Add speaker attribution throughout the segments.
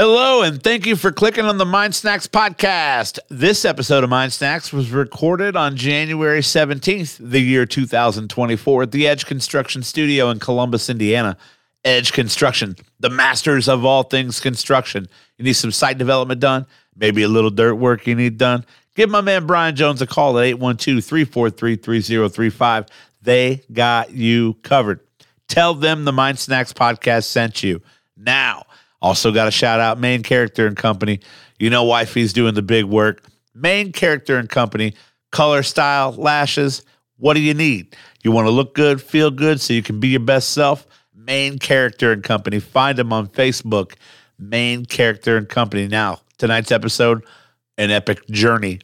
Speaker 1: Hello, and thank you for clicking on the Mind Snacks podcast. This episode of Mind Snacks was recorded on January 17th, the year 2024, at the Edge Construction Studio in Columbus, Indiana. Edge Construction, the masters of all things construction. You need some site development done, maybe a little dirt work you need done. Give my man Brian Jones a call at 812 343 3035. They got you covered. Tell them the Mind Snacks podcast sent you. Now, also got a shout out Main Character and Company. You know, Wifey's doing the big work. Main Character and Company, color, style, lashes. What do you need? You want to look good, feel good, so you can be your best self? Main Character and Company. Find them on Facebook, Main Character and Company. Now, tonight's episode, an epic journey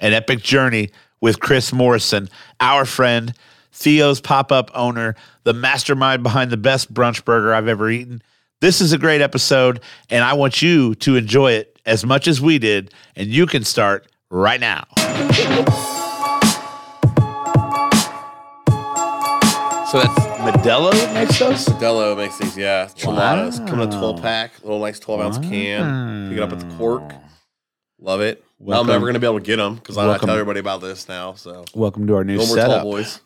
Speaker 1: an epic journey with Chris Morrison, our friend, Theo's pop up owner, the mastermind behind the best brunch burger I've ever eaten. This is a great episode, and I want you to enjoy it as much as we did, and you can start right now.
Speaker 2: So that's
Speaker 1: Modelo makes those?
Speaker 2: Modelo makes these, yeah. Chiladas come in a
Speaker 1: Wow.
Speaker 2: 12 pack, little nice 12 ounce can. Pick it up at the cork. Love it. Now I'm
Speaker 1: Welcome.
Speaker 2: never going to be able to get them because I
Speaker 1: Welcome.
Speaker 2: tell everybody about this now. So
Speaker 1: Welcome to our new
Speaker 2: no more tall
Speaker 1: setup.
Speaker 2: boys.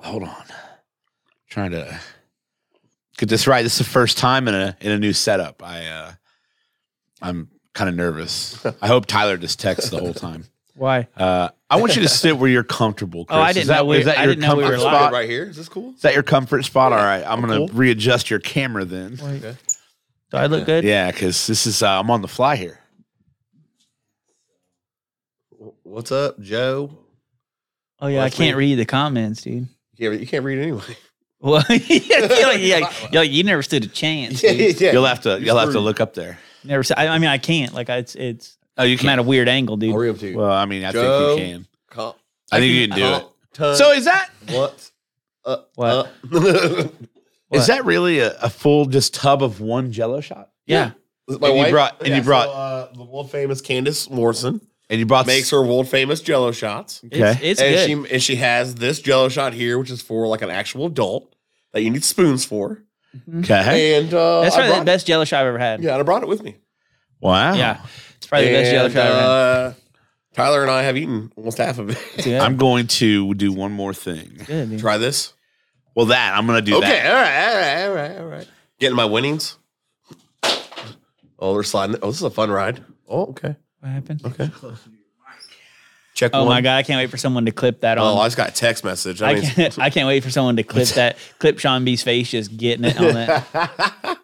Speaker 1: Hold on. Trying to get this right. This is the first time in a in a new setup. I uh I'm kind of nervous. I hope Tyler just texts the whole time.
Speaker 3: Why?
Speaker 1: Uh, I want you to sit where you're comfortable. Chris.
Speaker 3: Oh, I
Speaker 1: Is
Speaker 3: didn't
Speaker 1: that,
Speaker 3: know we-
Speaker 1: is that
Speaker 3: I
Speaker 1: your
Speaker 3: didn't know we
Speaker 1: comfort
Speaker 3: were
Speaker 2: Spot
Speaker 1: spot?
Speaker 2: right here. Is this cool?
Speaker 1: Is that your comfort spot? All right, I'm gonna
Speaker 2: Cool.
Speaker 1: readjust your camera then.
Speaker 3: Wait. Do I look good?
Speaker 1: Yeah, because this is uh, I'm on the fly here.
Speaker 2: What's up, Joe?
Speaker 3: Oh yeah, I
Speaker 2: Let's
Speaker 3: can't
Speaker 2: leave.
Speaker 3: read the comments, dude.
Speaker 2: You can't, you can't read anyway.
Speaker 3: Well, you're like, you're like, you're like, you never stood a chance.
Speaker 2: yeah,
Speaker 3: Dude.
Speaker 2: yeah.
Speaker 1: You'll have to
Speaker 2: You're
Speaker 1: you'll have to
Speaker 2: screwed.
Speaker 1: look up there.
Speaker 3: Never. St- I, I mean, I can't. Like, I, it's it's.
Speaker 1: Oh, you
Speaker 3: I'm at
Speaker 1: can.
Speaker 3: a weird angle, dude.
Speaker 2: I'll read 'em to you.
Speaker 1: Well, I mean, I
Speaker 2: Joe. Uh-huh.
Speaker 1: think you can.
Speaker 2: Comp-
Speaker 1: I think you can do it.
Speaker 2: comp- ton-
Speaker 1: So is that
Speaker 2: what? Uh,
Speaker 3: What?
Speaker 2: uh.
Speaker 1: is
Speaker 3: What?
Speaker 1: that really a, a full just tub of one Jello shot?
Speaker 3: yeah.
Speaker 2: This is my
Speaker 1: And you
Speaker 2: wife.
Speaker 1: brought- and you brought-
Speaker 2: so, uh, the world famous Candace Morrison
Speaker 1: And you brought
Speaker 2: makes her world famous Jello shots.
Speaker 1: Okay.
Speaker 3: It's, it's
Speaker 2: and
Speaker 3: good.
Speaker 2: she and she has this Jello shot here, which is for like an actual adult that you need spoons for.
Speaker 1: Okay.
Speaker 2: And uh,
Speaker 3: That's
Speaker 2: I
Speaker 3: probably
Speaker 2: brought
Speaker 3: the best jello shot I've ever had.
Speaker 2: It. Yeah, and I brought it with me.
Speaker 1: Wow.
Speaker 3: Yeah. It's probably the best jello
Speaker 2: and,
Speaker 3: shot I've ever had.
Speaker 2: uh, Tyler and I have eaten almost half of
Speaker 3: It's
Speaker 2: it.
Speaker 3: good.
Speaker 1: I'm going to do one more thing.
Speaker 3: good. Dude.
Speaker 2: Try this.
Speaker 1: Well, that I'm gonna do
Speaker 2: okay,
Speaker 1: that.
Speaker 2: all right, all right, all right, all right. Getting my winnings. Oh, they're sliding. Oh, this is a fun ride. Oh, okay,
Speaker 3: What happened?
Speaker 2: okay. Check
Speaker 3: Oh
Speaker 2: one.
Speaker 3: my god! I can't wait for someone to clip that
Speaker 2: Oh,
Speaker 3: on.
Speaker 2: I just got a text message. I
Speaker 3: I
Speaker 2: mean,
Speaker 3: can't, I can't wait for someone to clip that. Clip Sean B's face just getting it on that.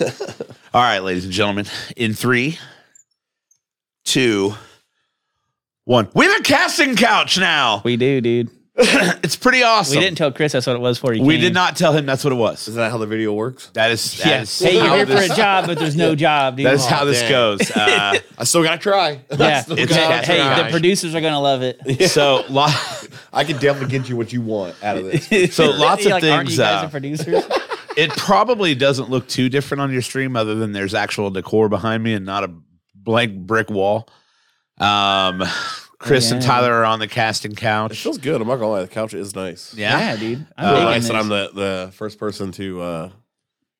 Speaker 1: All right, ladies and gentlemen, in three, two, one. We have a casting couch now.
Speaker 3: We do, dude.
Speaker 1: it's pretty awesome.
Speaker 3: We didn't tell Chris that's what it was for. He
Speaker 1: We
Speaker 3: came.
Speaker 1: did not tell him that's what it was.
Speaker 2: isn't that how the video works?
Speaker 1: That is, that
Speaker 3: Yeah.
Speaker 1: is
Speaker 3: Hey, you're
Speaker 1: how
Speaker 3: here
Speaker 1: this,
Speaker 3: for a job, but there's no job, dude.
Speaker 1: that is how
Speaker 2: Oh,
Speaker 1: this
Speaker 2: dang.
Speaker 1: goes. Uh,
Speaker 2: I still got to try.
Speaker 3: Yeah.
Speaker 2: Still
Speaker 1: It's
Speaker 3: Hey,
Speaker 2: gotta
Speaker 1: That's
Speaker 3: hey,
Speaker 2: try.
Speaker 3: the producers are gonna love it.
Speaker 1: so, lo-
Speaker 2: I can definitely get you what you want out of this.
Speaker 1: So lots of
Speaker 3: Like, Aren't
Speaker 1: things,
Speaker 3: you guys
Speaker 1: uh,
Speaker 3: the producers?
Speaker 1: it probably doesn't look too different on your stream, other than there's actual decor behind me and not a blank brick wall. Um, Chris and
Speaker 3: Yeah.
Speaker 1: Tyler are on the casting
Speaker 2: It
Speaker 1: couch.
Speaker 2: feels good. I'm not gonna lie. The couch is nice.
Speaker 1: Yeah.
Speaker 3: dude.
Speaker 1: Uh,
Speaker 3: I'm digging
Speaker 2: nice
Speaker 3: this.
Speaker 2: that I'm the, the first person to uh,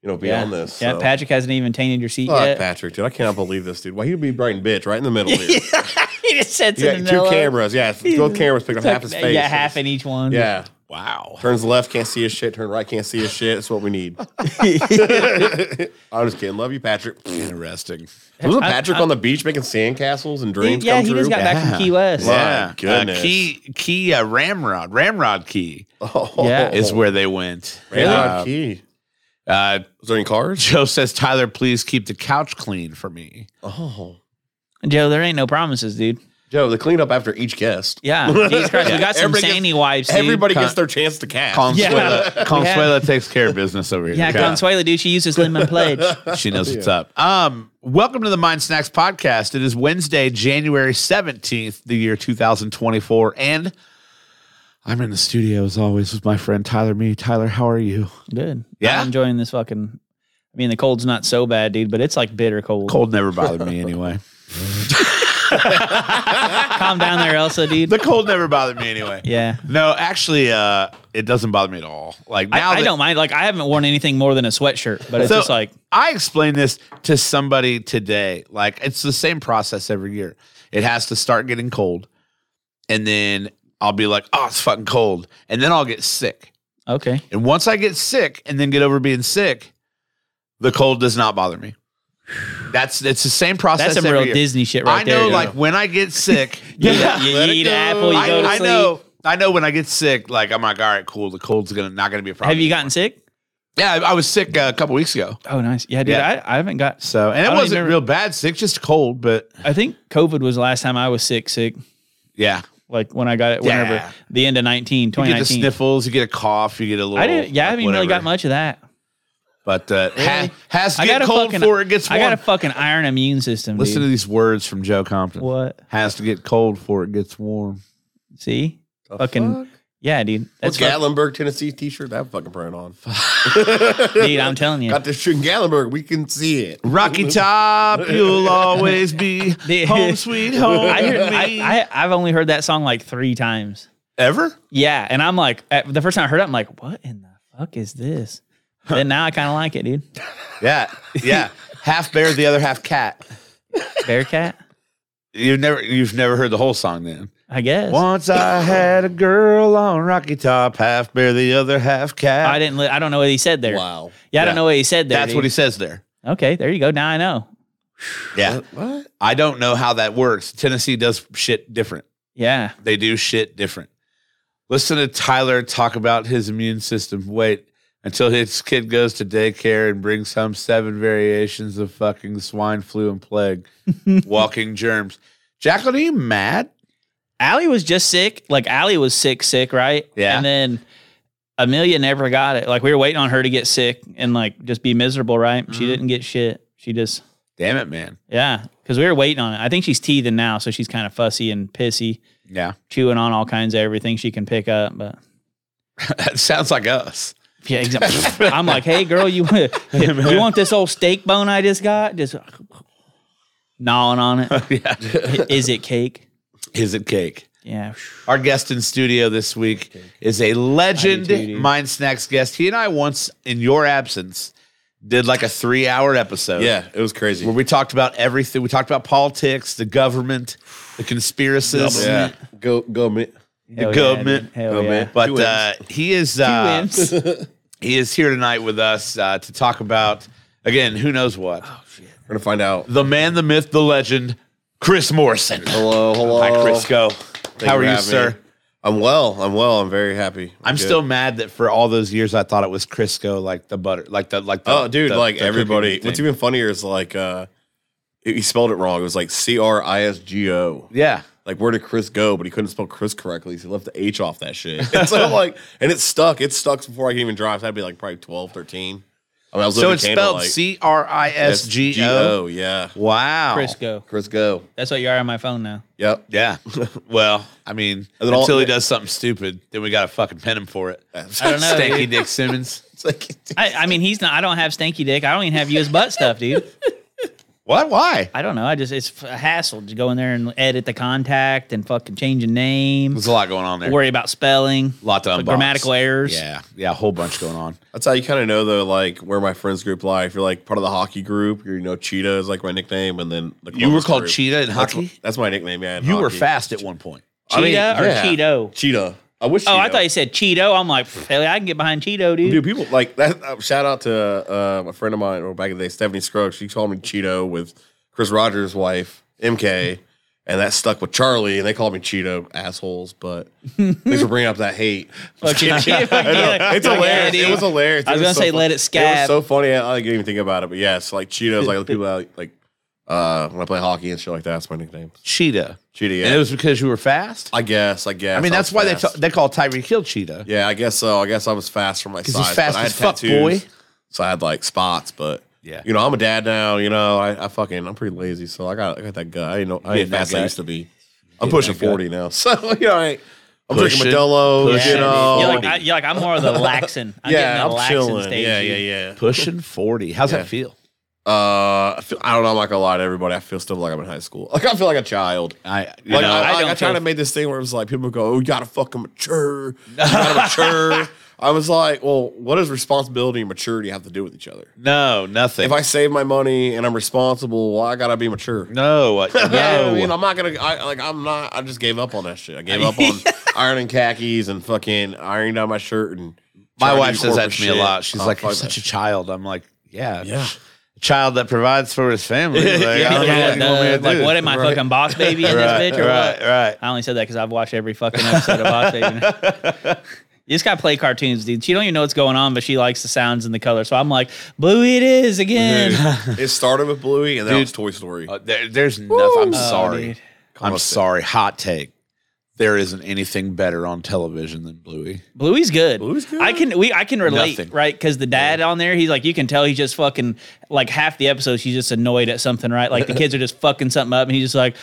Speaker 2: you know be
Speaker 3: yeah.
Speaker 2: on this.
Speaker 3: Yeah,
Speaker 2: so.
Speaker 3: Patrick hasn't even tainted your seat
Speaker 2: Fuck
Speaker 3: yet.
Speaker 2: Patrick, dude. I cannot believe this, dude. Why you be brain bitch right in the middle here?
Speaker 3: he just sits
Speaker 2: You got
Speaker 3: in the
Speaker 2: two
Speaker 3: middle of it.
Speaker 2: cameras. Yeah, both cameras picked up half his face.
Speaker 3: Yeah, half in each one.
Speaker 2: Yeah.
Speaker 1: Wow.
Speaker 2: Turns left, can't see his shit. Turn right, can't see his shit. That's what we need. I'm just kidding. Love you, Patrick.
Speaker 1: Interesting.
Speaker 2: Wasn't Patrick on the beach making sandcastles and
Speaker 3: He,
Speaker 2: dreams
Speaker 3: yeah,
Speaker 2: come
Speaker 3: he
Speaker 2: true?
Speaker 3: just got back
Speaker 1: Yeah.
Speaker 3: from Key West.
Speaker 2: My
Speaker 1: yeah.
Speaker 2: goodness.
Speaker 1: Uh, key key uh, ramrod ramrod key
Speaker 2: Oh,
Speaker 3: Yeah.
Speaker 1: is where they went.
Speaker 2: Ran out
Speaker 1: Uh,
Speaker 2: of key.
Speaker 1: uh,
Speaker 2: Was there any cars?
Speaker 1: Joe says, Tyler, please keep the couch clean for me.
Speaker 2: Oh,
Speaker 3: Joe, there ain't no promises, dude.
Speaker 2: Joe, the cleanup after each guest.
Speaker 3: Yeah, Jesus Christ, we got some
Speaker 2: Everybody gets-
Speaker 3: sandy wipes. Dude.
Speaker 2: Everybody
Speaker 1: Con-
Speaker 2: gets their chance to cast.
Speaker 1: Consuela,
Speaker 3: Yeah.
Speaker 1: Consuela takes care of business over here.
Speaker 3: yeah,
Speaker 1: Okay.
Speaker 3: Consuela, dude, she uses lemon pledge.
Speaker 1: She knows what's up. Um, welcome to the Mind Snacks podcast. It is Wednesday, January 17th, the year 2024. And I'm in the studio as always with my friend Tyler Me. Tyler, how are you?
Speaker 3: Good.
Speaker 1: Yeah?
Speaker 3: I'm enjoying this fucking. I mean, the cold's not so bad, dude, but it's like bitter cold.
Speaker 1: Cold never bothered me anyway.
Speaker 3: Calm down there, Elsa, dude.
Speaker 1: The cold never bothered me anyway.
Speaker 3: Yeah.
Speaker 1: No, actually, uh, it doesn't bother me at all. Like now,
Speaker 3: I, I
Speaker 1: that-
Speaker 3: don't mind. Like I haven't worn anything more than a sweatshirt, but it's
Speaker 1: So
Speaker 3: just like
Speaker 1: I explained this to somebody today. Like it's the same process every year. It has to start getting cold, and then I'll be like, "Oh, it's fucking cold," and then I'll get sick.
Speaker 3: okay.
Speaker 1: And once I get sick and then get over being sick, the cold does not bother me. That's it's the same process.
Speaker 3: That's some
Speaker 1: every
Speaker 3: real
Speaker 1: year.
Speaker 3: Disney shit right
Speaker 1: I know,
Speaker 3: there.
Speaker 1: like when I get sick,
Speaker 3: You-
Speaker 2: Yeah.
Speaker 3: you,
Speaker 2: Let it
Speaker 3: eat
Speaker 2: go.
Speaker 3: an apple, you
Speaker 1: I,
Speaker 3: go to
Speaker 1: I
Speaker 3: sleep.
Speaker 1: know. I know when I get sick, like I'm like, all right, cool. The cold's gonna not gonna be a problem.
Speaker 3: Have you gotten sick?
Speaker 1: Yeah, I- I was sick uh, a couple weeks ago.
Speaker 3: Oh, nice. Yeah, dude.
Speaker 1: Yeah.
Speaker 3: I, I haven't got.
Speaker 1: So, and
Speaker 3: I
Speaker 1: it
Speaker 3: don't
Speaker 1: wasn't
Speaker 3: even-
Speaker 1: real bad sick, just cold. But
Speaker 3: I think COVID was the last time I was sick. Sick.
Speaker 1: yeah,
Speaker 3: Like when I got it. Whenever
Speaker 1: Yeah.
Speaker 3: the end of 19,
Speaker 1: you get the
Speaker 3: 2019.
Speaker 1: sniffles, you get a cough, you get a little.
Speaker 3: I didn't. Yeah, I
Speaker 1: like,
Speaker 3: haven't even really
Speaker 1: whatever.
Speaker 3: got much of that.
Speaker 1: But uh, ha-
Speaker 3: Really?
Speaker 1: has to
Speaker 3: I
Speaker 1: get
Speaker 3: got a
Speaker 1: cold
Speaker 3: fucking.
Speaker 1: before it gets
Speaker 3: I
Speaker 1: warm.
Speaker 3: got a fucking iron immune system.
Speaker 1: Listen to
Speaker 3: dude.
Speaker 1: these words from Joe Compton.
Speaker 3: what?
Speaker 1: Has to get cold before it gets warm.
Speaker 3: See?
Speaker 2: The
Speaker 3: Fucking-
Speaker 2: fuck?
Speaker 3: Yeah, dude.
Speaker 2: What's
Speaker 3: That's what,
Speaker 2: Gatlinburg, Tennessee t-shirt that fucking print on?
Speaker 3: dude. I'm telling you.
Speaker 2: Got this shit in Gatlinburg. We can see it.
Speaker 1: Rocky Top, you'll always be
Speaker 3: The-
Speaker 1: home sweet home.
Speaker 3: I, hear,
Speaker 1: to me.
Speaker 3: I, I I've only heard that song like three times.
Speaker 1: Ever?
Speaker 3: Yeah, and I'm like, at, the first time I heard it, I'm like, what in the fuck is this? Then now I kind of like it, dude.
Speaker 1: Yeah, yeah. half bear, the other half cat.
Speaker 3: Bearcat,
Speaker 1: You've never, you've never heard the whole song then.
Speaker 3: I guess.
Speaker 1: Once I had a girl on Rocky Top, half bear, the other half cat.
Speaker 3: Oh, I didn't. Li- I don't know what he said there.
Speaker 2: Wow.
Speaker 3: Yeah, I
Speaker 1: Yeah.
Speaker 3: don't know what he said there.
Speaker 1: That's what he says there.
Speaker 3: he. Okay, there you go. Now I know.
Speaker 1: Yeah.
Speaker 2: What?
Speaker 1: I don't know how that works. Tennessee does shit different.
Speaker 3: Yeah,
Speaker 1: They do shit different. Listen to Tyler talk about his immune system. Wait until his kid goes to daycare and brings home seven variations of fucking swine flu and plague, walking germs. Jacqueline, are you mad?
Speaker 3: Allie was just sick. Like Allie was sick, sick, right?
Speaker 1: Yeah.
Speaker 3: And then Amelia never got it. Like we were waiting on her to get sick and like just be miserable, right? She
Speaker 1: Mhm.
Speaker 3: didn't get shit. She just
Speaker 1: Damn it, man.
Speaker 3: yeah, because we were waiting on it. I think she's teething now, so she's kind of fussy and pissy.
Speaker 1: Yeah.
Speaker 3: chewing on all kinds of everything she can pick up. But
Speaker 1: that sounds like us.
Speaker 3: yeah, exactly. I'm like, hey, girl, you you want this old steak bone I just got? Just gnawing on it.
Speaker 1: yeah.
Speaker 3: Is it cake?
Speaker 1: Is it cake?
Speaker 3: Yeah.
Speaker 1: Our guest in studio this week is a legend
Speaker 3: I do too, dude.
Speaker 1: Mind Snacks guest. He and I once, in your absence, did like a three hour episode.
Speaker 2: Yeah, it was crazy.
Speaker 1: Where we talked about everything. We talked about politics, the government, the conspiracies,
Speaker 2: yeah. Go go me.
Speaker 3: Hell yeah,
Speaker 1: government.
Speaker 3: dude. Hell
Speaker 2: Government.
Speaker 3: yeah.
Speaker 1: But
Speaker 2: Two
Speaker 1: uh, he is
Speaker 2: Ah.
Speaker 1: uh, he is here tonight with us uh, to talk about again who knows what
Speaker 2: We're gonna find out.
Speaker 1: the man, the myth, the legend, Chris Morrison.
Speaker 2: Hello, hello.
Speaker 1: Hi, Crisco.
Speaker 2: Oh. Thank
Speaker 1: How are
Speaker 2: for
Speaker 1: you,
Speaker 2: having
Speaker 1: sir?
Speaker 2: me. I'm well. I'm well. I'm very happy.
Speaker 1: I'm
Speaker 2: good.
Speaker 1: still mad that for all those years I thought it was Crisco, like the butter, like the like. The,
Speaker 2: Oh, dude!
Speaker 1: the-
Speaker 2: like
Speaker 1: the cookie
Speaker 2: everybody.
Speaker 1: thing.
Speaker 2: What's even funnier is like uh, he spelled it wrong. It was like C R I S G O.
Speaker 1: yeah,
Speaker 2: Like where did Chris go? But he couldn't spell Chris correctly, so he left the H off that shit. And so like, and it stuck. It stuck before I can even drive. So I'd be like probably 12, 13. I mean, I was
Speaker 1: so
Speaker 2: living
Speaker 1: it's spelled
Speaker 2: candlelight.
Speaker 1: C R I S G O.
Speaker 2: G-O, Yeah,
Speaker 1: Wow,
Speaker 3: Crisco.
Speaker 2: Chris go.
Speaker 3: That's what you are on my phone now.
Speaker 2: Yep.
Speaker 1: Yeah. Well, I mean,
Speaker 2: And then all-
Speaker 1: until he does something stupid, then we got to fucking pin him for it.
Speaker 3: I don't know. dude.
Speaker 1: Stanky Dick Simmons.
Speaker 2: It's like,
Speaker 3: I, I mean, he's not. I don't have stanky dick. I don't even have you as butt stuff, dude.
Speaker 1: What? Why?
Speaker 3: I don't know. I just it's a hassle to go in there and edit the contact and fucking change a name.
Speaker 1: There's a lot going on there.
Speaker 3: Worry about spelling.
Speaker 1: lot to
Speaker 3: Like
Speaker 1: unbox.
Speaker 3: grammatical errors.
Speaker 1: Yeah, yeah, a whole bunch going on.
Speaker 2: That's how you kind of know though, like where my friends group lie. If you're like part of the hockey group, you're, you know Cheetah is like my nickname, and then the
Speaker 1: You were
Speaker 2: Columbus
Speaker 1: called
Speaker 2: group.
Speaker 1: Cheetah in
Speaker 2: That's,
Speaker 1: hockey.
Speaker 2: that's my nickname. Yeah, in
Speaker 1: You were
Speaker 2: hockey.
Speaker 1: fast at one point.
Speaker 2: I mean,
Speaker 3: Cheetah or
Speaker 2: yeah.
Speaker 3: Cheeto?
Speaker 2: Cheetah. I wish.
Speaker 3: Oh, I
Speaker 2: Cheeto.
Speaker 3: thought you said Cheeto. I'm like, "Pff, hell, yeah, I can get behind Cheeto, dude.
Speaker 2: Dude, people like that. Uh, shout out to uh, a friend of mine or back in the day, Stephanie Scruggs. She called me Cheeto with Chris Rogers' wife, MK, and that stuck with Charlie, and they called me Cheeto assholes. But thanks for bringing up that hate.
Speaker 3: Fucking Cheeto.
Speaker 2: I know. It's
Speaker 3: Yeah,
Speaker 2: hilarious.
Speaker 3: dude.
Speaker 2: it was hilarious.
Speaker 3: I was
Speaker 2: It
Speaker 3: gonna say, let it
Speaker 2: It was
Speaker 3: scab.
Speaker 2: so funny. I, I didn't even think about it, but yeah, it's like Cheetos. Like the people that like uh, when I play hockey and shit like that. That's my nickname,
Speaker 1: Cheetah.
Speaker 2: Cheetah. Yeah.
Speaker 1: And it was because you were fast.
Speaker 2: I guess. I guess.
Speaker 1: I mean, that's
Speaker 2: was
Speaker 1: why they
Speaker 2: fast.
Speaker 1: t- they call Tyreek Hill Cheetah.
Speaker 2: yeah, I guess so. I guess I was fast for my size.
Speaker 1: he's
Speaker 2: but
Speaker 1: fast
Speaker 2: I
Speaker 1: as
Speaker 2: had
Speaker 1: fuck, boy.
Speaker 2: So I had like spots, but
Speaker 1: Yeah.
Speaker 2: you know, I'm a dad now. You know, I, I fucking I'm pretty lazy, so I got I got that gut. I ain't know I ain't
Speaker 1: Getting that
Speaker 2: fast I
Speaker 1: gut.
Speaker 2: used to be. I'm pushing
Speaker 1: that gut.
Speaker 2: forty now, so you know, I, ain't- I'm
Speaker 1: Pushing,
Speaker 2: drinking Modelo.
Speaker 1: pushing,
Speaker 2: you know,
Speaker 3: You're like, I, you're like, I'm more of the laxin. I'm
Speaker 2: yeah,
Speaker 3: getting the
Speaker 2: I'm
Speaker 3: laxin
Speaker 2: chilling.
Speaker 3: stage.
Speaker 2: yeah, yeah,
Speaker 3: dude.
Speaker 2: yeah.
Speaker 1: Pushing 40. How's
Speaker 2: Yeah.
Speaker 1: that feel?
Speaker 2: Uh, I, feel, I don't know. I'm not gonna lie to everybody. I feel still like I'm in high school. Like I feel like a child.
Speaker 1: I, you
Speaker 2: Like,
Speaker 1: know, I,
Speaker 2: I, like, I,
Speaker 3: don't
Speaker 2: tried
Speaker 3: feel-
Speaker 2: to make this thing where it was like people go, "Oh, you gotta fucking mature, you gotta mature." I was like, "Well, what does responsibility and maturity have to do with each other?"
Speaker 1: no, nothing.
Speaker 2: If I save my money and I'm responsible, well, I gotta be mature.
Speaker 1: no, uh,
Speaker 2: I
Speaker 1: no.
Speaker 2: mean, I'm not gonna. I, like, I'm not. I just gave up on that shit. I gave up on ironing khakis and fucking ironing down my shirt. And
Speaker 1: My
Speaker 2: trying to
Speaker 1: wife
Speaker 2: do
Speaker 1: says that
Speaker 2: corporate
Speaker 1: to me a
Speaker 2: shit.
Speaker 1: lot. She's
Speaker 2: Oh,
Speaker 1: like,
Speaker 2: fuck
Speaker 1: "You're
Speaker 2: that
Speaker 1: such a
Speaker 2: shit.
Speaker 1: child." I'm like, "Yeah,
Speaker 2: Yeah.
Speaker 1: a child that provides for his family." Like, I don't know
Speaker 3: Yeah,
Speaker 1: what you want me to
Speaker 3: duh, like
Speaker 1: do.
Speaker 3: what am I
Speaker 2: Right.
Speaker 3: fucking boss baby in
Speaker 1: Right,
Speaker 3: this bitch or
Speaker 1: right,
Speaker 3: what?
Speaker 1: right.
Speaker 3: I only said that because I've watched every fucking episode of Boss Baby. You just gotta play cartoons, dude. She don't even know what's going on, but she likes the sounds and the color. So I'm like, blue it is again.
Speaker 2: Dude, it started with Bluey, and then
Speaker 1: Dude.
Speaker 2: it was Toy Story.
Speaker 1: Uh, there, there's nothing. I'm
Speaker 3: Oh,
Speaker 1: sorry.
Speaker 3: dude.
Speaker 1: I'm
Speaker 2: Call us
Speaker 1: sorry. Hot take. There isn't anything better on television than Bluey.
Speaker 3: Bluey's good.
Speaker 2: Bluey's good.
Speaker 3: I can we I can relate,
Speaker 1: Nothing.
Speaker 3: right? Because the dad on there, he's like, you can tell he's just fucking like half the episodes he's just annoyed at something, right? Like the kids are just fucking something up, and he's just like,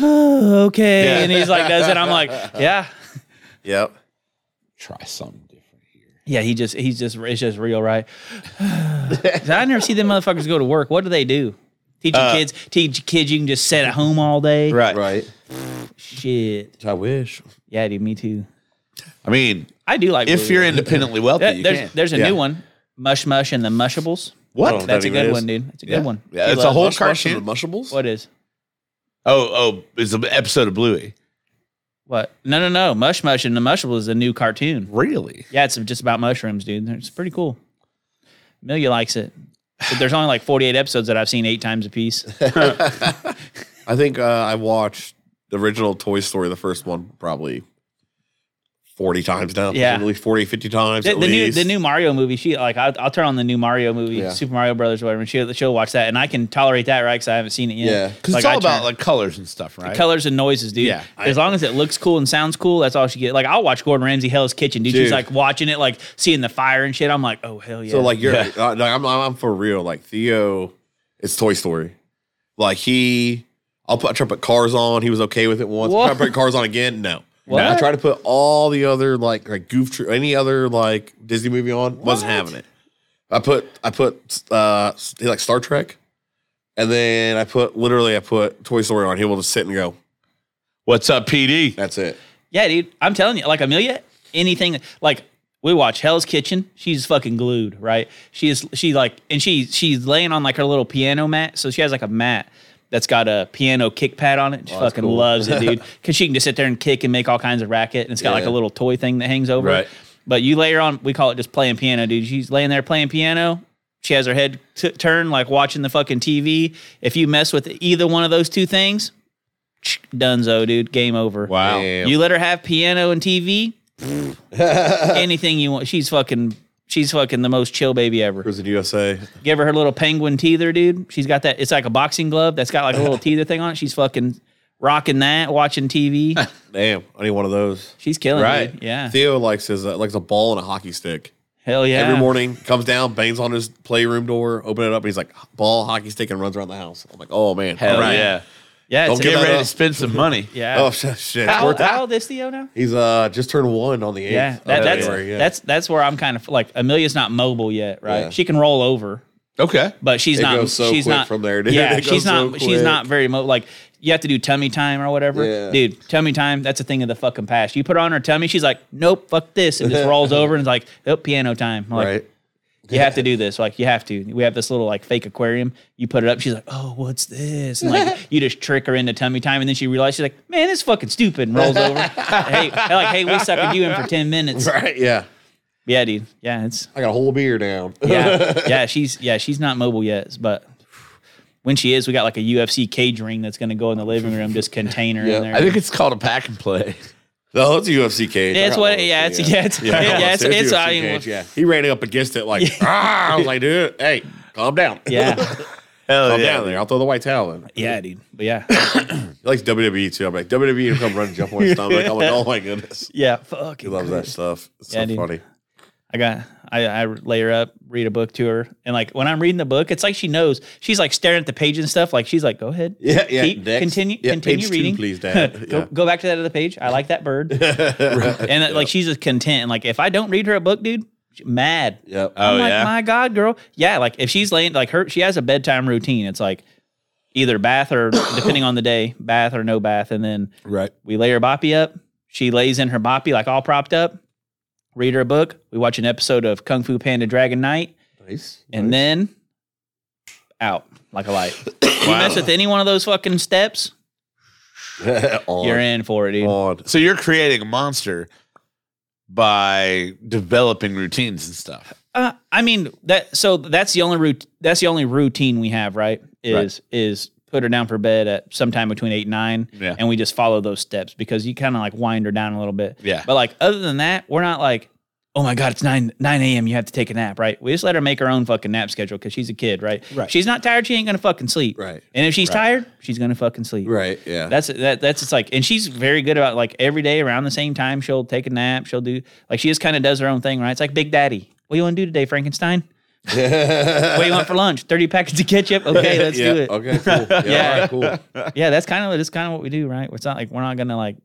Speaker 3: oh, okay,
Speaker 1: Yeah.
Speaker 3: and he's like, does it? I'm like, yeah,
Speaker 2: Yep.
Speaker 1: Try something different here.
Speaker 3: yeah. He just he's just it's just real, right? I never see them motherfuckers go to work. What do they do? Teaching kids, teach kids you can just sit at home all day.
Speaker 1: Uh, Right.
Speaker 2: Right.
Speaker 3: Shit.
Speaker 2: I wish.
Speaker 3: Yeah, dude. Me too.
Speaker 1: I mean,
Speaker 3: I do like.
Speaker 1: if
Speaker 3: Bluey.
Speaker 1: you're independently wealthy,
Speaker 3: There-
Speaker 1: you
Speaker 3: there's
Speaker 1: can.
Speaker 3: there's a
Speaker 2: Yeah.
Speaker 3: new one, Mush Mush and the Mushables.
Speaker 1: what?
Speaker 2: Oh,
Speaker 3: That's
Speaker 2: that
Speaker 3: a
Speaker 2: even
Speaker 3: good
Speaker 2: is?
Speaker 3: one, dude. That's a
Speaker 1: Yeah.
Speaker 3: good one.
Speaker 1: Yeah,
Speaker 3: You
Speaker 1: it's a
Speaker 3: love
Speaker 1: whole
Speaker 2: Mush Mush
Speaker 1: cartoon.
Speaker 2: and the Mushables.
Speaker 3: What is?
Speaker 1: Oh, oh, it's an episode of Bluey.
Speaker 3: What? No, no, no. Mush Mush and the Mushable is a new cartoon.
Speaker 1: Really?
Speaker 3: Yeah, it's just about mushrooms, dude. It's pretty cool. Amelia likes it. But there's only like 48 episodes that I've seen eight times a piece.
Speaker 2: I think uh, I watched the original Toy Story, the first one, probably 40 times now.
Speaker 3: Yeah.
Speaker 2: At least 40, 50 times.
Speaker 3: The,
Speaker 2: at
Speaker 3: the new
Speaker 2: least.
Speaker 3: the new Mario movie, she like I'll, I'll turn on the new Mario movie,
Speaker 2: Yeah.
Speaker 3: Super Mario Brothers, or whatever. And she'll she'll watch that, and I can tolerate that, right? Because I haven't seen it yet.
Speaker 2: Yeah.
Speaker 1: 'Cause it's
Speaker 3: I
Speaker 1: all about
Speaker 3: turn-
Speaker 1: like colors and stuff, right?
Speaker 3: colors and noises, dude.
Speaker 1: Yeah.
Speaker 3: as long as it looks cool and sounds cool, that's all she get. Like I'll watch Gordon Ramsay Hell's Kitchen, dude.
Speaker 2: Dude.
Speaker 3: She's like watching it, like seeing the fire and shit. I'm like, oh hell yeah.
Speaker 2: So like you're,
Speaker 1: Yeah.
Speaker 2: uh, like, I'm, I'm I'm for real. Like Theo, it's Toy Story. Like he, I'll put I try to put cars on. He was okay with it once.
Speaker 3: What?
Speaker 2: Try to put cars on again. No.
Speaker 3: What?
Speaker 2: I tried to put all the other like like Goof Troop, any other like Disney movie on. Wasn't having it. I put I put uh s- like Star Trek, and then I put literally I put Toy Story on. He will just sit and go.
Speaker 1: What's up, PD?
Speaker 2: That's it.
Speaker 3: Yeah, dude. I'm telling you, like Amelia, anything like we watch Hell's Kitchen, she's fucking glued, right? She is she like and she she's laying on like her little piano mat. So she has like a mat that's got a piano kick pad on it. She fucking loves it, dude. Cause she can just sit there and kick and make all kinds of racket. And it's got like
Speaker 2: Yeah.
Speaker 3: a little toy thing that hangs over. it.
Speaker 1: Right.
Speaker 3: But you lay her on, we call it just playing piano, dude. She's laying there playing piano. She has her head t- turned, like watching the fucking TV. If you mess with either one of those two things, dunzo, dude. Game over.
Speaker 1: Wow.
Speaker 2: Damn.
Speaker 3: You let her have piano and TV, anything you want. She's fucking. She's fucking the most chill baby ever.
Speaker 2: Cruising USA.
Speaker 3: Give her her little penguin teether, dude. She's got that. It's like a boxing glove that's got like a little teether thing on it. She's fucking rocking that, watching TV.
Speaker 2: Damn, I need one of those.
Speaker 3: She's killing
Speaker 1: Right.
Speaker 3: it. dude. Yeah.
Speaker 2: Theo likes his uh, likes a ball and a hockey stick.
Speaker 3: Hell yeah.
Speaker 2: Every morning, comes down, bangs on his playroom door, open it up, and he's like, ball, hockey stick, and runs around the house. I'm like, oh man,
Speaker 1: Hell
Speaker 2: all right.
Speaker 1: yeah.
Speaker 3: Yeah. It's
Speaker 2: Don't
Speaker 3: a-
Speaker 1: Get
Speaker 2: that
Speaker 1: ready
Speaker 2: up.
Speaker 1: to spend some money.
Speaker 3: yeah.
Speaker 2: Oh shit, shit.
Speaker 3: how,
Speaker 2: Worth it.
Speaker 3: how old is Theo now?
Speaker 2: He's uh just turned one on the eighth.
Speaker 3: Yeah, that, that's that's that's where I'm kind of like Amelia's not mobile yet, right?
Speaker 2: Yeah.
Speaker 3: She can roll over,
Speaker 1: Okay.
Speaker 3: but she's
Speaker 2: It
Speaker 3: not.
Speaker 2: goes so
Speaker 3: she's
Speaker 2: quick
Speaker 3: not
Speaker 2: from there, dude.
Speaker 3: Yeah,
Speaker 2: It goes
Speaker 3: she's
Speaker 2: so
Speaker 3: not. she's
Speaker 2: quick.
Speaker 3: not very mo- like you have to do tummy time or whatever,
Speaker 2: Yeah.
Speaker 3: dude. Tummy time, that's a thing of the fucking past. You put her on her tummy, she's like, nope, fuck this, and just rolls over and is like, nope, piano time. I'm like,
Speaker 2: right.
Speaker 3: you have to do this. Like, you have to. We have this little like fake aquarium. You put it up. She's like, oh, what's this? And like, you just trick her into tummy time, and then she realizes she's like, man, this is fucking stupid, and rolls over. hey, like, hey, we sucking you in for ten minutes.
Speaker 2: Right. Yeah.
Speaker 3: Yeah, dude. Yeah, it's
Speaker 2: I got a whole beer down.
Speaker 3: yeah, yeah. She's yeah, she's not mobile yet, but when she is, we got like a UFC cage ring that's going to go in the living room, just contain her
Speaker 2: Yeah.
Speaker 3: in there.
Speaker 1: I think it's called a pack and play.
Speaker 2: no, it's a UFC cage.
Speaker 3: Yeah,
Speaker 2: I
Speaker 3: it's
Speaker 2: got
Speaker 3: what-
Speaker 2: one of
Speaker 3: yeah,
Speaker 2: those,
Speaker 3: it's- yeah, it's- yeah,
Speaker 2: I got one of
Speaker 3: it's-
Speaker 2: those.
Speaker 3: it's-
Speaker 2: UFC
Speaker 3: I mean,
Speaker 2: cage, yeah. He ran up against it like, ah, I was like, dude, hey, calm down.
Speaker 3: yeah,
Speaker 1: Hell
Speaker 2: Calm down there. I'll throw the white towel in.
Speaker 3: yeah, dude. But yeah,
Speaker 2: He likes WWE too. I'm like, WWE will come run and jump on his stomach. I'm like, oh my goodness.
Speaker 3: yeah.
Speaker 2: He
Speaker 3: Fucking.
Speaker 2: loves that stuff. It's so
Speaker 3: Yeah, dude.
Speaker 2: funny.
Speaker 3: I got. I, I lay her up, read a book to her, and like when I'm reading the book, it's like she knows. She's like staring at the page and stuff. Like she's like, "Go ahead,
Speaker 2: Yeah, yeah.
Speaker 3: Keep-
Speaker 2: next.
Speaker 3: continue,
Speaker 2: Yeah,
Speaker 3: continue
Speaker 2: page two,
Speaker 3: reading,
Speaker 2: please, Dad.
Speaker 3: go,
Speaker 2: yeah.
Speaker 3: go uh, back to that other page. I like that bird." and like she's just content. And like if I don't read her a book, dude, mad.
Speaker 2: Yep.
Speaker 1: Oh,
Speaker 3: I'm like,
Speaker 1: yeah?
Speaker 3: my God, girl. Yeah, like if she's laying like her she has a bedtime routine. It's like either bath or depending on the day, bath or no bath. And then
Speaker 2: right.
Speaker 3: we lay her boppy up. She lays in her boppy like all propped up. Read her a book. We watch an episode of Kung Fu Panda Dragon Knight,
Speaker 2: Nice.
Speaker 3: and
Speaker 2: nice.
Speaker 3: then out like a light. You mess with any one of those fucking steps,
Speaker 2: on,
Speaker 3: you're in for it, dude.
Speaker 2: on.
Speaker 1: So you're creating a monster by developing routines and stuff.
Speaker 3: Uh, I mean that. So that's the only route. That's the only routine we have, right? Is is put her down for bed at sometime between eight and nine,
Speaker 1: Yeah.
Speaker 3: and we just follow those steps because you kind of like wind her down a little bit.
Speaker 1: Yeah.
Speaker 3: But like other than that, we're not like, oh my god, it's nine nine a.m. You have to take a nap, right? We just let her make her own fucking nap schedule because she's a kid, right?
Speaker 2: Right.
Speaker 3: She's not tired. She ain't gonna fucking sleep.
Speaker 2: Right.
Speaker 3: And if she's tired, she's gonna fucking sleep.
Speaker 2: Right. Yeah.
Speaker 3: That's that. That's it's like, and she's very good about like every day around the same time. She'll take a nap. She'll do like she just kind of does her own thing, right? It's like Big Daddy. What do you want to do today, Frankenstein? what do you want for lunch? Thirty packets of ketchup. Okay, let's
Speaker 2: yeah.
Speaker 3: do it.
Speaker 2: Okay. Cool. Yeah.
Speaker 3: Yeah.
Speaker 2: all right, cool.
Speaker 3: Yeah, that's kind of that's kind of what we do, right? It's not like we're not gonna like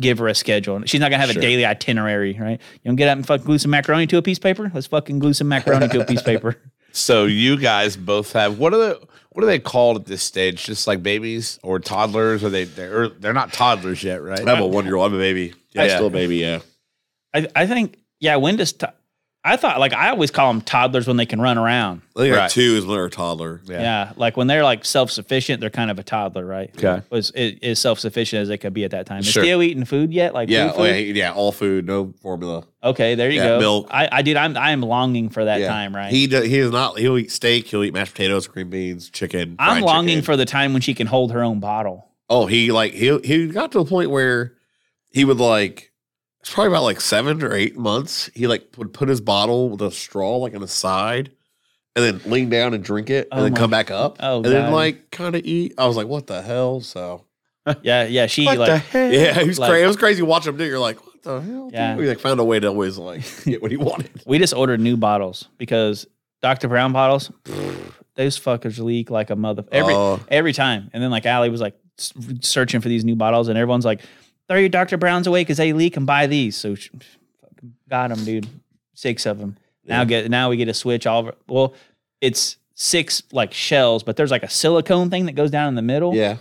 Speaker 3: give her a schedule. She's not gonna have
Speaker 1: Sure.
Speaker 3: a daily itinerary, right? You don't get up and fucking glue some macaroni to a piece of paper. Let's fucking glue some macaroni to a piece of paper.
Speaker 1: So you guys both have what are the what are they called at this stage? Just like babies or toddlers? Are they they're they're not toddlers yet, right?
Speaker 2: I have a one year old. I'm a baby. Yeah. I'm
Speaker 1: Yeah.
Speaker 2: still a baby. Yeah.
Speaker 3: I I think yeah. When does to- I thought like I always call them toddlers when they can run around.
Speaker 2: I think
Speaker 1: Right.
Speaker 2: right. two is when they're a toddler.
Speaker 1: Yeah.
Speaker 3: Yeah. like when they're like self sufficient, they're kind of a toddler, right?
Speaker 1: Okay.
Speaker 3: was is, is self sufficient as they could be at that time.
Speaker 1: Sure.
Speaker 3: Is Theo eating food yet? Like
Speaker 2: Yeah.
Speaker 3: food
Speaker 2: oh,
Speaker 3: food?
Speaker 2: yeah. Yeah. All food, no formula.
Speaker 3: Okay, there you
Speaker 2: Yeah,
Speaker 3: go.
Speaker 2: milk.
Speaker 3: I, I dude, I'm I'm longing for that
Speaker 2: yeah.
Speaker 3: time, right?
Speaker 2: He does, he is not. He'll eat steak. He'll eat mashed potatoes, green beans, chicken.
Speaker 3: I'm
Speaker 2: fried
Speaker 3: longing
Speaker 2: chicken.
Speaker 3: for the time when she can hold her own bottle.
Speaker 2: Oh, he like he he got to the point where he would like it's probably about like seven or eight months. He like would put his bottle with a straw like on the side, and then lean down and drink it, and
Speaker 3: Oh
Speaker 2: then
Speaker 3: my-
Speaker 2: come back up,
Speaker 3: Oh,
Speaker 2: and then
Speaker 3: God.
Speaker 2: like kind of eat. I was like, what the hell? So
Speaker 3: Yeah, yeah. She
Speaker 1: What the
Speaker 3: like
Speaker 1: heck?
Speaker 2: yeah, it was
Speaker 3: Like-
Speaker 2: crazy. It was crazy watching him do. it. You're like, what the hell? dude?"
Speaker 3: Yeah.
Speaker 2: he like found a way to always like get what he wanted.
Speaker 3: we just ordered new bottles because Dr. Brown bottles, pfft, those fuckers leak like a mother every
Speaker 2: Oh.
Speaker 3: every time. And then like Allie was like s- searching for these new bottles, and everyone's like, "Throw your Dr. Browns away because they leak and buy these." So she, fucking got them, dude. Six of them. Now
Speaker 2: Yeah.
Speaker 3: get now we get to switch all. Of, well, it's six like shells, but there's like a silicone thing that goes down in the middle,
Speaker 2: Yeah,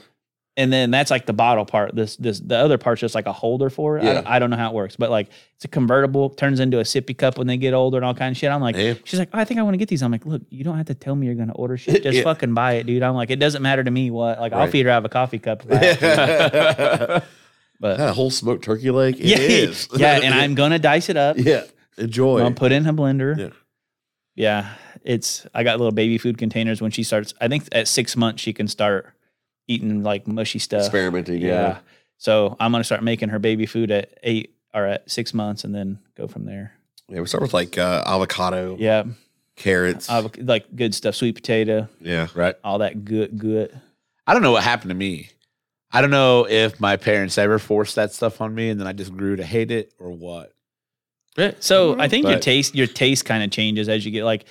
Speaker 3: and then that's like the bottle part. This this the other part's just like a holder for it. I,
Speaker 2: Yeah.
Speaker 3: don't, I don't know how it works, but like it's a convertible, turns into a sippy cup when they get older and all kind of shit. I'm like,
Speaker 2: Yeah.
Speaker 3: she's like, oh, I think I want to get these. I'm like, look, you don't have to tell me you're gonna order shit. Just
Speaker 2: Yeah.
Speaker 3: fucking buy it, dude. I'm like, it doesn't matter to me what. Like I'll
Speaker 2: Right.
Speaker 3: feed her out of a coffee cup. if I have to.
Speaker 2: that
Speaker 3: but
Speaker 2: whole smoked turkey leg. It
Speaker 3: yeah,
Speaker 2: is.
Speaker 3: yeah, and I'm gonna dice it up.
Speaker 2: yeah. Enjoy.
Speaker 3: I'm gonna put it in a blender.
Speaker 2: Yeah.
Speaker 3: Yeah, it's I got little baby food containers when she starts. I think at six months she can start eating like mushy stuff.
Speaker 2: Experimenting. yeah.
Speaker 3: Yeah. So I'm gonna start making her baby food at eight or at six months, and then go from there.
Speaker 2: Yeah, we start with like uh, avocado,
Speaker 3: Yeah,
Speaker 2: carrots.
Speaker 3: Avoc- like good stuff, sweet potato,
Speaker 2: yeah.
Speaker 1: Right.
Speaker 3: all that good, good.
Speaker 1: I don't know what happened to me. I don't know if my parents ever forced that stuff on me and then I just grew to hate it or what.
Speaker 3: So I think your
Speaker 1: But-
Speaker 3: taste, your taste, kind of changes as you get like,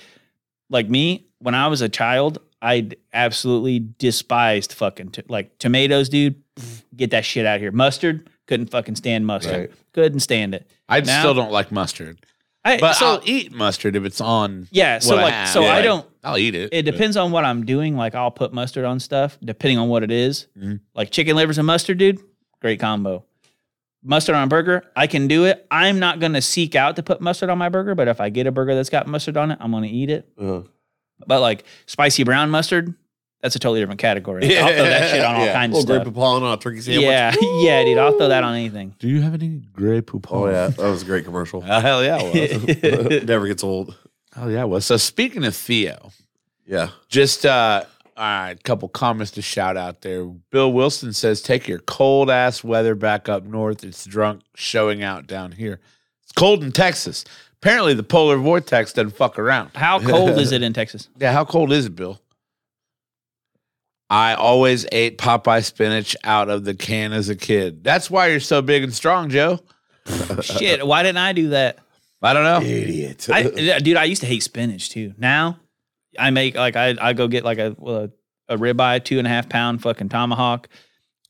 Speaker 3: like me when I was a child, I absolutely despised fucking t- like tomatoes, dude. Pff, Get that shit out of here. Mustard couldn't fucking stand mustard.
Speaker 2: Right.
Speaker 3: Couldn't stand it.
Speaker 1: I
Speaker 3: Now-
Speaker 1: still don't like mustard.
Speaker 3: I,
Speaker 1: But
Speaker 3: so
Speaker 1: I'll eat mustard if it's on
Speaker 3: yeah, so
Speaker 1: what I
Speaker 3: like
Speaker 1: have.
Speaker 3: so I
Speaker 1: Like,
Speaker 3: don't
Speaker 1: I'll eat it.
Speaker 3: It
Speaker 1: but-
Speaker 3: depends on what I'm doing. Like I'll put mustard on stuff depending on what it is.
Speaker 2: Mm-hmm.
Speaker 1: Mhm.
Speaker 3: Like chicken livers and mustard, dude, great combo. Mustard on a burger, I can do it. I'm not gonna seek out to put mustard on my burger, but if I get a burger that's got mustard on it, I'm gonna eat it.
Speaker 2: Uh,
Speaker 3: But like spicy brown mustard, that's a totally different category. I'll throw that shit on all
Speaker 2: Yeah.
Speaker 3: kinds of
Speaker 2: Little grape
Speaker 3: stuff.
Speaker 2: pollen on a turkey sandwich.
Speaker 3: Yeah, yeah, dude. I'll throw that on anything.
Speaker 1: Do you have any gray poupon?
Speaker 2: Oh yeah, that was a great commercial.
Speaker 1: Oh, hell yeah, it was.
Speaker 2: Never gets old.
Speaker 1: oh yeah, it was. So speaking of Theo,
Speaker 2: Yeah.
Speaker 1: just uh, all right, couple comments to shout out there. Bill Wilson says, "Take your cold ass weather back up north. It's drunk showing out down here. It's cold in Texas. Apparently, the polar vortex doesn't fuck around.
Speaker 3: How cold is it in Texas?
Speaker 1: Yeah, how cold is it, Bill? I always ate Popeye spinach out of the can as a kid. That's why you're so big and strong, Joe.
Speaker 3: Shit, why didn't I do that?
Speaker 1: I don't know.
Speaker 2: Idiot.
Speaker 3: I, yeah, dude, I used to hate spinach too. Now I make like I I go get like a a, a ribeye, two and a half pound fucking tomahawk,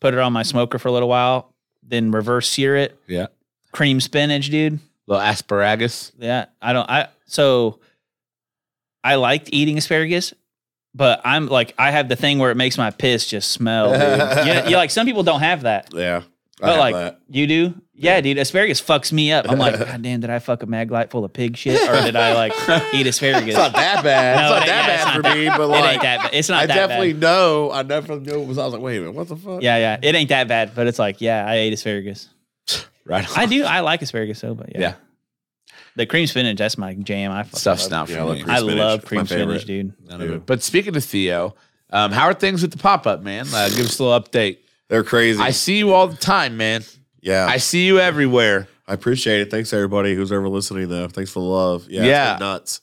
Speaker 3: put it on my smoker for a little while, then reverse sear it.
Speaker 1: Yeah.
Speaker 3: Cream spinach, dude.
Speaker 1: little asparagus.
Speaker 3: Yeah, I don't. I so I liked eating asparagus, but I'm like I have the thing where it makes my piss just smell. Dude. you, know- you- like some people don't have that,
Speaker 2: Yeah. I
Speaker 3: but
Speaker 2: have
Speaker 3: like
Speaker 2: that.
Speaker 3: you do. Yeah, dude, asparagus fucks me up. I'm like, God damn, did I fuck a mag light full of pig shit, or did I like eat asparagus?
Speaker 2: it's not that bad.
Speaker 3: No,
Speaker 2: it's not
Speaker 3: it- yeah,
Speaker 2: that
Speaker 3: it's
Speaker 2: bad for
Speaker 3: not
Speaker 2: me, but
Speaker 3: it ain't
Speaker 2: like,
Speaker 3: that. Bad. It's not
Speaker 2: I
Speaker 3: that
Speaker 2: definitely
Speaker 3: bad.
Speaker 2: know. I definitely know. Because I was like, wait a minute, what the fuck?
Speaker 3: Yeah, yeah, it ain't that bad. But it's like, yeah, I ate asparagus.
Speaker 1: Right. on.
Speaker 3: I do. I like asparagus though, but yeah.
Speaker 1: Yeah.
Speaker 3: The cream spinach, that's my jam. I fucking
Speaker 1: Stuff's
Speaker 3: love
Speaker 1: not
Speaker 2: Yeah,
Speaker 1: for
Speaker 2: I love
Speaker 1: me.
Speaker 2: cream
Speaker 3: I
Speaker 2: spinach.
Speaker 3: love
Speaker 2: It's my
Speaker 3: cream spinach,
Speaker 2: favorite.
Speaker 3: dude.
Speaker 1: None of it. But speaking of Theo, um, how are things with the pop up, man? Uh, give us a little update.
Speaker 2: They're crazy.
Speaker 1: I see you all the time, man.
Speaker 2: yeah.
Speaker 1: I see you everywhere.
Speaker 2: I appreciate it. Thanks everybody who's ever listening though. Thanks for the love. Yeah,
Speaker 1: Yeah.
Speaker 2: It's been nuts.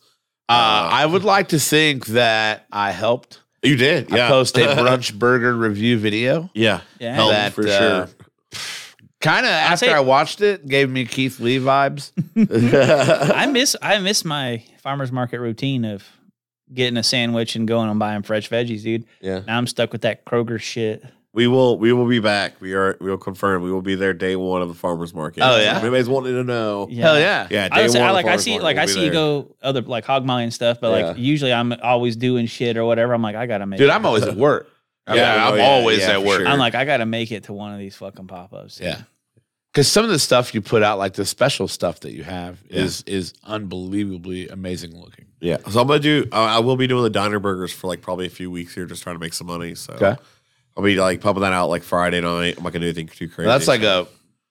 Speaker 1: Uh, I would like to think that I helped.
Speaker 2: You did. Yeah.
Speaker 1: I post a brunch burger review video.
Speaker 2: yeah.
Speaker 3: Yeah.
Speaker 2: Helped
Speaker 1: That, uh,
Speaker 2: for sure.
Speaker 1: Kind of after
Speaker 3: say-
Speaker 1: I watched it, gave me Keith Lee vibes.
Speaker 3: I miss I miss my farmers market routine of getting a sandwich and going and buying fresh veggies, dude.
Speaker 2: Yeah.
Speaker 3: Now I'm stuck with that Kroger shit.
Speaker 2: We will we will be back. We are we will confirm. We will be there day one of the farmers market.
Speaker 1: Oh, yeah.
Speaker 2: If anybody's wanting to know.
Speaker 3: Yeah.
Speaker 1: Hell yeah.
Speaker 2: Yeah, day
Speaker 3: I, would say,
Speaker 2: one
Speaker 3: I
Speaker 2: of the
Speaker 3: like I
Speaker 2: farmers
Speaker 3: see
Speaker 2: market,
Speaker 3: like I
Speaker 2: we'll be
Speaker 3: see you
Speaker 2: there.
Speaker 3: go other like hog molly and stuff, but like
Speaker 2: Yeah.
Speaker 3: usually I'm always doing shit or whatever. I'm like I gotta make
Speaker 1: Dude,
Speaker 3: it.
Speaker 1: I'm always at work. I mean,
Speaker 2: Yeah,
Speaker 1: I'm
Speaker 2: oh, yeah,
Speaker 1: always
Speaker 2: yeah,
Speaker 1: at
Speaker 2: for
Speaker 1: work.
Speaker 2: sure.
Speaker 3: I'm like I gotta make it to one of these fucking pop ups.
Speaker 1: Yeah. Because some of the stuff you put out, like the special stuff that you have, is is unbelievably amazing looking.
Speaker 2: Yeah. So I'm gonna do. uh, I I will be doing the diner burgers for like probably a few weeks here, just trying to make some money. So
Speaker 1: Okay.
Speaker 2: I'll be like pumping that out like Friday night. I'm not gonna do anything too crazy.
Speaker 1: That's like a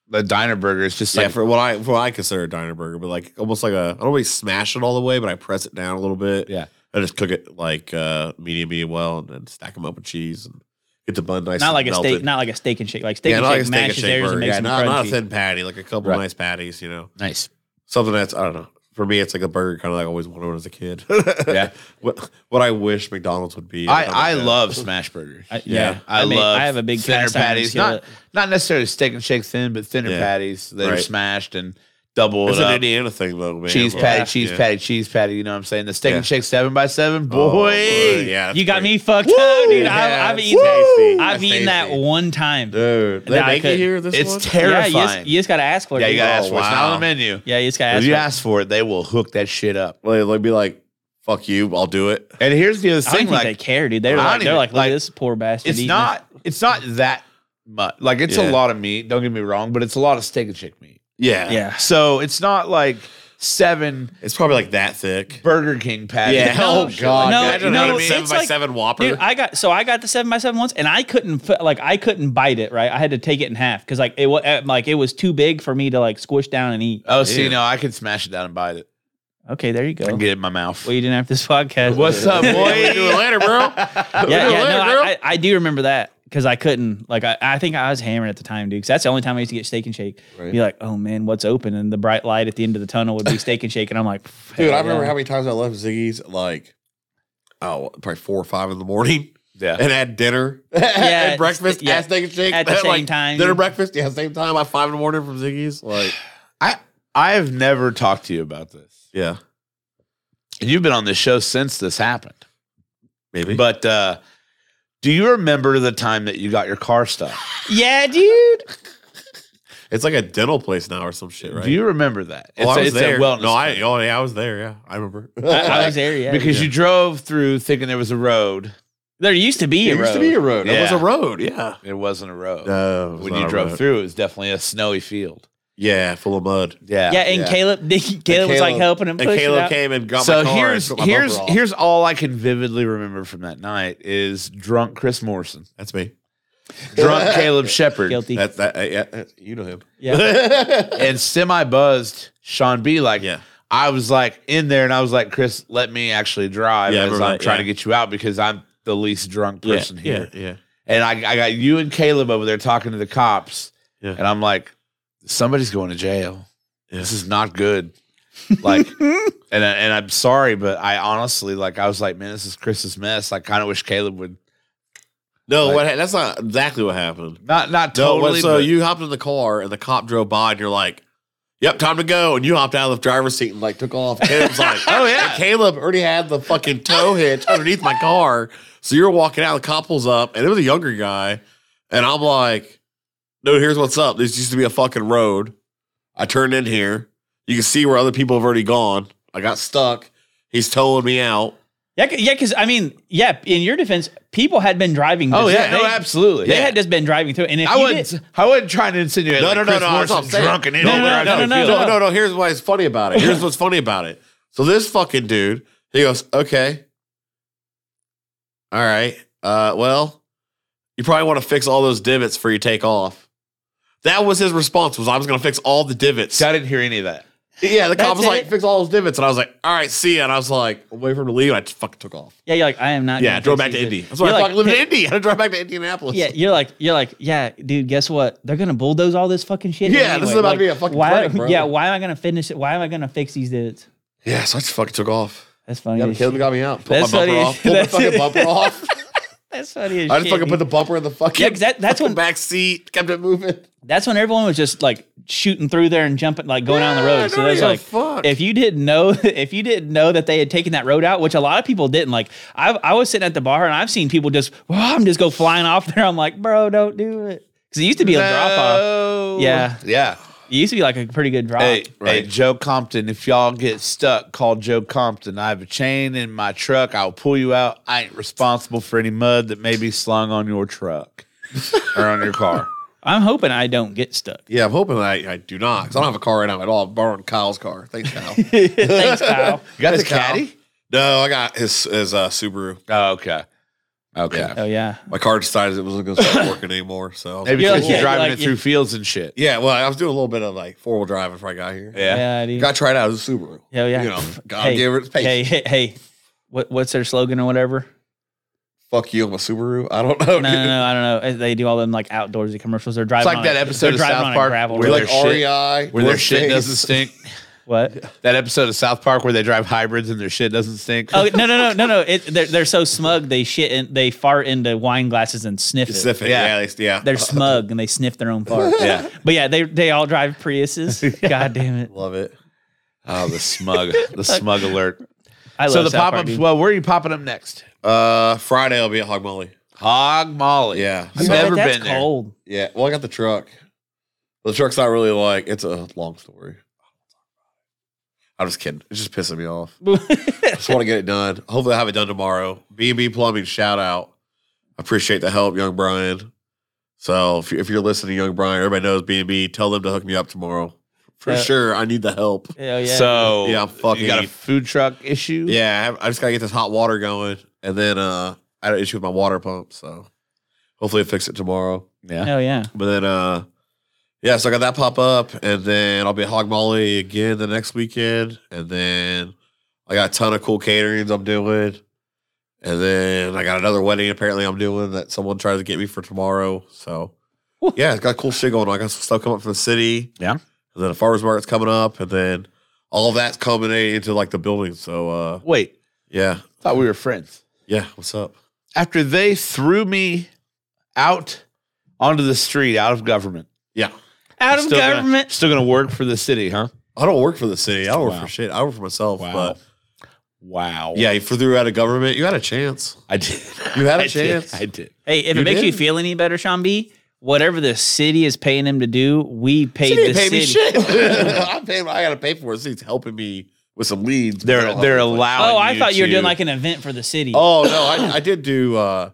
Speaker 1: the diner burger. It's just
Speaker 2: yeah
Speaker 1: like
Speaker 2: for what I for what I consider a diner burger, but like almost like a I don't really smash it all the way, but I press it down a little bit.
Speaker 1: Yeah.
Speaker 2: I just cook it like uh medium medium well, and then stack them up with cheese and get the bun nice.
Speaker 3: Not
Speaker 2: and
Speaker 3: like a
Speaker 2: melted.
Speaker 3: steak, not like a steak and shake. Like steak
Speaker 2: yeah,
Speaker 3: and
Speaker 2: not like a
Speaker 3: shake
Speaker 2: steak and
Speaker 3: mashes
Speaker 2: shake
Speaker 3: theirs and
Speaker 2: burger.
Speaker 3: makes
Speaker 2: Yeah,
Speaker 3: them
Speaker 2: not, not a
Speaker 3: crunchy.
Speaker 2: thin patty, like a couple
Speaker 1: Right.
Speaker 2: nice patties. You know,
Speaker 1: nice.
Speaker 2: something that's I don't know. For me, it's like a burger, kind of like I always wanted when I was a kid.
Speaker 1: Yeah.
Speaker 2: what what I wish McDonald's would be.
Speaker 1: I,
Speaker 2: don't
Speaker 1: I
Speaker 2: know.
Speaker 1: love smash burgers.
Speaker 3: I- yeah.
Speaker 2: Yeah.
Speaker 1: I,
Speaker 3: mean,
Speaker 1: love
Speaker 3: I have a big
Speaker 1: thinner
Speaker 3: cast iron
Speaker 1: patties, not
Speaker 3: skillet.
Speaker 1: not necessarily steak and shake thin, but thinner
Speaker 2: Yeah.
Speaker 1: patties that are
Speaker 2: Right.
Speaker 1: smashed and double
Speaker 2: It's
Speaker 1: it
Speaker 2: an
Speaker 1: up.
Speaker 2: Indiana thing though, man.
Speaker 1: Cheese
Speaker 2: But-
Speaker 1: patty,
Speaker 3: Yeah.
Speaker 1: cheese
Speaker 2: Yeah.
Speaker 1: patty, cheese patty. You know what I'm saying? The steak
Speaker 2: Yeah.
Speaker 1: and shake seven by seven, boy.
Speaker 2: Oh, boy, yeah,
Speaker 3: You got
Speaker 2: me.
Speaker 3: me fucked up, dude.
Speaker 2: Yeah,
Speaker 3: I, I've
Speaker 2: it's
Speaker 3: eaten,
Speaker 2: tasty.
Speaker 3: I've
Speaker 2: It's
Speaker 3: eaten that
Speaker 2: tasty.
Speaker 3: one time.
Speaker 2: Dude, they
Speaker 3: Nah, I
Speaker 2: make it
Speaker 3: couldn't.
Speaker 2: here. This
Speaker 1: It's
Speaker 2: one?
Speaker 3: Yeah, you
Speaker 1: terrifying.
Speaker 3: just, you just gotta ask for it.
Speaker 1: Yeah, you
Speaker 3: dude.
Speaker 1: gotta ask
Speaker 2: Oh,
Speaker 1: for it. It's not on
Speaker 2: wow.
Speaker 1: the menu.
Speaker 3: Yeah, you just gotta
Speaker 1: If
Speaker 3: ask.
Speaker 1: you
Speaker 3: for it.
Speaker 1: ask for it, they will hook that shit up.
Speaker 2: Like, they'd be like, "Fuck you, I'll do it."
Speaker 1: And here's the other
Speaker 3: I don't
Speaker 1: thing:
Speaker 3: think they
Speaker 1: like,
Speaker 3: care, dude. They're
Speaker 1: I don't
Speaker 3: like, they're
Speaker 1: even-
Speaker 3: like, look
Speaker 1: like,
Speaker 3: at this poor bastard.
Speaker 1: it's
Speaker 3: eating
Speaker 1: not, it's not that much. Like, it's a
Speaker 2: Yeah.
Speaker 1: lot of meat. Don't get me wrong, but it's a lot of steak and shake meat.
Speaker 2: Yeah,
Speaker 3: This. Yeah.
Speaker 1: So it's not like seven
Speaker 2: It's probably like that thick.
Speaker 1: Burger King patties.
Speaker 3: Yeah. No,
Speaker 1: oh God,
Speaker 3: no,
Speaker 1: Imagine
Speaker 3: no,
Speaker 1: what I mean?
Speaker 3: it's
Speaker 2: seven by
Speaker 3: like-
Speaker 2: seven Whopper.
Speaker 3: Dude, I got so I got the seven by seven once, and I couldn't fi- like I couldn't bite it right. I had to take it in half because like it was like it was too big for me to like squish down and eat.
Speaker 1: Oh, see,
Speaker 2: Ew.
Speaker 1: no, I can smash it down and bite it
Speaker 3: Okay, there you go.
Speaker 1: and
Speaker 3: Well,
Speaker 1: get it in my mouth.
Speaker 3: you didn't have this podcast.
Speaker 1: What's up,
Speaker 2: Yeah, we do it
Speaker 1: boy?
Speaker 2: later, bro. We do it
Speaker 3: Yeah, yeah,
Speaker 2: later,
Speaker 3: no,
Speaker 2: bro.
Speaker 3: I, I, I do remember that because I couldn't. Like, I, I think I was hammered at the time, dude. Because that's the only time I used to get steak and shake.
Speaker 2: Right.
Speaker 3: Be like, oh man, what's open? And the bright light at the end of the tunnel would be steak and shake, and I'm like,
Speaker 2: Dude, I
Speaker 3: hell
Speaker 2: remember
Speaker 3: yeah.
Speaker 2: how many times I left Ziggy's like, oh, probably four or five in the morning.
Speaker 1: Yeah.
Speaker 2: And had dinner
Speaker 3: Yeah,
Speaker 2: and breakfast
Speaker 3: yeah.
Speaker 2: at Steak and Shake
Speaker 3: At the
Speaker 2: Like,
Speaker 3: same time.
Speaker 2: Dinner, breakfast, yeah, same time. At five in the morning from Ziggy's. Like,
Speaker 1: I I have never talked to you about this.
Speaker 2: yeah,
Speaker 1: And you've been on this show since this happened.
Speaker 2: maybe. But
Speaker 1: But uh do you remember the time that you got your car stuck?
Speaker 3: Yeah, dude.
Speaker 2: it's like a dental place now or some shit, right?
Speaker 1: Do you remember that?
Speaker 2: oh, I was there.
Speaker 1: wellness
Speaker 2: no, I.
Speaker 1: clinic.
Speaker 2: Oh, yeah, I was there. Yeah, I remember.
Speaker 3: I, I was there. Yeah,
Speaker 1: because you drove through thinking there was a road.
Speaker 3: there used to be
Speaker 2: It
Speaker 3: a
Speaker 2: used
Speaker 3: road.
Speaker 2: to be a road. It was
Speaker 1: Yeah.
Speaker 2: a road. Yeah.
Speaker 1: It wasn't a road.
Speaker 2: No, it was
Speaker 1: when
Speaker 2: not
Speaker 1: you
Speaker 2: a
Speaker 1: drove
Speaker 2: road.
Speaker 1: through, it was definitely a snowy field.
Speaker 2: Yeah, full of mud.
Speaker 1: Yeah.
Speaker 3: yeah, and
Speaker 2: Yeah.
Speaker 3: Caleb, Caleb, was like
Speaker 2: Caleb-
Speaker 3: helping him
Speaker 2: And
Speaker 3: push it
Speaker 2: Caleb
Speaker 3: out.
Speaker 2: came and got
Speaker 1: so
Speaker 2: my car. and
Speaker 1: here's
Speaker 2: took my
Speaker 1: here's
Speaker 2: bumper off.
Speaker 1: here's all I can vividly remember from that night is drunk Chris Morrison,
Speaker 2: That's me.
Speaker 1: drunk Caleb Shepard,
Speaker 3: Guilty.
Speaker 2: That's that. uh, yeah, that's- you know him.
Speaker 3: yeah.
Speaker 1: and semi buzzed Sean B. Like,
Speaker 2: Yeah.
Speaker 1: I was like in there and I was like, Chris, let me actually drive
Speaker 2: Yeah, I
Speaker 1: as I'm
Speaker 2: remember that,
Speaker 1: trying to
Speaker 2: yeah.
Speaker 1: get you out because I'm the least drunk person here.
Speaker 2: Yeah.
Speaker 1: And I, I got you and Caleb over there talking to the cops.
Speaker 2: Yeah.
Speaker 1: And I'm like, somebody's going to jail.
Speaker 2: Yeah.
Speaker 1: This is not good. Like, and I, and I'm sorry, but I honestly like I was like, man, this is Chris's mess. I kind of wish Caleb would
Speaker 2: No,
Speaker 1: Like-
Speaker 2: what? ha- That's not exactly what happened.
Speaker 1: not not
Speaker 2: No,
Speaker 1: totally.
Speaker 2: what- so
Speaker 1: but-
Speaker 2: you hopped in the car and the cop drove by and you're like, "Yep, time to go." And you hopped out of the driver's seat and like took off. Caleb's like,
Speaker 1: Oh, yeah.
Speaker 2: And Caleb already had the fucking tow hitch underneath my car, so you're walking out. The cop pulls up and it was a younger guy, and I'm like, "No, here's what's up. This used to be a fucking road. I turned in here. You can see where other people have already gone. I got stuck. He's towing me out.
Speaker 3: Yeah, 'cause- yeah, because I mean, yeah. In your defense, people had been driving.
Speaker 1: Oh
Speaker 3: this.
Speaker 1: yeah,
Speaker 3: they,
Speaker 1: no, absolutely.
Speaker 3: They
Speaker 1: yeah.
Speaker 3: had just been driving through, and if
Speaker 1: I
Speaker 3: you
Speaker 1: wasn't.
Speaker 3: did-
Speaker 1: I wasn't trying to insinuate.
Speaker 2: No,
Speaker 1: like,
Speaker 2: no, no,
Speaker 1: Chris
Speaker 2: no, that's what I'm
Speaker 1: Morrison
Speaker 2: saying.
Speaker 1: drunk and
Speaker 2: No,
Speaker 1: inebriated.
Speaker 3: no, no,
Speaker 1: I
Speaker 3: no,
Speaker 1: feel.
Speaker 3: no.
Speaker 2: No, no, no. Here's why it's funny about it. Here's what's funny about it. So this fucking dude, he goes, okay, all right, uh, well, you probably want to fix all those divots for you take off. That was his response. Was I was going to fix all the divots.
Speaker 1: See, I didn't hear any of that.
Speaker 2: Yeah, the
Speaker 3: That's
Speaker 2: cop was like,
Speaker 3: it?
Speaker 2: fix all those divots, and I was like, all right, see ya. And I was like, away from the lead, I just fucking took off.
Speaker 3: yeah, you're like, I am not.
Speaker 2: Yeah, I
Speaker 3: gonna
Speaker 2: drove
Speaker 3: fix
Speaker 2: back to
Speaker 3: these
Speaker 2: Indy.
Speaker 3: bitches.
Speaker 2: That's why I
Speaker 3: You're
Speaker 2: fucking
Speaker 3: like,
Speaker 2: live in
Speaker 3: "Hey,"
Speaker 2: Indy. I had to drive back to Indianapolis.
Speaker 3: Yeah, you're like, you're like, yeah, dude. Guess what? They're gonna bulldoze all this fucking shit.
Speaker 2: Yeah, this is about to
Speaker 3: Like,
Speaker 2: be a fucking
Speaker 3: why,
Speaker 2: clinic, bro.
Speaker 3: Yeah, why am I gonna finish it? Why am I gonna fix these dudes?
Speaker 2: yeah. So I just fucking took off.
Speaker 3: That's funny.
Speaker 2: Got
Speaker 3: as
Speaker 2: killed,
Speaker 3: shit.
Speaker 2: got me out. Pulled
Speaker 3: That's
Speaker 2: my bumper
Speaker 3: funny.
Speaker 2: off. Pulled my
Speaker 3: That's
Speaker 2: fucking
Speaker 3: it.
Speaker 2: bumper off.
Speaker 3: That's funny. As
Speaker 2: I just
Speaker 3: shit,
Speaker 2: fucking put
Speaker 3: dude.
Speaker 2: the bumper in the fucking.
Speaker 3: Yeah, 'cause that- that's
Speaker 2: fucking
Speaker 3: when-
Speaker 2: back seat kept it moving.
Speaker 3: That's when everyone was just like shooting through there and jumping, like going down the
Speaker 2: Yeah,
Speaker 3: road. So
Speaker 2: no,
Speaker 3: that's
Speaker 2: yeah,
Speaker 3: like,
Speaker 2: fuck.
Speaker 3: if you didn't know, if you didn't know that they had taken that road out, which a lot of people didn't. Like, I, I was sitting at the bar and I've seen people just, well, I'm just go flying off there. I'm like, bro, don't do it, because it used to be a drop off.
Speaker 1: No.
Speaker 3: Yeah.
Speaker 1: Yeah.
Speaker 3: It used to be like a pretty good drop.
Speaker 1: Hey,
Speaker 2: Right.
Speaker 1: hey, Joe Compton, if y'all get stuck, call Joe Compton. I have a chain in my truck. I'll pull you out. I ain't responsible for any mud that may be slung on your truck or on your car.
Speaker 3: I'm hoping I don't get stuck.
Speaker 2: Yeah, I'm hoping I, I do not. 'cause I don't have a car right now at all. I'm borrowing Kyle's car. Thanks, Kyle.
Speaker 3: Thanks, Kyle.
Speaker 1: You got the
Speaker 2: Thanks, Kyle.
Speaker 1: caddy?
Speaker 2: No, I got his his uh, Subaru.
Speaker 1: Oh, okay. Okay.
Speaker 2: Yeah.
Speaker 3: Oh yeah.
Speaker 2: My car decided it wasn't going to start working anymore. So I was
Speaker 1: Maybe
Speaker 3: You're
Speaker 1: because
Speaker 3: like-
Speaker 1: you're
Speaker 3: yeah,
Speaker 1: driving
Speaker 3: like
Speaker 1: it
Speaker 3: you-
Speaker 1: through fields and shit.
Speaker 2: Yeah, well, I was doing a little bit of like four wheel drive before I got here.
Speaker 3: Yeah, dude.
Speaker 2: Got tried out as a Subaru.
Speaker 3: Yeah, yeah.
Speaker 2: You know, God
Speaker 3: Hey,
Speaker 2: gave her its patience.
Speaker 3: Hey, hey, hey. What, what's their slogan or whatever?
Speaker 2: Fuck you, I'm a Subaru. I don't know.
Speaker 3: No, no,
Speaker 2: dude.
Speaker 3: no, I don't know. Eh, They do all them like outdoorsy commercials. They're driving.
Speaker 1: like
Speaker 3: on
Speaker 1: that
Speaker 3: a-
Speaker 1: episode
Speaker 3: they're
Speaker 1: of
Speaker 3: driving
Speaker 1: South
Speaker 3: on a
Speaker 1: Park
Speaker 3: gravel
Speaker 1: where
Speaker 3: road.
Speaker 1: they're
Speaker 2: Like E
Speaker 1: shit-
Speaker 2: REI,
Speaker 1: Where their
Speaker 2: North
Speaker 1: shit
Speaker 2: Face.
Speaker 1: doesn't stink.
Speaker 3: what?
Speaker 1: That episode of South Park where they drive hybrids and their shit doesn't stink.
Speaker 3: Oh no, no, no, no, no! It, they're they're so smug. They shit and they fart into wine glasses and sniff it.
Speaker 2: Sniff it.
Speaker 1: Yeah.
Speaker 2: Yeah, they- yeah.
Speaker 3: They're smug and they sniff their own fart.
Speaker 1: yeah.
Speaker 3: But yeah, they they all drive Priuses. God damn it!
Speaker 2: Love it.
Speaker 1: Oh, the smug, the smug alert.
Speaker 3: I love
Speaker 1: So the
Speaker 3: South
Speaker 1: pop
Speaker 3: Park,
Speaker 1: ups.
Speaker 3: dude.
Speaker 1: Well, where are you popping up next?
Speaker 2: Uh, Friday I'll be at Hog Molly.
Speaker 1: Hog Molly.
Speaker 2: Yeah.
Speaker 1: I've
Speaker 3: Yeah,
Speaker 1: never
Speaker 3: that's
Speaker 1: been there.
Speaker 3: cold.
Speaker 2: Yeah. Well, I got the truck. The truck's not really like it's a long story. I'm just kidding. It's just pissing me off. Just want to get it done. Hopefully, I'll have it done tomorrow. B and B Plumbing, shout out. I appreciate the help, Young Brian. So if, you, if you're listening, Young Brian, everybody knows B and B. Tell them to hook me up tomorrow for
Speaker 3: Yeah.
Speaker 2: sure. I need the help.
Speaker 3: Hell Oh, yeah.
Speaker 1: So
Speaker 2: Yeah, I'm fucking-
Speaker 1: You got a food truck issue.
Speaker 2: Yeah, I, I just gotta get this hot water going, and then uh, I had an issue with my water pump, so hopefully I fix it tomorrow.
Speaker 1: yeah.
Speaker 3: hell yeah.
Speaker 2: But then, uh, yeah, so I got that pop up, and then I'll be at Hog Molly again the next weekend, and then I got a ton of cool caterings I'm doing, and then I got another wedding apparently I'm doing that someone tried to get me for tomorrow. So,
Speaker 3: Woo.
Speaker 2: yeah, it's got cool shit going on. I got some stuff coming up from the city,
Speaker 1: Yeah.
Speaker 2: and then a farmer's market's coming up, and then all of that's culminating into like the building. So, uh,
Speaker 1: Wait,
Speaker 2: yeah,
Speaker 1: thought we were friends.
Speaker 2: yeah, what's up?
Speaker 1: After they threw me out onto the street, out of government,
Speaker 2: Yeah.
Speaker 3: Out of
Speaker 1: Still gonna-
Speaker 3: government.
Speaker 1: still gonna work for the city, huh?
Speaker 2: I don't work for the city. I don't work
Speaker 1: Wow.
Speaker 2: for shit. I work for myself. But
Speaker 1: wow.
Speaker 2: yeah, if you threw out of government, you had a chance.
Speaker 1: I did.
Speaker 2: You had a
Speaker 1: I did.
Speaker 2: chance.
Speaker 1: I did.
Speaker 3: Hey, if
Speaker 2: You
Speaker 3: it makes you
Speaker 2: did.
Speaker 3: feel any better, Sean B, whatever the city is paying him to do, we paid
Speaker 2: She didn't
Speaker 3: the
Speaker 2: pay
Speaker 3: city.
Speaker 2: me shit. I'm paying. I gotta pay for it. She's helping me with some leads. but I
Speaker 1: They're
Speaker 2: don't
Speaker 1: they're
Speaker 2: have any-
Speaker 1: allowing.
Speaker 3: Oh, I thought you were
Speaker 1: to-
Speaker 3: doing like an event for the city.
Speaker 2: Oh no, I, I did do. uh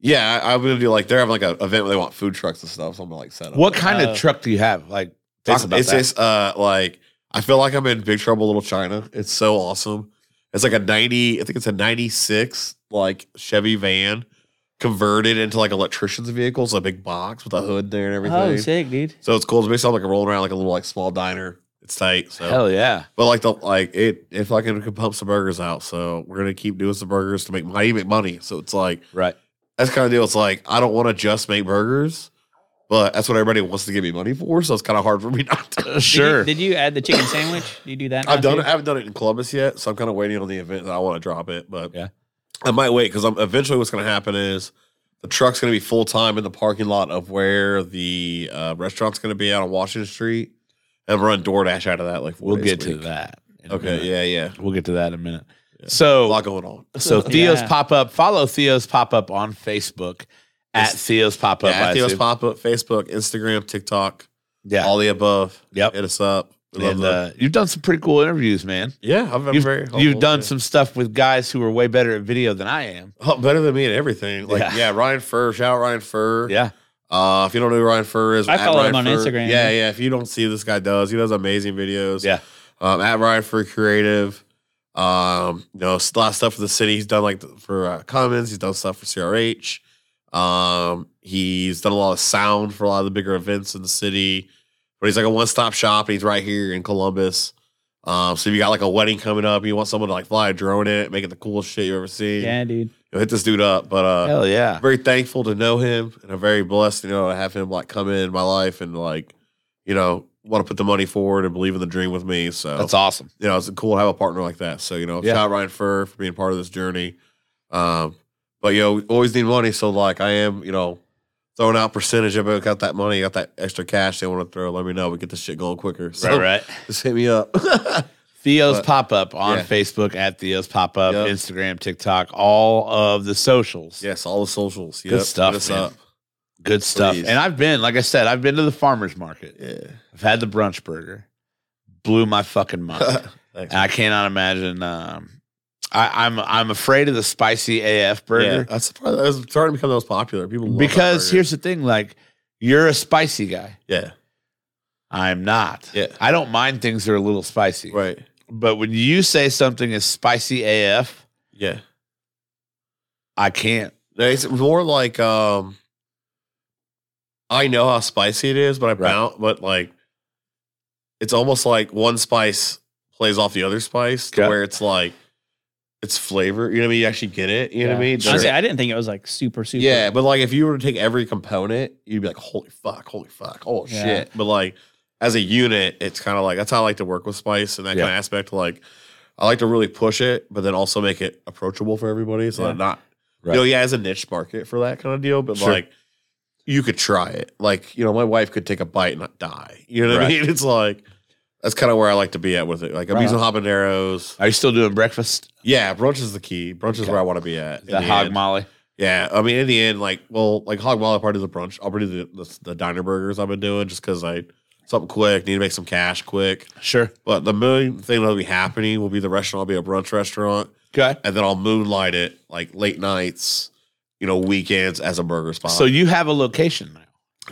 Speaker 2: Yeah, I, I'm gonna do like they're having like an event where they want food trucks and stuff. So I'm gonna like set up.
Speaker 1: What kind
Speaker 3: Uh,
Speaker 1: of truck do you have? Like, talk
Speaker 2: It's,
Speaker 1: about
Speaker 2: it's
Speaker 1: that.
Speaker 2: just uh like I feel like I'm in Big Trouble Little China. It's so awesome. It's like a 90. I think it's a 96 like Chevy van converted into like electrician's vehicle. So a big box with a hood there and everything.
Speaker 3: Oh, sick, dude.
Speaker 2: So it's cool. It's basically like rolling around like a little like small diner. It's tight. So
Speaker 1: Hell yeah.
Speaker 2: But like the like it, if I can pump some burgers out, so we're gonna keep doing some burgers to make money, make money. So it's like
Speaker 1: Right.
Speaker 2: that's kind of deal. It's like I don't want to just make burgers, but that's what everybody wants to give me money for. So it's kind of hard for me not to.
Speaker 3: Did you-
Speaker 1: Sure.
Speaker 3: Did you, add the chicken sandwich? Do you do that?
Speaker 2: I've
Speaker 3: now,
Speaker 2: done
Speaker 3: too?
Speaker 2: it. I haven't done it in Columbus yet, so I'm kind of waiting on the event that I want to drop it. But
Speaker 1: Yeah.
Speaker 2: I might wait because I'm eventually what's gonna happen is the truck's gonna be full time in the parking lot of where the uh, restaurant's gonna be out on Washington Street, and run DoorDash out of that. Like four
Speaker 1: We'll
Speaker 2: days
Speaker 1: get
Speaker 2: a
Speaker 1: to
Speaker 2: week.
Speaker 1: that. in a
Speaker 2: Okay.
Speaker 1: minute.
Speaker 2: Yeah. Yeah.
Speaker 1: We'll get to that in a minute.
Speaker 2: A
Speaker 1: So,
Speaker 2: lot going on.
Speaker 1: so Theo's
Speaker 3: Yeah.
Speaker 1: pop up. Follow Theo's pop up on Facebook at
Speaker 2: It's-
Speaker 1: Theo's pop up.
Speaker 2: yeah,
Speaker 1: I
Speaker 2: Theo's
Speaker 1: assume.
Speaker 2: pop up, Facebook, Instagram, TikTok,
Speaker 1: Yeah.
Speaker 2: all the above.
Speaker 1: Yep.
Speaker 2: Hit us up. love
Speaker 1: And
Speaker 2: that.
Speaker 1: uh, you've done some pretty cool interviews, man.
Speaker 2: yeah, I've been
Speaker 1: You've,
Speaker 2: very.
Speaker 1: you've
Speaker 2: helpful,
Speaker 1: done
Speaker 2: yeah.
Speaker 1: some stuff with guys who are way better at video than I am.
Speaker 2: Oh, better than me at everything. Like
Speaker 1: Yeah.
Speaker 2: yeah. Ryan Furr. Shout out Ryan Furr.
Speaker 1: Yeah.
Speaker 2: Uh, if you don't know who Ryan Furr is,
Speaker 3: I
Speaker 2: at
Speaker 3: follow him
Speaker 2: Ryan
Speaker 3: on
Speaker 2: Furr.
Speaker 3: Instagram.
Speaker 2: Yeah, yeah. If you don't see this guy does, he does amazing videos.
Speaker 1: Yeah.
Speaker 2: Um, at Ryan Furr Creative. Um, you know, a lot of stuff for the city. He's done like th- for uh, Commons. He's done stuff for CRH. Um, he's done a lot of sound for a lot of the bigger events in the city. But he's like a one stop shop, and he's right here in Columbus. Um, so if you got like a wedding coming up, you want someone to like fly a drone in it, make it the coolest shit you ever seen.
Speaker 3: Yeah, dude.
Speaker 2: you know, hit this dude up. But uh,
Speaker 1: Hell yeah.
Speaker 2: very thankful to know him and I'm very blessed, you know, to have him like come in my life and like, you know, want to put the money forward and believe in the dream with me. So
Speaker 1: That's awesome.
Speaker 2: you know, it's cool to have a partner like that. So, you know,
Speaker 1: Yeah.
Speaker 2: shout out Ryan Fur for being part of this journey. Um, but you know, we always need money. So like I am, you know, throwing out percentage. If I got that money, got that extra cash they want to throw, let me know. We get this shit going quicker. So
Speaker 1: right.
Speaker 2: just hit me up.
Speaker 1: Theo's
Speaker 2: But-
Speaker 1: pop up on
Speaker 2: Yeah.
Speaker 1: Facebook at Theo's pop up,
Speaker 2: Yep.
Speaker 1: Instagram, TikTok, all of the socials.
Speaker 2: yes, all the socials.
Speaker 1: Good
Speaker 2: Yep, hit
Speaker 1: stuff,
Speaker 2: us
Speaker 1: man. Good stuff.
Speaker 2: Please.
Speaker 1: And I've been, like I said, I've been to the farmer's market.
Speaker 2: Yeah.
Speaker 1: I've had the brunch burger. Blew my fucking mind.
Speaker 2: Thanks.
Speaker 1: And I cannot imagine. Um, I, I'm I'm afraid of the spicy AF
Speaker 2: Yeah,
Speaker 1: burger
Speaker 2: that's probably that's starting to become the most popular. People love that
Speaker 1: because
Speaker 2: burger.
Speaker 1: here's the thing: like you're a spicy guy.
Speaker 2: yeah,
Speaker 1: I'm not.
Speaker 2: Yeah.
Speaker 1: I don't mind things that are a little spicy.
Speaker 2: right,
Speaker 1: But when you say something is spicy AF,
Speaker 2: yeah.
Speaker 1: I can't.
Speaker 2: No, It's more like um, I know how spicy it is, but I
Speaker 1: Right.
Speaker 2: bounce, but like it's almost like one spice plays off the other spice, to
Speaker 1: Okay.
Speaker 2: where it's like it's flavor. You know what I mean? You actually get it. You know what I
Speaker 3: Yeah.
Speaker 2: mean?
Speaker 3: Honestly,
Speaker 2: Sure.
Speaker 3: I didn't think it was like super, super.
Speaker 2: Yeah, but like if you were to take every component, you'd be like, holy fuck, holy fuck, oh
Speaker 3: Yeah.
Speaker 2: shit. But like as a unit, it's kind of like that's how I like to work with spice and that
Speaker 1: Yeah.
Speaker 2: kind of aspect. Like I like to really push it, but then also make it approachable for everybody. So
Speaker 3: Yeah.
Speaker 2: that not,
Speaker 1: Right.
Speaker 2: you know, yeah, as a niche market for that kind of deal, but
Speaker 1: Sure.
Speaker 2: like you could try it. Like, you know, my wife could take a bite and not die. You know what
Speaker 1: Right.
Speaker 2: I mean? It's like, that's kind of where I like to be at with it. Like I'm
Speaker 3: Right
Speaker 2: using habaneros.
Speaker 1: Are you still doing breakfast?
Speaker 2: Yeah, brunch is the key. Brunch is
Speaker 1: Okay.
Speaker 2: where I want to be at. in
Speaker 1: The
Speaker 2: the
Speaker 1: hog
Speaker 2: end.
Speaker 1: molly.
Speaker 2: Yeah, I mean, in the end, like, well, like Hog Molly part is a brunch. I'll do the, the the diner burgers I've been doing just because I something quick need to make some cash quick.
Speaker 1: Sure.
Speaker 2: But the main thing that'll be happening will be the restaurant. will be a brunch restaurant,
Speaker 1: Okay.
Speaker 2: and then I'll moonlight it like late nights, you know, weekends as a burger spot.
Speaker 1: So you have a location now.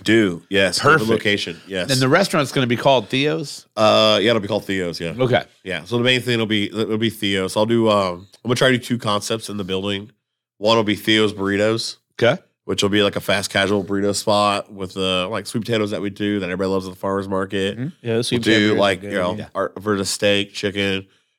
Speaker 2: do yes, we have a
Speaker 1: Perfect.
Speaker 2: location yes,
Speaker 1: And the restaurant's going to be called Theo's.
Speaker 2: uh yeah, it'll be called Theo's yeah.
Speaker 1: Okay.
Speaker 2: Yeah. So the main thing will be it'll be Theo's. I'll do um I'm gonna try to do two concepts in the building. One will be Theo's burritos.
Speaker 1: Okay.
Speaker 2: which will be like a fast casual burrito spot with the like sweet potatoes that we do that everybody loves at the farmers market.
Speaker 1: Mhm.
Speaker 3: Yeah, those
Speaker 2: We
Speaker 3: Mm-hmm. sweet potato
Speaker 2: do
Speaker 3: burgers are
Speaker 2: like
Speaker 3: good.
Speaker 2: you know
Speaker 1: Yeah.
Speaker 2: our, for the steak, chicken,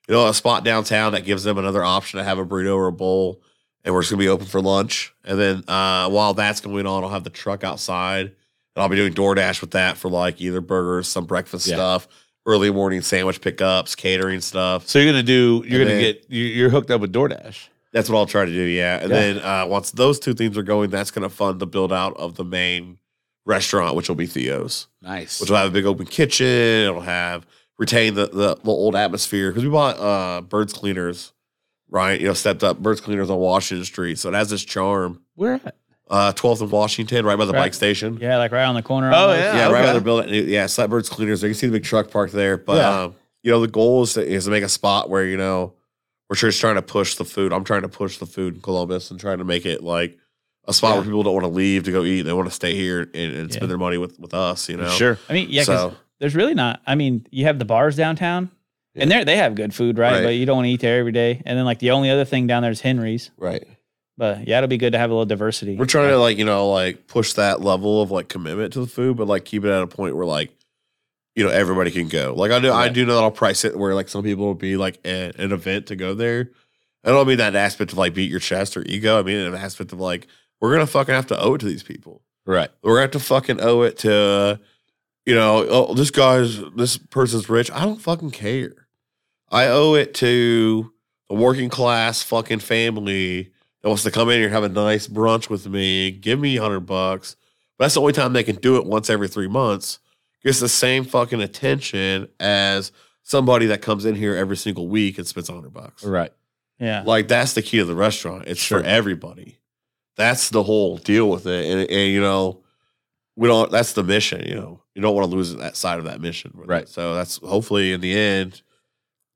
Speaker 2: you know a spot downtown that gives them another option to have a burrito or a bowl, and we're just gonna be open for lunch. And then uh, while that's going on, I'll have the truck outside, and I'll be doing DoorDash with that for like either burgers, some breakfast
Speaker 1: Yeah.
Speaker 2: stuff, early morning sandwich pickups, catering stuff.
Speaker 1: So you're going to do, you're
Speaker 2: And
Speaker 1: going to
Speaker 2: then-
Speaker 1: get, you- you're hooked up with DoorDash.
Speaker 2: That's what I'll try to do, yeah. And
Speaker 1: Yeah.
Speaker 2: then uh, once those two things are going, that's going to fund the build out of the main restaurant, which will be Theo's,
Speaker 1: Nice.
Speaker 2: which will have a big open kitchen. It'll have retain the the, the old atmosphere because we bought uh, Birds Cleaners, right? You know, stepped up Birds Cleaners on Washington Street, so it has this charm.
Speaker 3: Where at?
Speaker 2: Uh, 12th and Washington, right by the
Speaker 3: Right.
Speaker 2: bike station.
Speaker 3: Yeah, like right on the corner.
Speaker 1: Oh,
Speaker 3: almost.
Speaker 1: yeah.
Speaker 2: Yeah, right
Speaker 1: okay.
Speaker 2: by the building. Yeah, Slapbirds Cleaners. You can see the big truck parked there. But
Speaker 1: Yeah.
Speaker 2: um, you know, the goal is to, is to make a spot where you know we're just trying to push the food. I'm trying to push the food in Columbus and trying to make it like a spot
Speaker 1: Yeah.
Speaker 2: where people don't want to leave to go eat. They want to stay here and, and
Speaker 3: Yeah.
Speaker 2: spend their money with with us. You know,
Speaker 1: Sure.
Speaker 3: I mean, yeah, 'cause
Speaker 2: so
Speaker 3: there's really not. I mean, you have the bars downtown, and there they have good food, right?
Speaker 2: Right.
Speaker 3: But you don't want to eat there every day. And then like the only other thing down there is Henry's.
Speaker 2: right,
Speaker 3: But yeah, it'll be good to have a little diversity.
Speaker 2: we're trying to like you know like push that level of like commitment to the food, but like keep it at a point where like. You know, everybody can go. Like I do, I
Speaker 1: Right.
Speaker 2: do know that I'll price it where like some people will be like at an event to go there, I don't mean that in an aspect of like beat your chest or ego. I mean in an aspect of like we're gonna fucking have to owe it to these people.
Speaker 1: Right.
Speaker 2: We're gonna have to fucking owe it to, you know, oh this guy's this person's rich. I don't fucking care. I owe it to a working class fucking family that wants to come in here and have a nice brunch with me. Give me a hundred bucks. But that's the only time they can do it once every three months. Gets the same fucking attention as somebody that comes in here every single week and spends a hundred bucks.
Speaker 1: Right.
Speaker 3: yeah,
Speaker 2: Like that's the key to the restaurant. It's
Speaker 1: Sure.
Speaker 2: for everybody. That's the whole deal with it, and, and you know, we don't. That's the mission. You know, you don't want to lose that side of that mission. with it.
Speaker 1: Right.
Speaker 2: So that's hopefully in the end,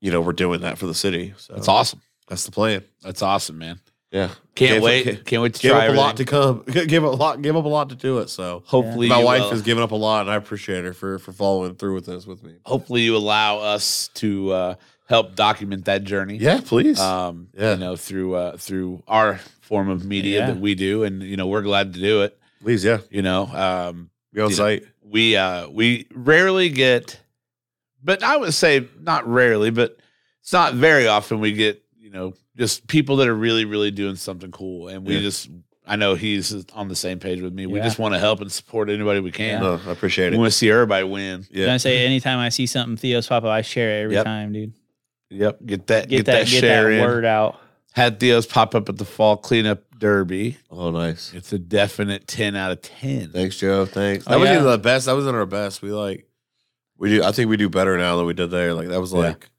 Speaker 2: you know, we're doing that for the city. So
Speaker 1: That's awesome.
Speaker 2: That's the plan.
Speaker 1: That's awesome, man.
Speaker 2: Yeah.
Speaker 1: Can't
Speaker 2: Give-
Speaker 1: wait.
Speaker 2: gi-
Speaker 1: Can't wait to
Speaker 2: Give
Speaker 1: try
Speaker 2: up a lot
Speaker 1: everything.
Speaker 2: to come. Give up a lot. Give up a lot to do it. So
Speaker 1: Hopefully,
Speaker 2: my
Speaker 1: you
Speaker 2: wife
Speaker 1: will-
Speaker 2: has given up a lot, and I appreciate her for for following through with this with me.
Speaker 1: Hopefully, you allow us to uh, help document that journey.
Speaker 2: Yeah, please.
Speaker 1: um,
Speaker 2: Yeah.
Speaker 1: you know, through uh, through our form of media
Speaker 3: Yeah.
Speaker 1: that we do, and you know, we're glad to do it.
Speaker 2: please, yeah.
Speaker 1: You know, um,
Speaker 2: Be on
Speaker 1: You know,
Speaker 2: site.
Speaker 1: we uh, we rarely get, but I would say not rarely, but it's not very often we get you know just people that are really really doing something cool, and we
Speaker 2: Yeah.
Speaker 1: just I know he's on the same page with me. We
Speaker 3: Yeah.
Speaker 1: just want to help and support anybody we can.
Speaker 2: No, I appreciate
Speaker 1: We
Speaker 2: it.
Speaker 1: want to see everybody win.
Speaker 3: Can I
Speaker 2: Yeah.
Speaker 3: say anytime I see something Theo's pop up, I share it every
Speaker 1: Yep.
Speaker 3: time, dude.
Speaker 1: Yep, get that
Speaker 3: Get,
Speaker 1: get,
Speaker 3: that,
Speaker 1: that,
Speaker 3: get
Speaker 1: share
Speaker 3: that
Speaker 1: in.
Speaker 3: word out.
Speaker 1: Had Theo's pop up at the fall cleanup derby.
Speaker 2: Oh, nice.
Speaker 1: It's a definite ten out of ten.
Speaker 2: Thanks, Joe. Thanks. That
Speaker 3: Oh,
Speaker 2: was
Speaker 3: yeah.
Speaker 2: even the best. That was in our best. We like we do. I think we do better now than we did there. Like that was
Speaker 1: Yeah.
Speaker 2: like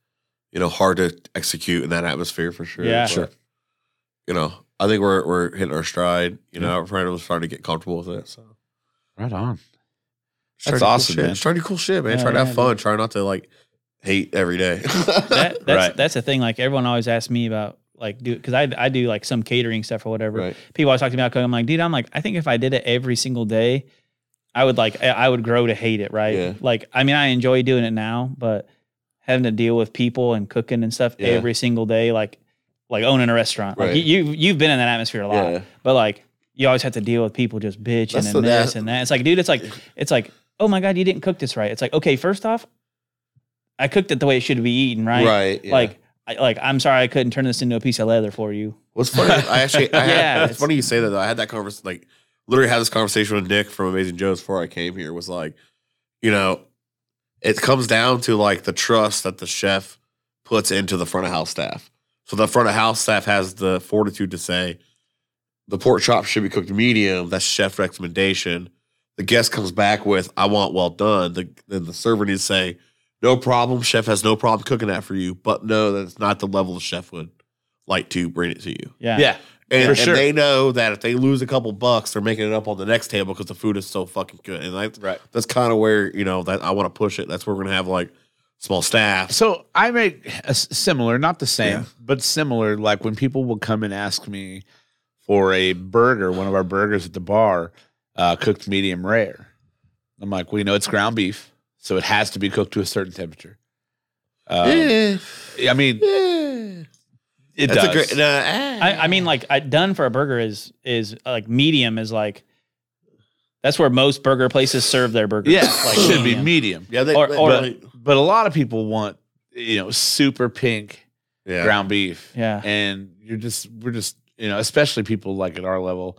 Speaker 2: you know hard to execute in that atmosphere for sure.
Speaker 3: Yeah.
Speaker 2: But,
Speaker 1: Sure.
Speaker 2: You know, I think we're we're hitting our stride. You know, our friend was starting to get comfortable with it. So
Speaker 1: Right on. That's
Speaker 2: Just try to do cool
Speaker 1: awesome,
Speaker 2: shit.
Speaker 1: man.
Speaker 2: Just Try to do cool shit, man.
Speaker 3: Yeah,
Speaker 2: try to
Speaker 3: yeah,
Speaker 2: have fun. Try not to like hate every day.
Speaker 3: That, that's
Speaker 1: Right.
Speaker 3: that's the thing. Like everyone always asks me about like do because I I do like some catering stuff or whatever.
Speaker 2: right.
Speaker 3: People always talk to me about cooking. I'm like, dude, I'm like, I think if I did it every single day, I would like I- I would grow to hate it, right?
Speaker 2: Yeah.
Speaker 3: Like I mean, I enjoy doing it now, but having to deal with people and cooking and stuff
Speaker 2: Yeah.
Speaker 3: every single day, like like owning a restaurant,
Speaker 2: Right.
Speaker 3: like you, you've you've been in that atmosphere a lot.
Speaker 2: Yeah.
Speaker 3: But like you always have to deal with people just bitching
Speaker 2: That's
Speaker 3: and
Speaker 2: the-
Speaker 3: this
Speaker 2: that-
Speaker 3: and that. It's like, dude, it's like it's like, oh my God, you didn't cook this right. It's like, okay, first off, I cooked it the way it should be eaten, right?
Speaker 2: Right. yeah.
Speaker 3: Like I, like I'm sorry I couldn't turn this into a piece of leather for you.
Speaker 2: What's funny? is I actually, I
Speaker 3: Yeah,
Speaker 2: had, it's
Speaker 3: it's-
Speaker 2: funny you say that. Though. I had that conversation, like literally had this conversation with Nick from Amazing Joe's before I came here. Was like, you know, it comes down to like the trust that the chef puts into the front of house staff. So the front of house staff has the fortitude to say the pork chop should be cooked medium. That's chef recommendation. The guest comes back with, "I want well done." The, then the server needs to say, "No problem, chef has no problem cooking that for you." But no, that's not the level the chef would like to bring it to you.
Speaker 3: Yeah.
Speaker 1: Yeah.
Speaker 2: And,
Speaker 1: For
Speaker 2: and
Speaker 1: sure.
Speaker 2: they know that if they lose a couple bucks, they're making it up on the next table because the food is so fucking good. And like,
Speaker 1: Right.
Speaker 2: that's kind of where you know that I want to push it. That's where we're gonna have like small staff.
Speaker 1: So I make a s- similar, not the same,
Speaker 2: Yeah.
Speaker 1: but similar. Like when people will come and ask me for a burger, one of our burgers at the bar, uh, cooked medium rare. I'm like, we know it's ground beef, so it has to be cooked to a certain temperature. Um,
Speaker 2: yeah,
Speaker 1: I mean,
Speaker 2: yeah.
Speaker 1: it
Speaker 2: That's
Speaker 1: does.
Speaker 2: a great. ah.
Speaker 3: I, I mean, like I, done for a burger is is like medium is like that's where most burger places serve their burgers.
Speaker 1: yeah,
Speaker 3: like
Speaker 1: should be
Speaker 3: medium.
Speaker 1: medium.
Speaker 2: yeah, they,
Speaker 3: or-
Speaker 2: they-
Speaker 3: or-
Speaker 2: but-
Speaker 1: But a lot of people want, you know, super pink
Speaker 2: yeah,
Speaker 1: ground beef.
Speaker 3: Yeah,
Speaker 1: and you're just we're just you know especially people like at our level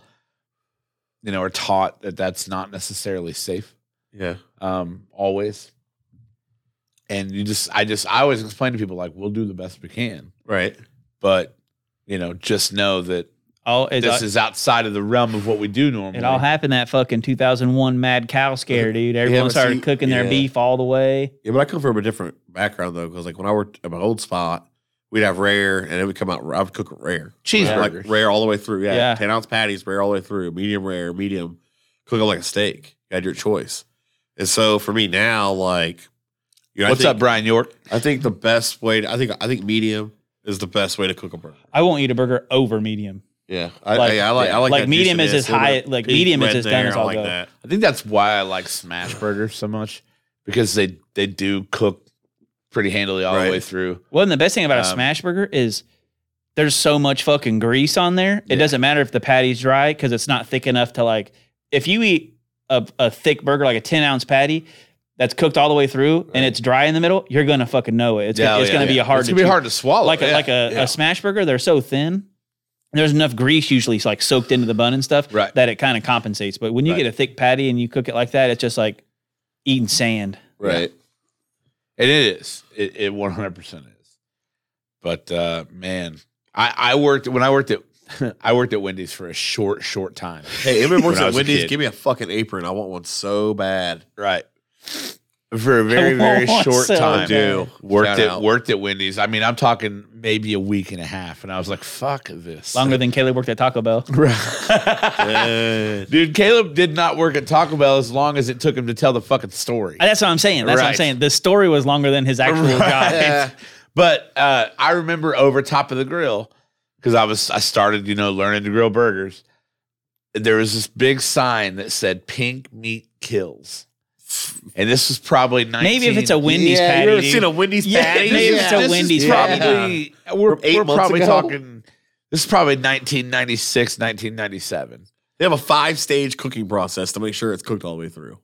Speaker 1: you know are taught that that's not necessarily safe
Speaker 2: yeah,
Speaker 1: um always and you just i just i always explain to people like we'll do the best we can
Speaker 2: right.
Speaker 1: but you know just know that
Speaker 3: all it, uh,
Speaker 1: this is outside of the realm of what we do normally
Speaker 3: it all happened that fucking 2001 mad cow scare, dude. Everyone
Speaker 2: but
Speaker 3: started
Speaker 2: see-
Speaker 3: cooking their
Speaker 2: yeah.
Speaker 3: beef all the way.
Speaker 2: Yeah, but I come from a different background though, because like when I worked at my old spot, we'd have rare, and it would come out. I would cook it rare,
Speaker 1: cheeseburgers
Speaker 2: like rare all the way through. Yeah,
Speaker 3: Yeah.
Speaker 2: ten ounce patties, rare all the way through. Medium rare, medium. Cook it like a steak. You had your choice. And so for me now, like, you know,
Speaker 1: what's
Speaker 2: I think,
Speaker 1: up brian york
Speaker 2: I think the best way. To, I think I think medium is the best way to cook a burger.
Speaker 3: I won't eat a burger over medium.
Speaker 2: Yeah, I
Speaker 3: Like-
Speaker 2: like. I, I like. I like,
Speaker 3: like
Speaker 2: that
Speaker 3: medium is
Speaker 2: juiciness,
Speaker 3: as
Speaker 2: a little
Speaker 3: high-
Speaker 2: bit of
Speaker 3: like
Speaker 2: pink
Speaker 3: medium is
Speaker 2: red
Speaker 3: as done
Speaker 2: there.
Speaker 3: as
Speaker 2: I
Speaker 3: I'll
Speaker 2: like
Speaker 3: go.
Speaker 2: That.
Speaker 1: i think that's why i like smash burgers so much because they they do cook pretty handily all the
Speaker 2: Right.
Speaker 1: way through
Speaker 3: Well, and the best thing about a
Speaker 1: Um,
Speaker 3: smash burger is there's so much fucking grease on there. It
Speaker 1: Yeah.
Speaker 3: doesn't matter if the patty's dry because it's not thick enough to like. If you eat a, a thick burger like a 10 ounce patty that's cooked all the way through and
Speaker 2: Right.
Speaker 3: it's dry in the middle, you're gonna fucking know it. It's
Speaker 1: Yeah, oh,
Speaker 3: gonna, it's
Speaker 1: yeah,
Speaker 3: gonna be
Speaker 1: yeah.
Speaker 3: a hard.
Speaker 1: it's
Speaker 3: to
Speaker 1: gonna be
Speaker 3: chew-
Speaker 1: hard to swallow
Speaker 3: Like a,
Speaker 1: yeah,
Speaker 3: like a,
Speaker 1: yeah.
Speaker 3: a smash burger, they're so thin. There's enough grease usually so like soaked into the bun and stuff
Speaker 1: Right.
Speaker 3: that it kind of compensates. But when you
Speaker 1: Right.
Speaker 3: get a thick patty and you cook it like that, it's just like eating sand.
Speaker 2: Right.
Speaker 1: And it is. It, it 100% is. But uh, man, I, I worked when I worked at I worked at Wendy's for a short short time.
Speaker 2: Hey, everyone
Speaker 1: When I
Speaker 2: works at
Speaker 1: was a
Speaker 2: Wendy's.
Speaker 1: kid.
Speaker 2: Give me a fucking apron. I want one so bad.
Speaker 1: Right. for a very very
Speaker 3: want
Speaker 1: short
Speaker 3: so
Speaker 1: time.
Speaker 2: do.
Speaker 1: Worked
Speaker 2: Shout
Speaker 1: at
Speaker 2: out.
Speaker 1: worked at Wendy's. I mean, I'm talking maybe a week and a half, and I was like, "Fuck this."
Speaker 3: Longer than Caleb worked at Taco Bell.
Speaker 2: Uh,
Speaker 1: Dude, Caleb did not work at Taco Bell as long as it took him to tell the fucking story.
Speaker 3: Uh, That's what I'm saying. That's what I'm
Speaker 1: Right.
Speaker 3: saying. The story was longer than his actual job.
Speaker 1: Right. But uh, I remember over top of the grill because I was I started you know learning to grill burgers. There was this big sign that said "Pink meat kills," and this was probably 19,
Speaker 3: Maybe if it's a Wendy's
Speaker 2: yeah, you
Speaker 3: patty.
Speaker 2: ever seen a Wendy's
Speaker 3: Yeah,
Speaker 2: patty?
Speaker 3: maybe it's a
Speaker 1: this is
Speaker 3: Wendy's
Speaker 1: probably we're,
Speaker 2: From eight
Speaker 1: we're
Speaker 2: months
Speaker 1: probably
Speaker 2: ago?
Speaker 1: talking. This is probably 1996, 1997.
Speaker 2: They have a five stage cooking process to make sure it's cooked all the way through.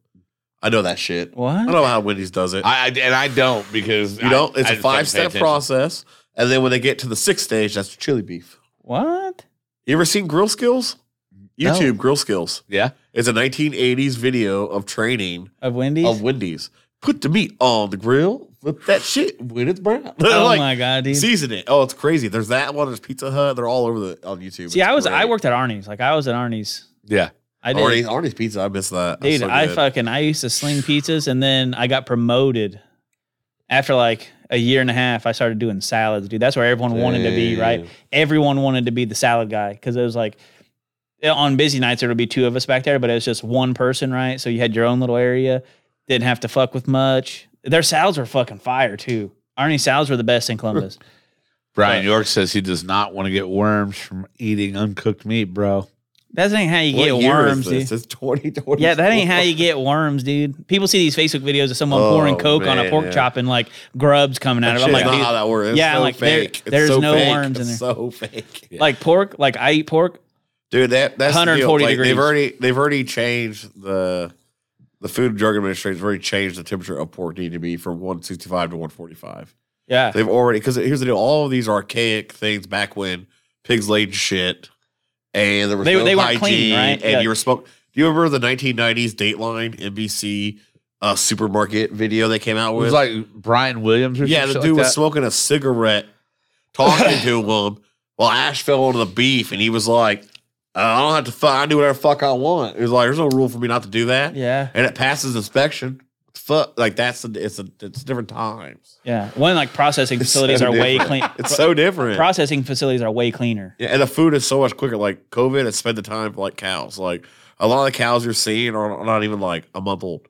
Speaker 2: I know that shit.
Speaker 3: What?
Speaker 2: I don't know how Wendy's does it.
Speaker 1: I, I and I don't because
Speaker 2: you know,
Speaker 1: I-
Speaker 2: it's
Speaker 1: I just
Speaker 2: a
Speaker 1: don't pay
Speaker 2: five step
Speaker 1: attention.
Speaker 2: process. And then when they get to the sixth stage, that's chili beef.
Speaker 3: what?
Speaker 2: You ever seen Grill Skills?
Speaker 1: No.
Speaker 2: YouTube Grill Skills.
Speaker 1: Yeah,
Speaker 2: It's a 1980s video of training
Speaker 3: Of Wendy's?
Speaker 2: of Wendy's. Put the meat on the grill, flip that shit when it's brown.
Speaker 3: oh
Speaker 2: Like,
Speaker 3: my god, dude. See,
Speaker 2: Season it. Oh, it's crazy. There's that one. There's Pizza Hut. They're all over the on YouTube. It's
Speaker 3: I was I
Speaker 2: great.
Speaker 3: worked at Arnie's. Like I was at Arnie's.
Speaker 1: yeah.
Speaker 3: I did.
Speaker 2: Arnie's, Arnie's Pizza. I miss that. That's
Speaker 3: Dude,
Speaker 2: so
Speaker 3: I
Speaker 2: good.
Speaker 3: fucking I used to sling pizzas and then I got promoted after like a year and a half. I started doing salads, dude. That's where everyone wanted to be, right?
Speaker 2: Damn.
Speaker 3: Everyone wanted to be the salad guy because it was like on busy nights there would be two of us back there, but it was just one person, right? So you had your own little area, didn't have to fuck with much. Their salads were fucking fire too. Arnie's salads were the best in Columbus.
Speaker 1: Brian York says he does not want to get worms from eating uncooked meat, bro.
Speaker 3: That's ain't how you
Speaker 2: What
Speaker 3: get
Speaker 2: year is
Speaker 3: worms, dude.
Speaker 2: this? It's 2020.
Speaker 3: Yeah, that ain't how you get worms, dude. People see these Facebook videos of someone
Speaker 2: Oh,
Speaker 3: pouring Coke on a
Speaker 2: man,
Speaker 3: pork
Speaker 2: yeah.
Speaker 3: chop and like grubs coming out
Speaker 2: That
Speaker 3: of it. I'm
Speaker 2: shit's
Speaker 3: like,
Speaker 2: not
Speaker 3: dude,
Speaker 2: how that works. It's
Speaker 3: yeah,
Speaker 2: so
Speaker 3: like, there-
Speaker 2: fake. It's
Speaker 3: there's
Speaker 2: so
Speaker 3: no
Speaker 2: fake.
Speaker 3: worms in
Speaker 2: It's
Speaker 3: there.
Speaker 2: So fake,
Speaker 3: like pork, like I eat pork.
Speaker 2: dude. That that's 140
Speaker 3: 140
Speaker 2: the deal. Like,
Speaker 3: degrees.
Speaker 2: They've already they've already changed the the Food and Drug Administration's already changed the temperature of pork need to be from 165 to 145.
Speaker 3: Yeah.
Speaker 2: They've already because here's the deal. All of these archaic things back when pigs laid shit and there was
Speaker 3: They-
Speaker 2: no
Speaker 3: they weren't
Speaker 2: hygiene
Speaker 3: clean, right?
Speaker 2: and
Speaker 3: Yeah.
Speaker 2: you were smoking. Do you remember the 1990s Dateline NBC uh, supermarket video they came out
Speaker 1: It
Speaker 2: with?
Speaker 1: was like Brian Williams or
Speaker 2: yeah,
Speaker 1: some
Speaker 2: the
Speaker 1: shit
Speaker 2: dude
Speaker 1: like
Speaker 2: was
Speaker 1: that.
Speaker 2: smoking a cigarette, talking to him. Well, Ash fell onto the beef, and he was like, "Uh, "I don't have to. Fuck, I do whatever the fuck I want." It was like, "There's no rule for me not to do that."
Speaker 3: Yeah.
Speaker 2: and it passes inspection. Fuck, like that's a, it's a it's different times.
Speaker 3: Yeah. One like processing
Speaker 2: It's
Speaker 3: facilities
Speaker 2: so
Speaker 3: are way
Speaker 2: different.
Speaker 3: clean.
Speaker 2: It's so different.
Speaker 3: processing facilities are way cleaner.
Speaker 2: Yeah, and the food is so much quicker. Like COVID has spent the time for like cows. Like a lot of the cows you're seeing are not even like a month old.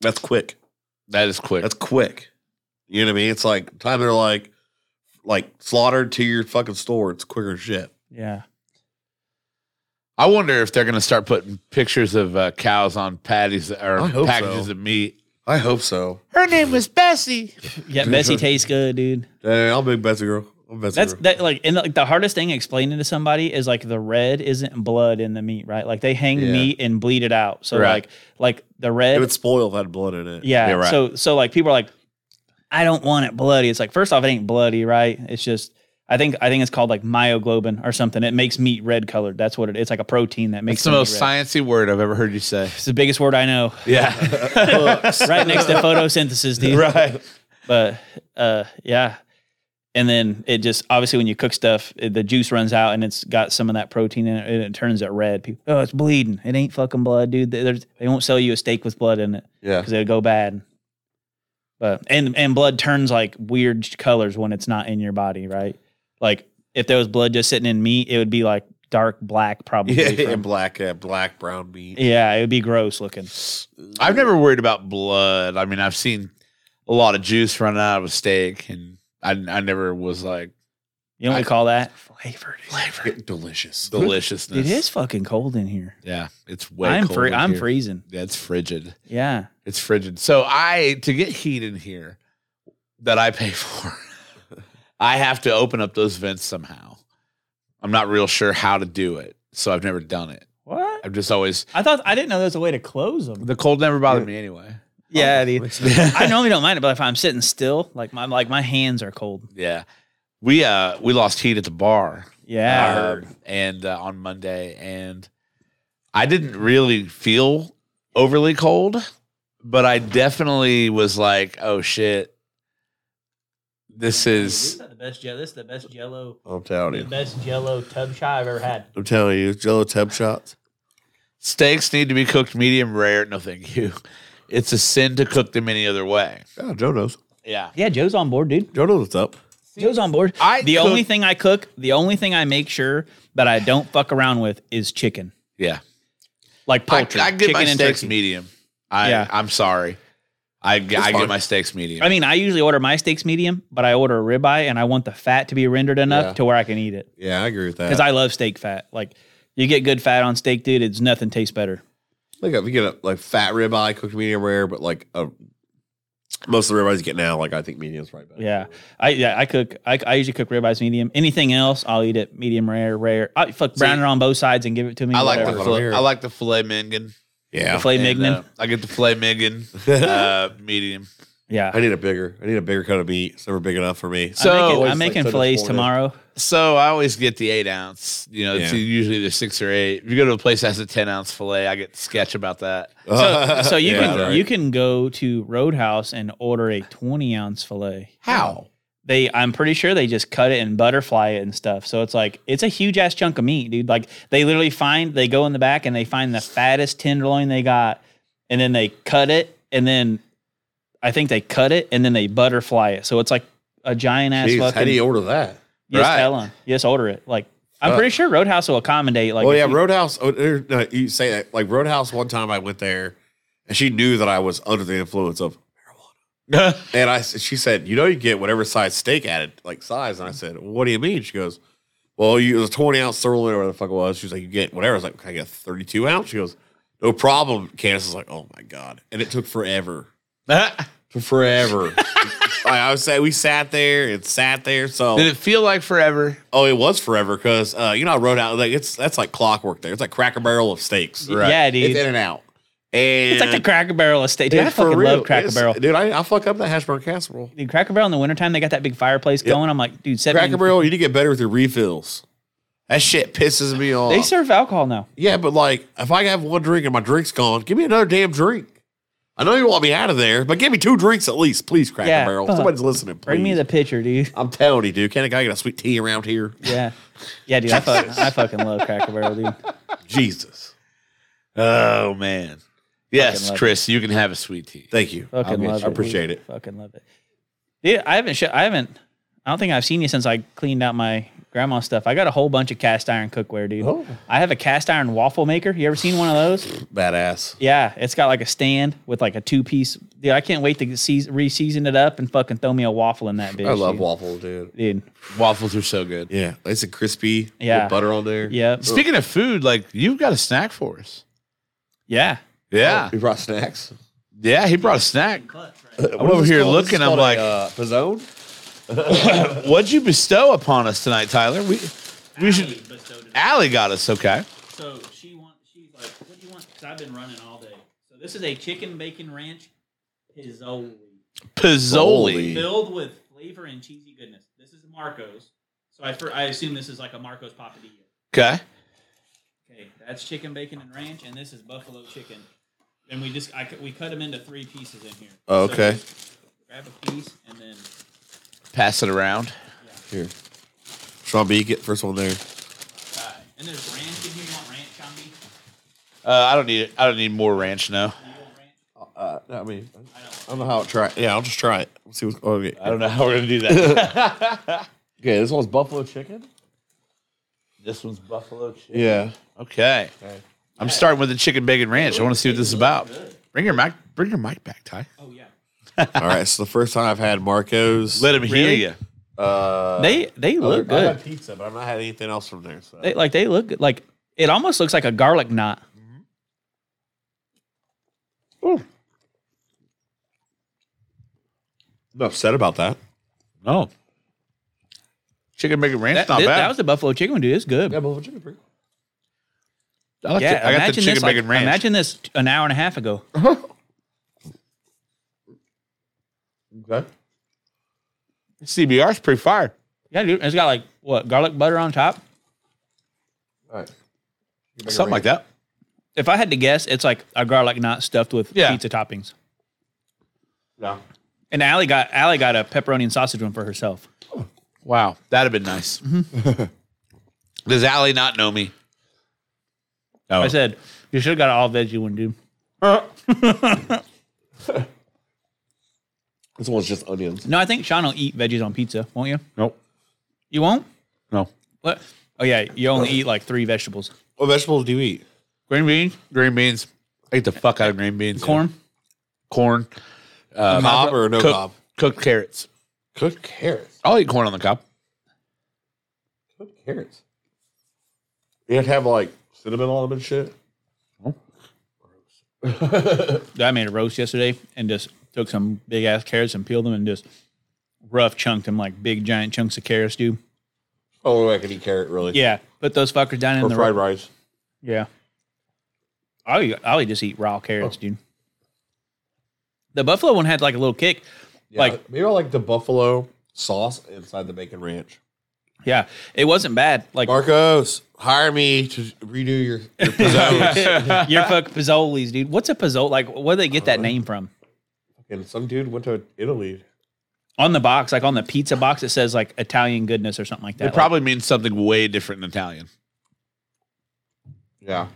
Speaker 2: That's quick.
Speaker 1: that is quick.
Speaker 2: That's quick. You know what I mean? It's like time they're like like slaughtered to your fucking store. It's quicker than shit.
Speaker 3: Yeah.
Speaker 1: I wonder if they're gonna start putting pictures of uh, cows on patties or
Speaker 2: I hope
Speaker 1: packages
Speaker 2: so.
Speaker 1: of meat.
Speaker 2: I hope so.
Speaker 1: Her name was Bessie.
Speaker 3: Yeah. Bessie tastes good, dude.
Speaker 2: Hey, I'm a big Betsy girl. I'm a Betsy
Speaker 3: That's
Speaker 2: girl.
Speaker 3: that like and like the hardest thing explaining to somebody is like the red isn't blood in the meat, right? Like they hang
Speaker 2: Yeah.
Speaker 3: meat and bleed it out. So
Speaker 1: Right.
Speaker 3: like like the
Speaker 2: it
Speaker 3: red
Speaker 2: would spoil if it had blood in it.
Speaker 3: Yeah.
Speaker 1: Yeah, right.
Speaker 3: So so like people are like, I don't want it bloody. It's like first off, it ain't bloody, right? It's just I think I think it's called like myoglobin or something. It makes meat red colored. That's what it. It's like a protein that makes
Speaker 1: It's the
Speaker 3: meat
Speaker 1: most
Speaker 3: red.
Speaker 1: sciency word I've ever heard you say.
Speaker 3: It's the biggest word I know.
Speaker 1: Yeah,
Speaker 3: right next to photosynthesis, dude.
Speaker 1: right.
Speaker 3: But uh, yeah. And then it just obviously when you cook stuff, it, the juice runs out and it's got some of that protein in it and it turns it red. People, oh, it's bleeding. It ain't fucking blood, dude. They, there's- they won't sell you a steak with blood in it.
Speaker 2: Yeah.
Speaker 3: because it'll go bad. But and and blood turns like weird colors when it's not in your body, right? Like if there was blood just sitting in meat, it would be like dark black, probably.
Speaker 2: Yeah,
Speaker 3: from- Yeah,
Speaker 2: and black, uh, black, brown meat.
Speaker 3: it would be gross looking.
Speaker 1: I've never worried about blood. I mean, I've seen a lot of juice running out of a steak, and I, I never was like
Speaker 3: You know what we
Speaker 1: I-
Speaker 3: call that? Flavored.
Speaker 2: Delicious.
Speaker 1: deliciousness.
Speaker 3: It is fucking cold in here.
Speaker 1: Yeah, it's way.
Speaker 3: I'm
Speaker 1: cold
Speaker 3: free.
Speaker 1: in
Speaker 3: I'm
Speaker 1: here.
Speaker 3: freezing.
Speaker 1: Yeah, it's frigid.
Speaker 3: Yeah.
Speaker 1: It's frigid. So I to get heat in here that I pay for, I have to open up those vents somehow. I'm not real sure how to do it, so I've never done it.
Speaker 3: What?
Speaker 1: I've just always
Speaker 3: I thought I didn't know there was a way to close them.
Speaker 1: the cold never bothered me anyway. Oh,
Speaker 3: Yeah, dude. I normally don't mind it, but if I'm sitting still, like my like my hands are cold.
Speaker 1: Yeah, we uh we lost heat at the bar
Speaker 3: Yeah.
Speaker 1: um, and uh, on Monday, and I didn't really feel overly cold, but I definitely was like, oh shit, this is.
Speaker 3: the best. This is the best Jello.
Speaker 2: I'm telling
Speaker 3: The
Speaker 2: you.
Speaker 3: best Jello tub shot I've ever had.
Speaker 2: I'm telling you. Jello tub shots.
Speaker 1: Steaks need to be cooked medium rare. No, thank you. It's a sin to cook them any other way.
Speaker 2: Yeah, Joe knows.
Speaker 1: Yeah.
Speaker 3: Yeah, Joe's on board, dude.
Speaker 2: Joe knows what's up.
Speaker 3: Joe's on board.
Speaker 1: I
Speaker 3: the
Speaker 1: cook-
Speaker 3: only thing I cook, the only thing I make sure that I don't fuck around with is chicken,
Speaker 1: Yeah.
Speaker 3: like
Speaker 1: I,
Speaker 3: poultry.
Speaker 1: I get
Speaker 3: chicken
Speaker 1: my
Speaker 3: and
Speaker 1: steaks
Speaker 3: turkey.
Speaker 1: medium. I,
Speaker 3: Yeah.
Speaker 1: I'm sorry. I, I get
Speaker 2: fine.
Speaker 1: my steaks medium.
Speaker 3: I mean, I usually order my steaks medium, but I order a ribeye, and I want the fat to be rendered enough
Speaker 2: Yeah.
Speaker 3: to where I can eat it
Speaker 2: Yeah, I agree with that.
Speaker 3: because I love steak fat. Like you get good fat on steak, dude. It's nothing tastes better.
Speaker 2: Like if you get a like fat ribeye, cooked medium rare, but like a most of the ribeyes you get now, like I think medium's probably better.
Speaker 3: Yeah, I yeah I cook. I, I usually cook ribeyes medium. Anything else, I'll eat it medium rare, rare. I fuck brown it on both sides and give it to me.
Speaker 1: I like
Speaker 3: whatever.
Speaker 1: the
Speaker 2: whatever.
Speaker 1: filet,
Speaker 2: Here.
Speaker 1: I like the filet mignon.
Speaker 2: Yeah.
Speaker 3: filet
Speaker 1: And,
Speaker 3: mignon.
Speaker 1: uh, I get the filet mignon uh, medium.
Speaker 3: yeah.
Speaker 2: I need a bigger. I need a bigger cut of meat. It's never big enough for me.
Speaker 1: So-
Speaker 3: I'm making,
Speaker 2: Always,
Speaker 3: I'm
Speaker 2: like,
Speaker 3: making
Speaker 2: so
Speaker 3: fillets
Speaker 2: disappointed.
Speaker 3: tomorrow.
Speaker 1: So I always get the eight ounce. You know, it's
Speaker 2: Yeah.
Speaker 1: usually the six or eight. If you go to a place that has a ten ounce filet, I get sketch about that.
Speaker 3: So, so you
Speaker 2: Yeah,
Speaker 3: can
Speaker 2: right.
Speaker 3: you can go to Roadhouse and order a twenty ounce fillet.
Speaker 1: How?
Speaker 3: They, I'm pretty sure they just cut it and butterfly it and stuff. So it's like it's a huge ass chunk of meat, dude. Like they literally find they go in the back and they find the fattest tenderloin they got, and then they cut it, and then I think they cut it and then they butterfly it. So it's like a giant ass
Speaker 2: Jeez, how
Speaker 3: fucking.
Speaker 2: do you order that?
Speaker 3: you just
Speaker 1: Right.
Speaker 3: tell 'em. You just order it. Like I'm pretty sure Roadhouse will accommodate. Like
Speaker 2: Oh
Speaker 3: if
Speaker 2: yeah,
Speaker 3: you-
Speaker 2: Roadhouse. Oh, er, no, you say that like Roadhouse. One time I went there, and she knew that I was under the influence of And I, s- she said, you know, you get whatever size steak added, like size. And I said, what do you mean? She goes, well, you, it was a 20 ounce sirloin or whatever the fuck it was. She was like, you get whatever. I was like, can I get a 32 ounce? She goes, no problem. Candace is like, oh my God. And it took forever.
Speaker 1: Did
Speaker 2: Took Forever. I, I would say we sat there and sat there. So,
Speaker 1: it feel like forever?
Speaker 2: oh, it was forever because, uh, you know, I rode out, like, it's that's like clockwork there. It's like cracker barrel of steaks.
Speaker 3: Y- yeah, dude.
Speaker 2: It's in and out. And
Speaker 3: It's like the Cracker Barrel estate. Dude, I
Speaker 2: Dude, for
Speaker 3: fucking
Speaker 2: real,
Speaker 3: love Cracker
Speaker 2: it's-
Speaker 3: Barrel.
Speaker 2: Dude, I, I fuck up that hash brown casserole.
Speaker 3: Dude, Cracker Barrel in the wintertime, they got that big fireplace going. I'm like, dude, set me
Speaker 2: Cracker
Speaker 3: in-
Speaker 2: Barrel, you need to get better with your refills. That shit pisses me off.
Speaker 3: They serve alcohol now.
Speaker 2: yeah, but like, if I have one drink and my drink's gone, give me another damn drink. I know you want me out of there, but give me two drinks at least, please, Cracker
Speaker 3: Yeah,
Speaker 2: Barrel.
Speaker 3: fuck.
Speaker 2: Somebody's listening. Please.
Speaker 3: Bring me the pitcher, dude.
Speaker 2: I'm telling you, dude. Can a guy get a sweet tea around here?
Speaker 3: Yeah, yeah, dude. I, fuck, I fucking love Cracker Barrel, dude.
Speaker 2: Jesus,
Speaker 1: Oh man. Yes,
Speaker 3: Fucking love
Speaker 1: Chris, you can have a sweet tea.
Speaker 2: thank you.
Speaker 3: Fucking
Speaker 2: I'll get-
Speaker 3: love it.
Speaker 2: I appreciate
Speaker 3: dude.
Speaker 2: it.
Speaker 3: Fucking love it, dude. I haven't. Sh- I haven't. I don't think I've seen you since I cleaned out my grandma's stuff. I got a whole bunch of cast iron cookware, dude.
Speaker 2: Oh.
Speaker 3: I have a cast iron waffle maker. You ever seen one of those?
Speaker 2: Badass.
Speaker 3: Yeah, it's got like a stand with like a two piece. Dude, I can't wait to seas- re-season it up and fucking throw me a waffle in that bitch.
Speaker 2: I love
Speaker 3: dude.
Speaker 2: waffles, dude.
Speaker 3: dude.
Speaker 1: Waffles are so good.
Speaker 2: Yeah, nice and crispy.
Speaker 3: Yeah.
Speaker 2: with butter on there.
Speaker 3: Yeah,
Speaker 1: Speaking of food, like you've got a snack for us.
Speaker 3: yeah.
Speaker 1: Yeah.
Speaker 2: we brought snacks.
Speaker 1: Yeah, he brought a snack.
Speaker 2: I'm
Speaker 1: over here looking, I'm like-
Speaker 2: uh, Pizzone.
Speaker 1: What'd you bestow upon us tonight, Tyler? We we should Allie got us, okay.
Speaker 3: So she wants. She's like, "What do you want?" Because I've been running all day. So this is a chicken bacon ranch pizzoli
Speaker 1: Pizzoli.
Speaker 2: Pizzoli.
Speaker 3: filled with flavor and cheesy goodness. This is Marco's. So I fir- I assume this is like a Marco's papadilla.
Speaker 1: Okay.
Speaker 3: Okay, that's chicken bacon and ranch, and this is buffalo chicken. And we just I, cu- we cut them into three pieces in here.
Speaker 2: Oh,
Speaker 3: So
Speaker 2: okay.
Speaker 3: grab a piece and then
Speaker 1: Pass it around.
Speaker 2: Here, Sean B, get first one there.
Speaker 3: uh, and there's ranch in here. You want ranch on me?
Speaker 1: Uh, I don't need it. I don't need more ranch now.
Speaker 3: Do you want ranch?
Speaker 2: Uh, I mean,
Speaker 3: I don't.
Speaker 2: I don't know how it try. Yeah, I'll just try it. Let's see what's oh, okay.
Speaker 1: I don't know how we're gonna do that.
Speaker 2: Okay, this one's buffalo chicken.
Speaker 1: this one's buffalo chicken.
Speaker 2: Yeah.
Speaker 1: Okay. I'm starting with the chicken bacon ranch. I want to see what this is about. Bring your mic. Bring your mic back, Ty.
Speaker 3: Oh yeah.
Speaker 2: All right. So the first time I've had Marcos.
Speaker 1: Let him hear
Speaker 3: Really?
Speaker 1: you.
Speaker 2: Uh,
Speaker 3: They they
Speaker 2: other-
Speaker 3: look
Speaker 2: I've
Speaker 3: good.
Speaker 2: had pizza, but I've not had anything else from there. So.
Speaker 3: They, like they look good. like it almost looks like a garlic knot.
Speaker 2: I'm upset about that.
Speaker 1: No. Chicken bacon ranch,
Speaker 3: That,
Speaker 1: not
Speaker 3: thi-
Speaker 1: bad.
Speaker 3: that was the buffalo chicken one, dude. It's good. Yeah,
Speaker 2: buffalo chicken. Pretty.
Speaker 1: I, like it. I got the
Speaker 3: imagine
Speaker 1: chicken
Speaker 3: this, like,
Speaker 1: bacon ranch.
Speaker 3: Imagine this t- an hour and a half ago.
Speaker 2: Okay.
Speaker 1: CBR's pretty fire.
Speaker 3: Yeah, dude. It's got like what garlic butter on top.
Speaker 2: All right.
Speaker 1: Something like that.
Speaker 3: If I had to guess, it's like a garlic knot stuffed with
Speaker 1: Yeah.
Speaker 3: pizza toppings.
Speaker 2: No.
Speaker 3: And Allie got Allie got a pepperoni and sausage one for herself.
Speaker 1: Wow. That'd have been nice.
Speaker 2: Mm-hmm.
Speaker 1: Does Allie not know me? Oh.
Speaker 3: I said you should have got an all veggie one, dude.
Speaker 2: This one's just onions.
Speaker 3: No, I think Sean will eat veggies on pizza, won't you?
Speaker 1: Nope.
Speaker 3: You won't?
Speaker 1: No.
Speaker 3: What? Oh yeah, you only eat like three vegetables:
Speaker 2: What vegetables do you eat?
Speaker 1: Green beans. Green beans. I eat the fuck out of green beans.
Speaker 3: corn,
Speaker 1: Corn. Uh,
Speaker 2: cob or no
Speaker 1: cooked-
Speaker 2: cob?
Speaker 1: Cooked carrots.
Speaker 2: Cooked carrots.
Speaker 1: I'll eat corn on the cob.
Speaker 2: Cooked carrots. You have to have like cinnamon on them and shit.
Speaker 3: I made a roast yesterday and just took some big ass carrots and peeled them and just rough chunked them like big giant chunks of carrots do.
Speaker 2: Oh, I could eat carrot really.
Speaker 3: Yeah, put those fuckers down in
Speaker 2: Or
Speaker 3: the
Speaker 2: fried rice.
Speaker 3: Yeah, I'll eat, I'll just eat raw carrots, dude. The buffalo one had like a little kick.
Speaker 2: Yeah,
Speaker 3: Like-
Speaker 2: maybe I like the buffalo sauce inside the bacon ranch.
Speaker 3: Yeah, it wasn't bad. Like
Speaker 2: Marcos, hire me to redo your, your pizzones.
Speaker 3: your fuck pizzolis, dude. What's a pizzole? Like where do they get that name from?
Speaker 2: and some dude went to Italy.
Speaker 3: On the box, like on the pizza box, it says like Italian goodness or something like that.
Speaker 1: It probably means something way different in Italian.
Speaker 2: Yeah.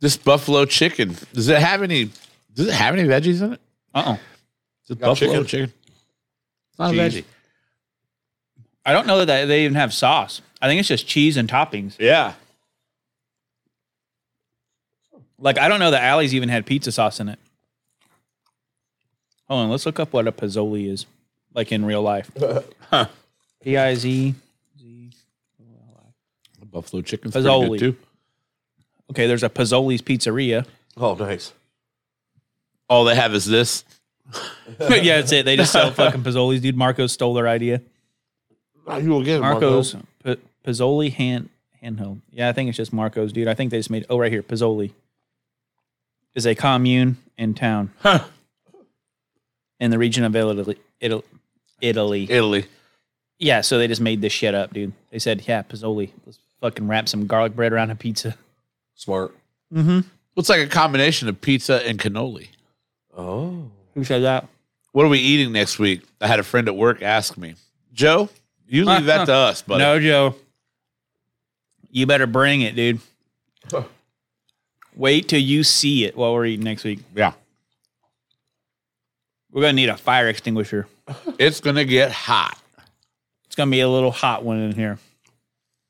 Speaker 1: This buffalo chicken. Does it have any? Does it have any veggies in it?
Speaker 3: Like, uh-uh.
Speaker 1: It's
Speaker 2: Got chicken.
Speaker 1: It's not
Speaker 2: Cheese.
Speaker 1: a veggie.
Speaker 3: I don't know that they even have sauce. I think it's just cheese and toppings.
Speaker 1: Yeah.
Speaker 3: Like I don't know that Alley's even had pizza sauce in it. Hold on, let's look up what a pizzoli is, like in real life.
Speaker 1: Huh.
Speaker 3: P I Z Z.
Speaker 1: Buffalo chicken's
Speaker 3: Fazoli.
Speaker 1: pretty good too.
Speaker 3: Okay, there's a Pizzoli's Pizzeria.
Speaker 2: Oh, nice.
Speaker 1: All they have is this.
Speaker 3: yeah, that's it. They just sell fucking Pizzolis, dude. Marcos stole their idea.
Speaker 2: Ah, You will get it,
Speaker 3: Marcos P- Pizzoli hand handheld. Yeah, I think it's just Marcos, dude. I think they just made. Oh, right here, Pizzoli is a commune and town
Speaker 1: Huh.
Speaker 3: in the region of Italy. Italy. Italy.
Speaker 1: Italy.
Speaker 3: Yeah, so they just made this shit up, dude. They said, "Yeah, Pizzoli, let's fucking wrap some garlic bread around a pizza."
Speaker 2: Smart.
Speaker 3: Mm-hmm.
Speaker 1: Looks like a combination of pizza and cannoli.
Speaker 2: Oh.
Speaker 3: Who said that?
Speaker 1: What are we eating next week? I had a friend at work ask me, Joe, you leave that to us, buddy.
Speaker 3: No, Joe. You better bring it, dude. Wait till you see it while we're eating next week.
Speaker 1: Yeah.
Speaker 3: We're gonna need a fire extinguisher.
Speaker 1: It's going to get hot.
Speaker 3: It's gonna be a little hot one in here.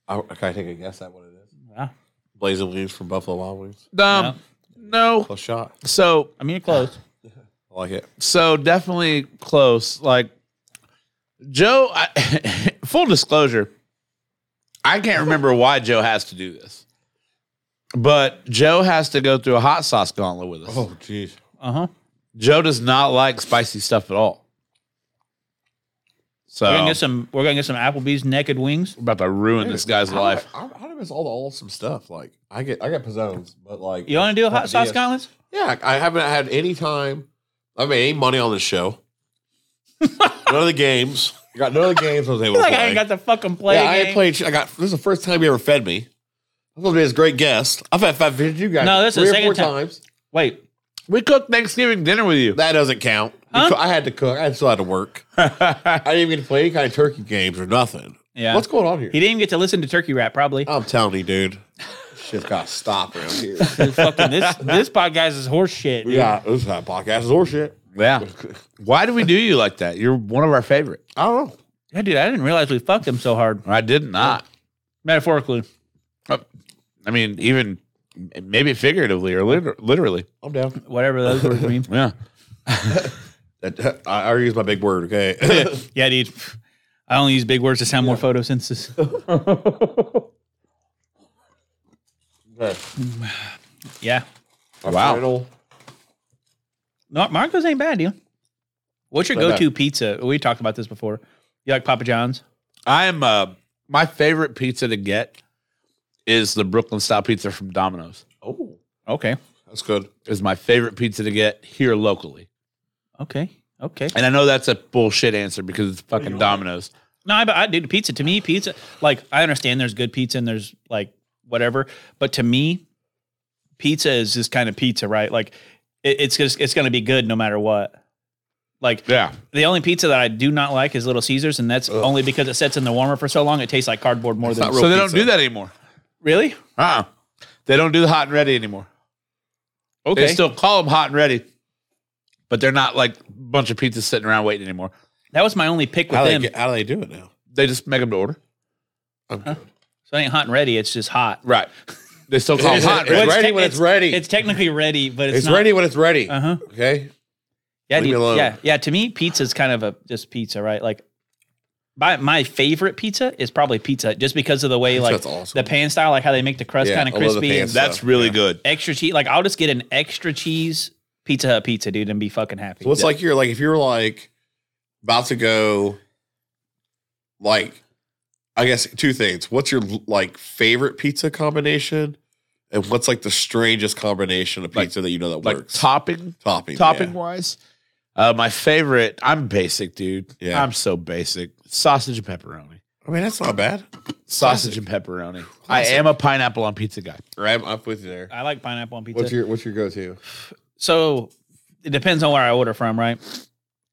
Speaker 2: I, I can't take a guess at what it is.
Speaker 3: Yeah.
Speaker 2: Blazing leaves from Buffalo Wild Wings.
Speaker 1: Um, no.
Speaker 2: Close shot.
Speaker 1: So,
Speaker 3: I mean, you're close.
Speaker 2: I like it.
Speaker 1: so definitely close. Like, Joe, I, full disclosure, I can't remember why Joe has to do this, but Joe has to go through a hot sauce gauntlet with us.
Speaker 2: Oh, jeez.
Speaker 3: Uh huh.
Speaker 1: Joe does not like spicy stuff at all. So
Speaker 3: We're gonna
Speaker 1: I'm
Speaker 3: get some. We're gonna get some Applebee's naked wings.
Speaker 1: about to ruin this guy's
Speaker 2: How
Speaker 1: life.
Speaker 2: Do I, how do I miss all the awesome stuff? Like I get, I got pizzones, but like
Speaker 3: You want to do a hot sauce,
Speaker 2: Yeah,
Speaker 3: Collins?
Speaker 2: Yeah, I haven't had any time. I made any money on this show. none of the games. I got none of the games I was able to
Speaker 3: Like I
Speaker 2: play.
Speaker 3: ain't got the fucking play.
Speaker 2: yeah, I ain't
Speaker 3: game.
Speaker 2: played. I got this is the first time you ever fed me. I'm supposed to be this great guest. I've had five you guys.
Speaker 3: No, this is
Speaker 2: three
Speaker 3: the
Speaker 2: or four
Speaker 3: second time.
Speaker 2: times.
Speaker 3: Wait,
Speaker 1: We cooked Thanksgiving dinner with you.
Speaker 2: That doesn't count.
Speaker 3: Huh?
Speaker 2: Because I had to cook. I still had to work. I didn't even get to play any kind of turkey games or nothing.
Speaker 3: Yeah.
Speaker 2: What's going on here?
Speaker 3: he didn't even get to listen to Turkey Rap. Probably.
Speaker 2: I'm telling you, dude. Shit's got to stop around here.
Speaker 3: fucking this this podcast is horse shit. dude.
Speaker 2: yeah, this is not podcast or shit.
Speaker 1: Yeah. Why do we do you like that? You're one of our favorite.
Speaker 2: I don't know.
Speaker 3: Yeah, dude, I didn't realize we fucked him so hard.
Speaker 1: I did not.
Speaker 3: Metaphorically.
Speaker 1: I mean, even maybe figuratively or liter- literally.
Speaker 2: I'm down.
Speaker 3: Whatever those words mean.
Speaker 1: Yeah.
Speaker 2: That- I I already used my big word, okay?
Speaker 3: Yeah, dude. I only use big words to sound more photosynthesis. Yeah.
Speaker 1: Wow.
Speaker 2: Final-
Speaker 3: No, Marco's ain't bad, dude. What's your
Speaker 2: Not
Speaker 3: go to pizza? We talked about this before. You like Papa John's?
Speaker 1: I am uh my favorite pizza to get is the Brooklyn style pizza from Domino's.
Speaker 2: Oh,
Speaker 3: Okay.
Speaker 2: that's good.
Speaker 1: Is my favorite pizza to get here locally.
Speaker 3: Okay. Okay.
Speaker 1: And I know that's a bullshit answer because it's fucking Domino's.
Speaker 3: No, I, but I dude, pizza to me, pizza. Like I understand there's good pizza and there's like whatever, but to me, pizza is just kind of pizza, right? Like it, it's just it's gonna be good no matter what. Like
Speaker 1: Yeah.
Speaker 3: the only pizza that I do not like is Little Caesars, and that's only because it sits in the warmer for so long. It tastes like cardboard more than
Speaker 2: not real
Speaker 1: so they
Speaker 2: pizza.
Speaker 1: don't do that anymore.
Speaker 3: really.
Speaker 1: Uh-uh. They don't do the hot and ready anymore.
Speaker 3: Okay,
Speaker 1: They still call them hot and ready. but they're not like a bunch of pizzas sitting around waiting anymore.
Speaker 3: That was my only pick with
Speaker 2: How do, they
Speaker 3: them.
Speaker 2: get, how do they do it now?
Speaker 1: They just make them to order.
Speaker 4: I'm good.
Speaker 3: so it ain't hot and ready. It's just hot.
Speaker 1: Right. They still call them
Speaker 4: It's-
Speaker 1: hot.
Speaker 4: it's
Speaker 1: right?
Speaker 3: Well,
Speaker 4: ready
Speaker 3: te-
Speaker 4: when it's ready.
Speaker 3: It's technically ready, but it's,
Speaker 2: It's,
Speaker 3: not.
Speaker 2: ready when it's ready.
Speaker 3: Uh huh.
Speaker 2: Okay.
Speaker 3: Yeah,
Speaker 4: Leave me
Speaker 3: dude.
Speaker 4: alone.
Speaker 3: Yeah, yeah. To me, pizza's kind of a just pizza, right? Like, my my favorite pizza is probably pizza, Hut, just because of the way like
Speaker 4: That's awesome.
Speaker 3: the pan style, like how they make the crust
Speaker 2: Yeah,
Speaker 3: kind of
Speaker 2: I love the
Speaker 3: crispy
Speaker 2: pan
Speaker 3: and
Speaker 2: style.
Speaker 1: That's really
Speaker 2: Yeah.
Speaker 1: good.
Speaker 3: extra cheese. Like, I'll just get an extra cheese Pizza Hut pizza, dude, and be fucking happy.
Speaker 2: So it's like you're like if you're like about to go like I guess two things. What's your like favorite pizza combination? And what's like the strangest combination of
Speaker 1: Like-
Speaker 2: pizza that you know that
Speaker 1: Like
Speaker 2: works?
Speaker 1: topping,
Speaker 2: topping.
Speaker 1: topping
Speaker 2: yeah.
Speaker 1: wise. Uh, my favorite. I'm basic, dude.
Speaker 2: Yeah.
Speaker 1: I'm so basic. Sausage and pepperoni.
Speaker 2: I mean, that's not bad.
Speaker 1: Sausage and pepperoni. I
Speaker 2: Classic.
Speaker 1: am a pineapple on pizza guy.
Speaker 2: I'm, I'm with you there.
Speaker 3: I like pineapple on pizza.
Speaker 2: What's your what's your go to?
Speaker 3: so it depends on where I order from, right?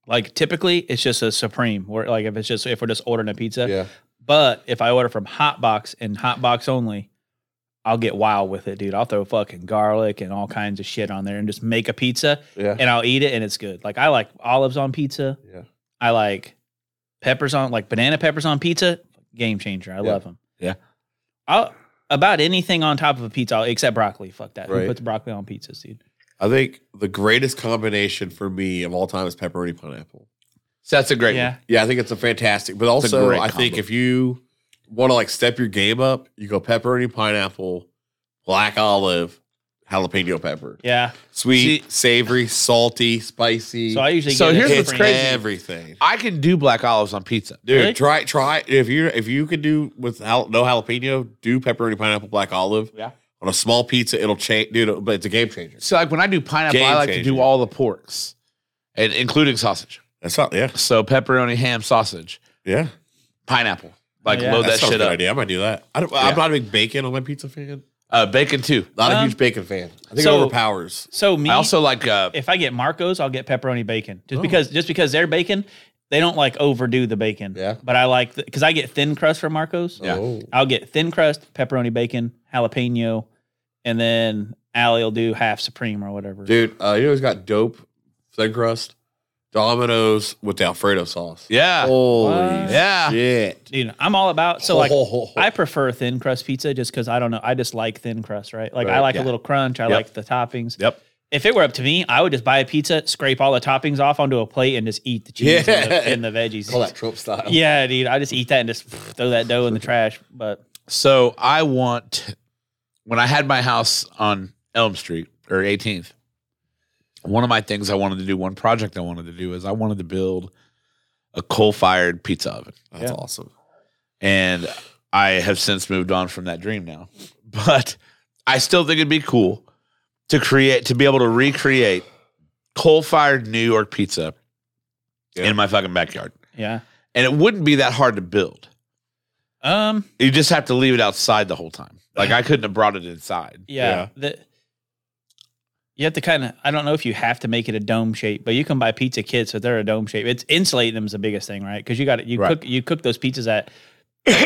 Speaker 3: Like typically, it's just a supreme. Where like if it's just if we're just ordering a pizza,
Speaker 2: Yeah.
Speaker 3: But if I order from Hotbox and Hotbox only, I'll get wild with it, dude. I'll throw fucking garlic and all kinds of shit on there and just make a pizza
Speaker 2: Yeah.
Speaker 3: and I'll eat it and it's good. Like I like olives on pizza.
Speaker 2: Yeah.
Speaker 3: I like peppers on like banana peppers on pizza. Game changer.
Speaker 2: Yeah.
Speaker 3: I love them.
Speaker 1: Yeah.
Speaker 3: I'll about anything on top of a pizza I'll- except broccoli. Fuck that.
Speaker 2: Right.
Speaker 3: Who puts broccoli on pizzas, dude?
Speaker 2: I think the greatest combination for me of all time is pepperoni pineapple.
Speaker 1: So that's a great
Speaker 3: yeah.
Speaker 1: one.
Speaker 2: Yeah, I think it's a fantastic. But
Speaker 1: It's a
Speaker 2: also,
Speaker 1: great
Speaker 2: I think
Speaker 1: combo.
Speaker 2: if you want to like step your game up, you go pepperoni, pineapple, black olive, jalapeno pepper,
Speaker 3: Yeah.
Speaker 2: sweet, savory, salty, spicy.
Speaker 3: So I usually
Speaker 1: So
Speaker 3: get a
Speaker 1: here's what's
Speaker 3: different-
Speaker 1: crazy.
Speaker 2: everything.
Speaker 1: I can do black olives on pizza.
Speaker 2: Dude,
Speaker 3: Really?
Speaker 2: try try if you if you could do without no jalapeno, do pepperoni, pineapple, black olive.
Speaker 1: Yeah.
Speaker 2: On a small pizza, it'll change, dude. But it's a game changer.
Speaker 1: So like when I do pineapple,
Speaker 2: Game
Speaker 1: I like to do
Speaker 2: changer.
Speaker 1: all the porks, and including sausage.
Speaker 2: That's not, yeah,
Speaker 1: So pepperoni, ham, sausage,
Speaker 2: yeah.
Speaker 1: pineapple. Like
Speaker 3: Oh, yeah.
Speaker 1: load that,
Speaker 2: sounds
Speaker 1: shit
Speaker 2: a good
Speaker 1: up.
Speaker 2: idea. I might do that. I don't,
Speaker 1: Yeah.
Speaker 2: I'm not a big bacon on my pizza fan.
Speaker 1: Uh, bacon too.
Speaker 2: Not a
Speaker 3: Um,
Speaker 2: huge bacon fan. I think
Speaker 3: so-
Speaker 2: it overpowers.
Speaker 3: So me
Speaker 1: I also like uh,
Speaker 3: if I get Marco's, I'll get pepperoni bacon just because just because they're bacon, they don't like overdo the bacon.
Speaker 2: Yeah.
Speaker 3: But I like because I get thin crust from Marco's.
Speaker 1: Yeah.
Speaker 2: Oh.
Speaker 3: I'll get thin crust, pepperoni bacon, jalapeno, and then Allie will do half supreme or whatever.
Speaker 2: Dude, uh, you know who's got dope thin crust? Domino's with the Alfredo sauce.
Speaker 1: yeah,
Speaker 2: Holy
Speaker 3: What?
Speaker 1: yeah.
Speaker 2: shit.
Speaker 3: Dude, I'm all about so like
Speaker 2: Ho, ho, ho, ho.
Speaker 3: I prefer thin crust pizza just because I don't know. I just like thin crust, right? Like I
Speaker 2: Right,
Speaker 3: like
Speaker 1: yeah.
Speaker 3: a little crunch. I
Speaker 1: Yep.
Speaker 3: like the toppings.
Speaker 1: Yep.
Speaker 3: If it were up to me, I would just buy a pizza, scrape all the toppings off onto a plate, and just eat the cheese and, the,
Speaker 2: Yeah.
Speaker 3: and the veggies.
Speaker 2: call that Trump style.
Speaker 3: Yeah, dude. I just eat that and just throw that dough in the trash. But
Speaker 1: So I want when I had my house on Elm Street or 18th, one of my things I wanted to do, one project I wanted to do is I wanted to build a coal-fired pizza oven.
Speaker 2: That's
Speaker 3: Yeah.
Speaker 2: awesome.
Speaker 1: And I have since moved on from that dream now. But I still think it'd be cool to create to be able to recreate coal-fired New York pizza
Speaker 2: Yeah.
Speaker 1: in my fucking backyard.
Speaker 3: yeah.
Speaker 1: And it wouldn't be that hard to build.
Speaker 3: Um.
Speaker 1: You just have to leave it outside the whole time. Like I couldn't have brought it inside.
Speaker 3: Yeah. The, you have to kind of. I don't know if you have to make it a dome shape, but you can buy pizza kits, but they're a dome shape. It's insulating them's the biggest thing, right? Because you got you
Speaker 1: Right.
Speaker 3: cook you cook those pizzas at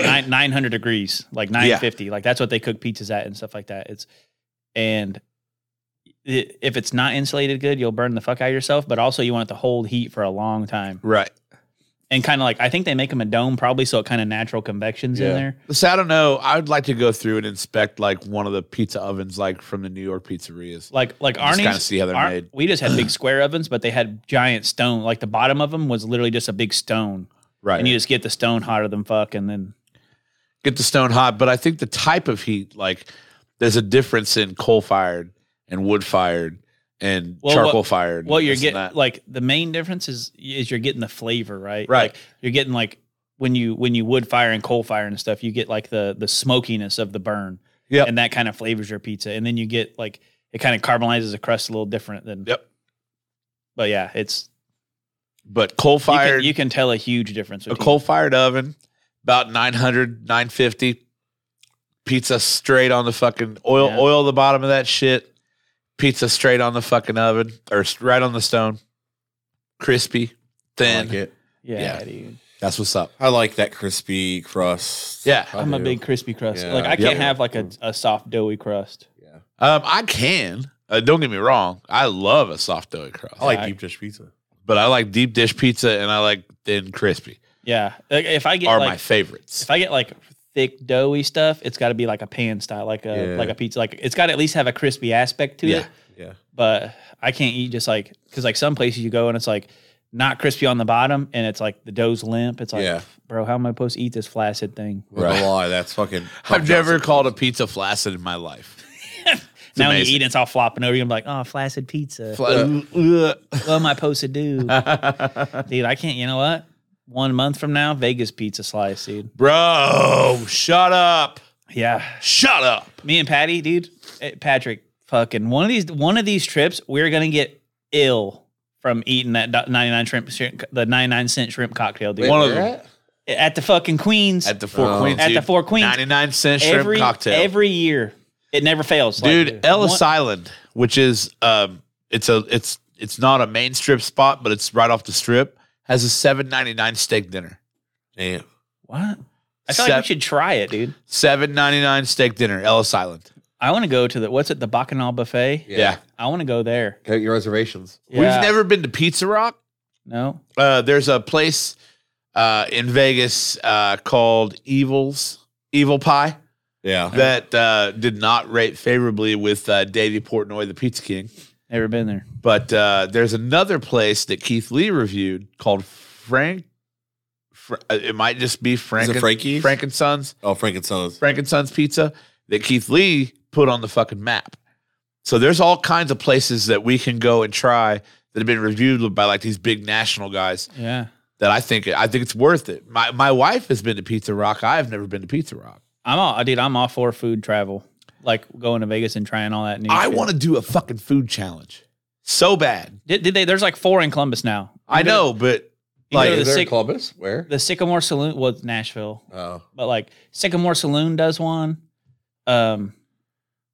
Speaker 3: nine nine hundred degrees, like nine fifty, like that's what they cook pizzas at and stuff like that. It's and i- if it's not insulated good, you'll burn the fuck out of yourself. But also, you want it to hold heat for a long time.
Speaker 1: Right.
Speaker 3: and kind of like I think they make them a dome probably so it kind of natural convections in
Speaker 2: Yeah.
Speaker 3: there.
Speaker 1: So I don't know. I would like to go through and inspect like one of the pizza ovens, like from the New York pizzerias.
Speaker 3: Like like
Speaker 1: Just
Speaker 3: Arnie's,
Speaker 1: kind of see how they're
Speaker 3: Ar-
Speaker 1: made.
Speaker 3: we just had big square ovens, but they had giant stone. Like the bottom of them was literally just a big stone,
Speaker 1: Right.
Speaker 3: and you just get the stone hotter than fuck, and then
Speaker 1: Get the stone hot, but I think the type of heat, like, there's a difference in coal fired and wood fired and
Speaker 3: Well, what-
Speaker 1: charcoal fired.
Speaker 3: well you're
Speaker 1: getting
Speaker 3: getting like the main difference is is you're getting the flavor right.
Speaker 1: Right.
Speaker 3: Like, you're getting like when you when you wood fire and coal fire and stuff, you get like the the smokiness of the burn,
Speaker 1: Yep.
Speaker 3: and that kind of flavors your pizza, and then you get like it kind of caramelizes the crust a little different than
Speaker 1: Yep.
Speaker 3: But yeah, it's
Speaker 1: But coal
Speaker 3: you can-
Speaker 1: fired,
Speaker 3: You can, tell a huge difference.
Speaker 1: a
Speaker 3: between-
Speaker 1: coal fired oven, about 900, 950. Pizza straight on the fucking oil,
Speaker 3: Yeah.
Speaker 1: oil the bottom of that shit. Pizza straight on the fucking oven or s- right on the stone. Crispy,
Speaker 2: I
Speaker 1: thin.
Speaker 2: like it.
Speaker 3: Yeah,
Speaker 1: Yeah.
Speaker 3: dude.
Speaker 1: That's what's up.
Speaker 2: I like that crispy crust.
Speaker 1: Yeah.
Speaker 2: I
Speaker 3: I'm a
Speaker 2: do.
Speaker 3: big crispy crust.
Speaker 2: Yeah.
Speaker 3: Like I
Speaker 2: Yep.
Speaker 3: can't have like a, a soft doughy crust.
Speaker 1: Um, I can. Uh, don't get me wrong. I love a soft doughy crust,
Speaker 2: I like
Speaker 3: I-
Speaker 2: deep dish pizza.
Speaker 1: but I like deep dish pizza and I like thin crispy
Speaker 3: Yeah. Like, if I get
Speaker 1: are my
Speaker 3: like
Speaker 1: favorites.
Speaker 3: if I get like thick doughy stuff, it's got to be like a pan style, like a
Speaker 2: Yeah.
Speaker 3: like a pizza. Like it's got to at least have a crispy aspect to
Speaker 1: Yeah.
Speaker 3: it.
Speaker 2: Yeah.
Speaker 3: But I can't eat just like because like some places you go and it's like not crispy on the bottom and it's like the dough's limp. It's like,
Speaker 2: Yeah.
Speaker 3: bro, how am I supposed to eat this flaccid thing?
Speaker 2: Not
Speaker 1: Right.
Speaker 2: gonna lie, that's fucking.
Speaker 1: I've never called a pizza flaccid in my life. It's
Speaker 3: now when you
Speaker 1: amazing.
Speaker 3: eat it, it's all flopping over. You're gonna be like, oh, flaccid pizza.
Speaker 1: Fla-
Speaker 3: what am I supposed to do, dude? I can't. You know what? One month from now, Vegas pizza slice, dude.
Speaker 1: Bro, shut up.
Speaker 3: Yeah,
Speaker 1: Shut up.
Speaker 3: me and Patty, dude, eh, Patrick, fucking one of these one of these trips, we're gonna get ill from eating that do- ninety nine shrimp, shrimp, the ninety nine cent shrimp cocktail, dude.
Speaker 1: One
Speaker 2: One
Speaker 1: of
Speaker 2: of
Speaker 1: them.
Speaker 2: them.
Speaker 3: at the fucking Queens
Speaker 1: At the Four
Speaker 2: Oh.
Speaker 1: Queens.
Speaker 3: At the
Speaker 1: dude.
Speaker 3: Four Queens.
Speaker 1: 99 cent shrimp
Speaker 3: every
Speaker 1: cocktail.
Speaker 3: every year. It never fails, Like,
Speaker 1: dude, Ellis
Speaker 3: one-
Speaker 1: Island, which is um it's a it's it's not a main strip spot, but it's right off the strip, has a 7.99 steak dinner.
Speaker 2: Damn.
Speaker 3: What? I feel like
Speaker 1: Sep-
Speaker 3: we should try it, dude.
Speaker 1: 7.99 steak dinner, Ellis Island.
Speaker 3: I want to go to the what's it, the Bacchanal buffet.
Speaker 1: Yeah.
Speaker 3: I want to go there.
Speaker 2: Get your reservations.
Speaker 3: Yeah.
Speaker 1: We've never been to Pizza Rock.
Speaker 3: no.
Speaker 1: Uh there's a place uh in Vegas uh called Evils Evil Pie
Speaker 5: Yeah.
Speaker 1: that uh did not rate favorably with uh Davey Portnoy the Pizza King.
Speaker 3: Never been there.
Speaker 1: But uh, there's another place that Keith Lee reviewed called Frank. Fr- uh, it might just be Frank.
Speaker 5: Is it Frankie's?
Speaker 1: Frank and Sons.
Speaker 5: Oh, Frank and Sons.
Speaker 1: Frank and Sons Pizza that Keith Lee put on the fucking map. So there's all kinds of places that we can go and try that have been reviewed by like these big national guys
Speaker 3: Yeah.
Speaker 1: that I think I think it's worth it. My my wife has been to Pizza Rock. I've never been to Pizza Rock.
Speaker 3: I'm all dude, I'm all for food travel. Like going to Vegas and trying all that new
Speaker 1: I
Speaker 3: shit.
Speaker 1: want to do a fucking food challenge so bad.
Speaker 3: Did, did they? There's like four in Columbus now.
Speaker 1: I know, but
Speaker 3: You
Speaker 1: like
Speaker 3: go to
Speaker 2: Is
Speaker 3: the,
Speaker 2: there
Speaker 3: Syc-
Speaker 2: Columbus? Where?
Speaker 3: the Sycamore Saloon was Nashville,
Speaker 2: Oh,
Speaker 3: but like Sycamore Saloon does one. Um,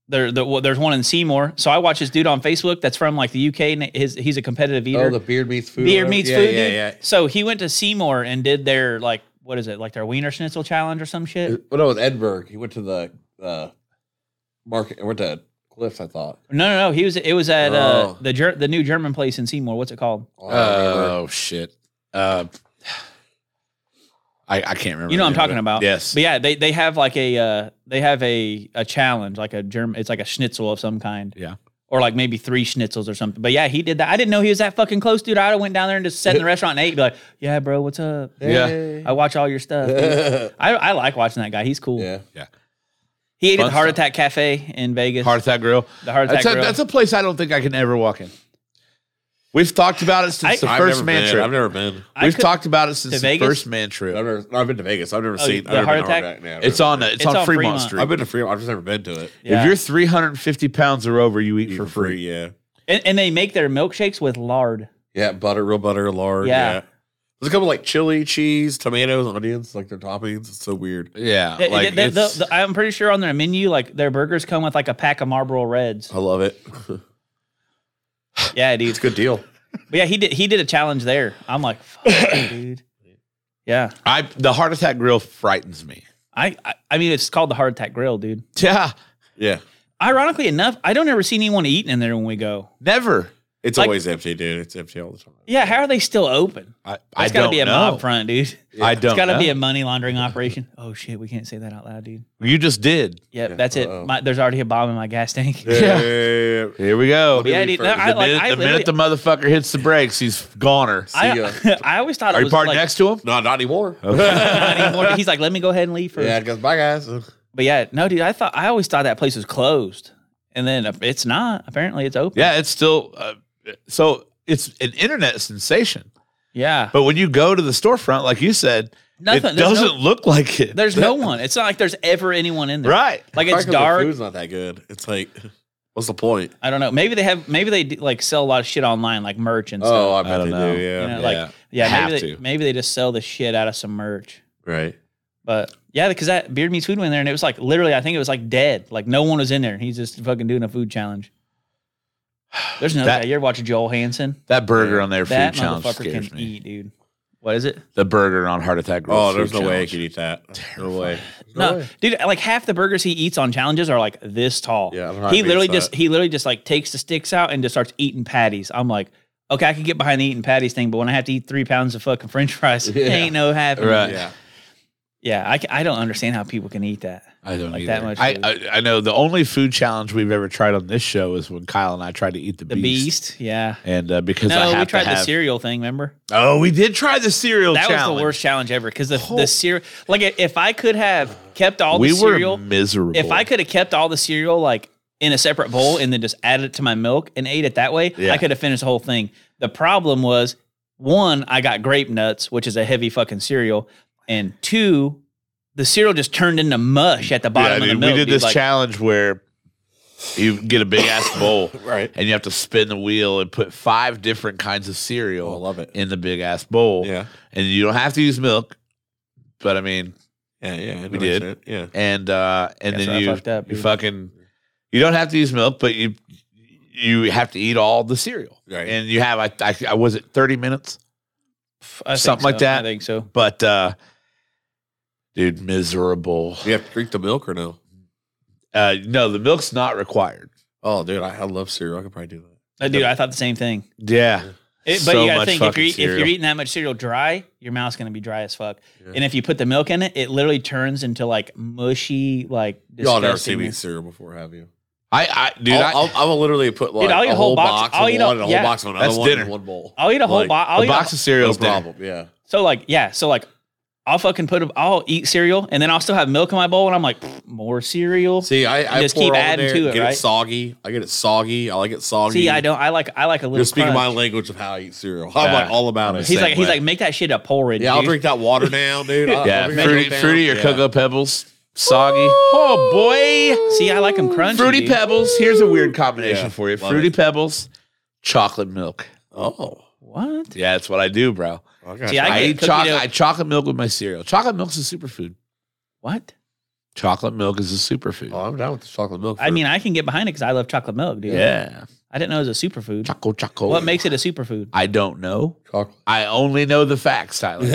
Speaker 3: there, the, well, there's one in Seymour. So I watch this dude on Facebook that's from like the UK. and His he's a competitive eater.
Speaker 2: oh, the beard meets food.
Speaker 3: Beer meets
Speaker 2: yeah,
Speaker 3: food.
Speaker 2: Yeah,
Speaker 3: dude.
Speaker 2: yeah.
Speaker 3: So he went to Seymour and did their like what is it like their Wiener Schnitzel challenge or some shit.
Speaker 2: Well, no, it was Edinburgh. He went to the uh, market. Went to Cliffs, I thought.
Speaker 3: No, no, no. He was it was at uh,
Speaker 2: Oh.
Speaker 3: the Ger- the new German place in Seymour. What's it called?
Speaker 2: Oh,
Speaker 1: Oh shit. Uh, I, I can't remember.
Speaker 3: You know
Speaker 1: the name
Speaker 3: what I'm
Speaker 1: of
Speaker 3: talking
Speaker 1: it.
Speaker 3: about.
Speaker 1: Yes.
Speaker 3: But yeah, they they have like a uh, they have a a challenge, like a germ it's like a schnitzel of some kind.
Speaker 1: Yeah.
Speaker 3: Or like maybe three schnitzels or something. But yeah, he did that. I didn't know he was that fucking close, dude. I'd have went down there and just sat in the restaurant and ate, be like, Yeah, bro, what's up?
Speaker 2: yeah.
Speaker 3: I watch all your stuff. dude."
Speaker 2: yeah.
Speaker 3: I, I like watching that guy. He's cool.
Speaker 2: yeah.
Speaker 3: He ate at
Speaker 1: Fun
Speaker 3: the Heart
Speaker 1: stuff.
Speaker 3: Attack Cafe in Vegas.
Speaker 1: Heart Attack Grill.
Speaker 3: the Heart Attack
Speaker 1: That's a,
Speaker 3: Grill.
Speaker 1: that's a place I don't think I can ever walk in. We've talked about it since
Speaker 3: I-
Speaker 1: the
Speaker 5: I've
Speaker 1: first
Speaker 5: never
Speaker 1: man
Speaker 5: been.
Speaker 1: trip.
Speaker 5: I've never been.
Speaker 3: I
Speaker 1: We've
Speaker 3: could-
Speaker 1: talked about it since
Speaker 3: To
Speaker 1: the
Speaker 3: Vegas?
Speaker 1: first man trip.
Speaker 2: I've never, no, I've been to Vegas. I've never
Speaker 3: Oh,
Speaker 2: seen.
Speaker 3: the
Speaker 2: I've never
Speaker 3: heart
Speaker 2: been to
Speaker 3: attack?
Speaker 2: Attack, yeah, I've
Speaker 1: It's
Speaker 2: never
Speaker 1: on
Speaker 2: been.
Speaker 1: it's,
Speaker 3: It's
Speaker 1: on,
Speaker 3: on
Speaker 1: Fremont,
Speaker 3: Fremont.
Speaker 1: Street.
Speaker 5: I've been to Fremont. I've just never been to it.
Speaker 3: yeah.
Speaker 1: If you're 350 pounds or over, you eat
Speaker 5: Eat
Speaker 1: for free.
Speaker 5: yeah.
Speaker 3: and, and they make their milkshakes with lard.
Speaker 2: Yeah, butter, real butter, lard.
Speaker 3: Yeah.
Speaker 2: Yeah.
Speaker 5: There's a couple like chili, cheese, tomatoes, onions, like their toppings. It's so weird.
Speaker 1: Yeah,
Speaker 3: They-
Speaker 1: like
Speaker 3: they- they-
Speaker 1: it's-
Speaker 3: the- the- I'm pretty sure on their menu, like their burgers come with like a pack of Marlboro Reds.
Speaker 5: I love it.
Speaker 3: Yeah, dude.
Speaker 5: It's a good deal.
Speaker 3: But yeah, he did. He did a challenge there. I'm like, fuck, dude. Yeah,
Speaker 1: I the Heart Attack Grill frightens me.
Speaker 3: I, I I mean, it's called the Hard Tack Grill, dude.
Speaker 1: Yeah,
Speaker 5: Yeah.
Speaker 3: Ironically enough, I don't ever see anyone eating in there when we go.
Speaker 1: never.
Speaker 5: It's
Speaker 3: Like-
Speaker 5: always empty, dude. It's empty all the time.
Speaker 3: Yeah, how are they still open?
Speaker 1: I, I
Speaker 3: It's got to
Speaker 1: don't
Speaker 3: be a
Speaker 1: know.
Speaker 3: mob front, dude.
Speaker 1: I don't.
Speaker 3: It's got to
Speaker 1: know.
Speaker 3: be a money laundering operation. Oh shit, we can't say that out loud, dude.
Speaker 1: you just did.
Speaker 3: Yep, that's it.
Speaker 2: uh-oh.
Speaker 3: My, there's already a bomb in my gas tank.
Speaker 1: Yeah.
Speaker 5: yeah.
Speaker 1: Here we go.
Speaker 3: Yeah, dude. no, I,
Speaker 1: the
Speaker 3: like,
Speaker 1: minute,
Speaker 3: I
Speaker 1: the, minute the
Speaker 3: literally-
Speaker 1: motherfucker hits the brakes, he's goner.
Speaker 3: I, I always thought
Speaker 1: Are
Speaker 3: it
Speaker 1: you
Speaker 3: was
Speaker 1: parked
Speaker 3: like,
Speaker 1: next to him?
Speaker 5: No, not anymore.
Speaker 3: not anymore. He's like, let me go ahead and leave first.
Speaker 2: Yeah, it goes, bye, guys.
Speaker 3: But yeah, no, dude, I thought I always thought that place was closed, and then uh, it's not. Apparently, it's open.
Speaker 1: Yeah, it's still. Uh, so it's an internet sensation.
Speaker 3: yeah.
Speaker 1: But when you go to the storefront, like you said,
Speaker 3: Nothing.
Speaker 1: it
Speaker 3: there's
Speaker 1: doesn't
Speaker 3: No,
Speaker 1: look like it.
Speaker 3: there's no one. It's not like there's ever anyone in there.
Speaker 1: Right.
Speaker 3: Like
Speaker 2: Probably
Speaker 3: it's
Speaker 2: 'cause The
Speaker 3: dark.
Speaker 2: food's not that good.
Speaker 5: It's like, what's the point?
Speaker 3: I don't know. Maybe they have. Maybe they do, like sell a lot of shit online, like merch and
Speaker 5: Oh,
Speaker 3: stuff.
Speaker 5: I bet
Speaker 1: don't
Speaker 5: they
Speaker 1: know.
Speaker 5: do.
Speaker 3: You
Speaker 5: Yeah.
Speaker 3: know,
Speaker 1: yeah.
Speaker 3: Like yeah,
Speaker 1: Have
Speaker 3: maybe they,
Speaker 1: to.
Speaker 3: maybe they just sell the shit out of some merch.
Speaker 5: Right.
Speaker 3: But yeah, because that beard meets food went there, and it was like literally, I think it was like dead. Like no one was in there. He's just fucking doing a food challenge. There's another
Speaker 1: That-
Speaker 3: guy. You ever watch Joel Hansen?
Speaker 1: That burger on their food
Speaker 3: That
Speaker 1: challenge
Speaker 3: motherfucker
Speaker 1: scares
Speaker 3: can
Speaker 1: me.
Speaker 3: eat, dude. What is it?
Speaker 1: The burger on Heart Attack. Grilled
Speaker 2: Oh, there's
Speaker 1: Food
Speaker 2: no way I
Speaker 1: Challenge.
Speaker 2: could eat that. No way.
Speaker 3: No, dude, like half the burgers he eats on challenges are like this tall.
Speaker 2: Yeah, I don't know how
Speaker 3: he
Speaker 2: he
Speaker 3: literally
Speaker 2: eats
Speaker 3: just
Speaker 2: that.
Speaker 3: he literally just like takes the sticks out and just starts eating patties. I'm like, okay, I can get behind the eating patties thing, but when I have to eat three pounds of fucking French fries,
Speaker 2: Yeah.
Speaker 3: it ain't no happening.
Speaker 1: Right.
Speaker 2: Yeah.
Speaker 3: Yeah, I, ca- I don't understand how people can eat that.
Speaker 1: I don't
Speaker 3: Like
Speaker 1: either.
Speaker 3: that much
Speaker 1: I,
Speaker 3: food.
Speaker 1: I I know the only food challenge we've ever tried on this show is when Kyle and I tried to eat the,
Speaker 3: The
Speaker 1: beast.
Speaker 3: beast, yeah.
Speaker 1: and uh, because I
Speaker 3: No,
Speaker 1: have
Speaker 3: we tried
Speaker 1: to have.
Speaker 3: the cereal thing. Remember
Speaker 1: oh, we did try the cereal
Speaker 3: that
Speaker 1: challenge.
Speaker 3: was the worst challenge ever because the, the cereal. Like i- if I could have kept all
Speaker 1: we
Speaker 3: the
Speaker 1: were
Speaker 3: cereal,
Speaker 1: miserable.
Speaker 3: if I could have kept all the cereal like in a separate bowl and then just added it to my milk and ate it that way,
Speaker 1: Yeah.
Speaker 3: I could have finished the whole thing. The problem was one, I got grape nuts, which is a heavy fucking cereal, and two, the cereal just turned into mush at the bottom
Speaker 1: yeah,
Speaker 3: of
Speaker 1: dude,
Speaker 3: the milk.
Speaker 1: we did
Speaker 3: dude,
Speaker 1: this
Speaker 3: like,
Speaker 1: challenge where you get a big ass bowl,
Speaker 2: Right.
Speaker 1: and you have to spin the wheel and put five different kinds of cereal.
Speaker 2: Oh, I love it.
Speaker 1: in the big ass bowl.
Speaker 2: Yeah.
Speaker 1: and you don't have to use milk, but I mean,
Speaker 2: Yeah. Yeah. I know
Speaker 1: We did.
Speaker 2: what you're saying.
Speaker 1: and uh, and
Speaker 3: That's
Speaker 1: then
Speaker 3: where I
Speaker 1: you
Speaker 3: fucked up,
Speaker 1: you
Speaker 3: dude.
Speaker 1: fucking you don't have to use milk, but you you have to eat all the cereal,
Speaker 2: Yeah. Right.
Speaker 1: and you have I I, I was it thirty minutes,
Speaker 3: I think
Speaker 1: something like
Speaker 3: so,
Speaker 1: that.
Speaker 3: I think so.
Speaker 1: but uh, dude, miserable.
Speaker 2: you have to drink the milk or no?
Speaker 1: Uh, no, the milk's not required.
Speaker 2: Oh, dude, I, I love cereal. I could probably do that.
Speaker 3: Uh, Dude, I thought the same thing.
Speaker 1: Yeah,
Speaker 3: It, but
Speaker 1: So
Speaker 3: you gotta
Speaker 1: much
Speaker 3: think if
Speaker 1: fucking
Speaker 3: you're, eat- if
Speaker 1: cereal.
Speaker 3: you're eating that much cereal dry, your mouth's gonna be dry as fuck.
Speaker 2: Yeah.
Speaker 3: And if you put the milk in it, it literally turns into like mushy, like
Speaker 2: Y'all never seen me eat
Speaker 3: disgustingness.
Speaker 2: cereal before, have you?
Speaker 1: I I dude, I,
Speaker 2: I'll, I'll, I will literally put like
Speaker 3: Dude, I'll eat
Speaker 2: a whole box,
Speaker 3: I'll
Speaker 2: of
Speaker 3: eat
Speaker 2: one
Speaker 3: a-
Speaker 2: and a
Speaker 3: yeah.
Speaker 2: whole box of another
Speaker 1: That's
Speaker 2: one
Speaker 1: dinner.
Speaker 2: in one bowl.
Speaker 3: I'll eat a whole
Speaker 2: Like,
Speaker 3: box. I'll
Speaker 1: the
Speaker 3: eat a-
Speaker 1: box of
Speaker 2: No
Speaker 1: cereal
Speaker 2: problem. Yeah.
Speaker 3: So like, yeah. So like, I'll fucking put. A, I'll eat cereal, and then I'll still have milk in my bowl, and I'm like, "Pfft, more cereal. See,
Speaker 2: See, I, I
Speaker 3: Just
Speaker 2: pour
Speaker 3: keep
Speaker 2: it all in
Speaker 3: adding
Speaker 2: there,
Speaker 3: to it,
Speaker 2: Get
Speaker 3: right?
Speaker 2: it soggy. I get it soggy. I like it soggy.
Speaker 3: I don't. I like. I like a little.
Speaker 2: You're speaking my
Speaker 3: crunch.
Speaker 2: language of how I eat cereal. I'm
Speaker 1: Yeah.
Speaker 2: like all about it.
Speaker 3: He's like. He's
Speaker 1: way.
Speaker 3: like. Make that shit a porridge.
Speaker 2: yeah, I'll
Speaker 3: dude."
Speaker 2: drink that water down, dude. I'll- I'll
Speaker 1: Yeah,
Speaker 2: drink that
Speaker 1: fruity,
Speaker 2: shit down.
Speaker 1: fruity or
Speaker 2: Yeah.
Speaker 1: cocoa pebbles, soggy. Oh boy,
Speaker 3: See, I like them crunchy.
Speaker 1: fruity
Speaker 3: dude.
Speaker 1: pebbles. Here's a weird combination
Speaker 2: Yeah,
Speaker 1: for you:
Speaker 2: love
Speaker 1: fruity
Speaker 2: it.
Speaker 1: pebbles, chocolate milk.
Speaker 2: Oh,
Speaker 3: What?
Speaker 1: Yeah, that's what I do, bro.
Speaker 2: I got
Speaker 3: See, I
Speaker 1: I,
Speaker 3: get
Speaker 1: eat
Speaker 3: cookie
Speaker 1: chocolate.
Speaker 3: dough-
Speaker 1: I chocolate milk with my cereal. Chocolate milk's a superfood.
Speaker 3: What?
Speaker 1: Chocolate milk is a superfood.
Speaker 2: Oh, I'm down with the chocolate milk.
Speaker 3: I mean, I can get behind it because I love chocolate milk, dude.
Speaker 1: yeah,
Speaker 3: I didn't know it was a superfood.
Speaker 1: choco choco.
Speaker 3: What makes it a superfood?
Speaker 1: I don't know.
Speaker 2: chocolate.
Speaker 1: I only know the facts, Tyler.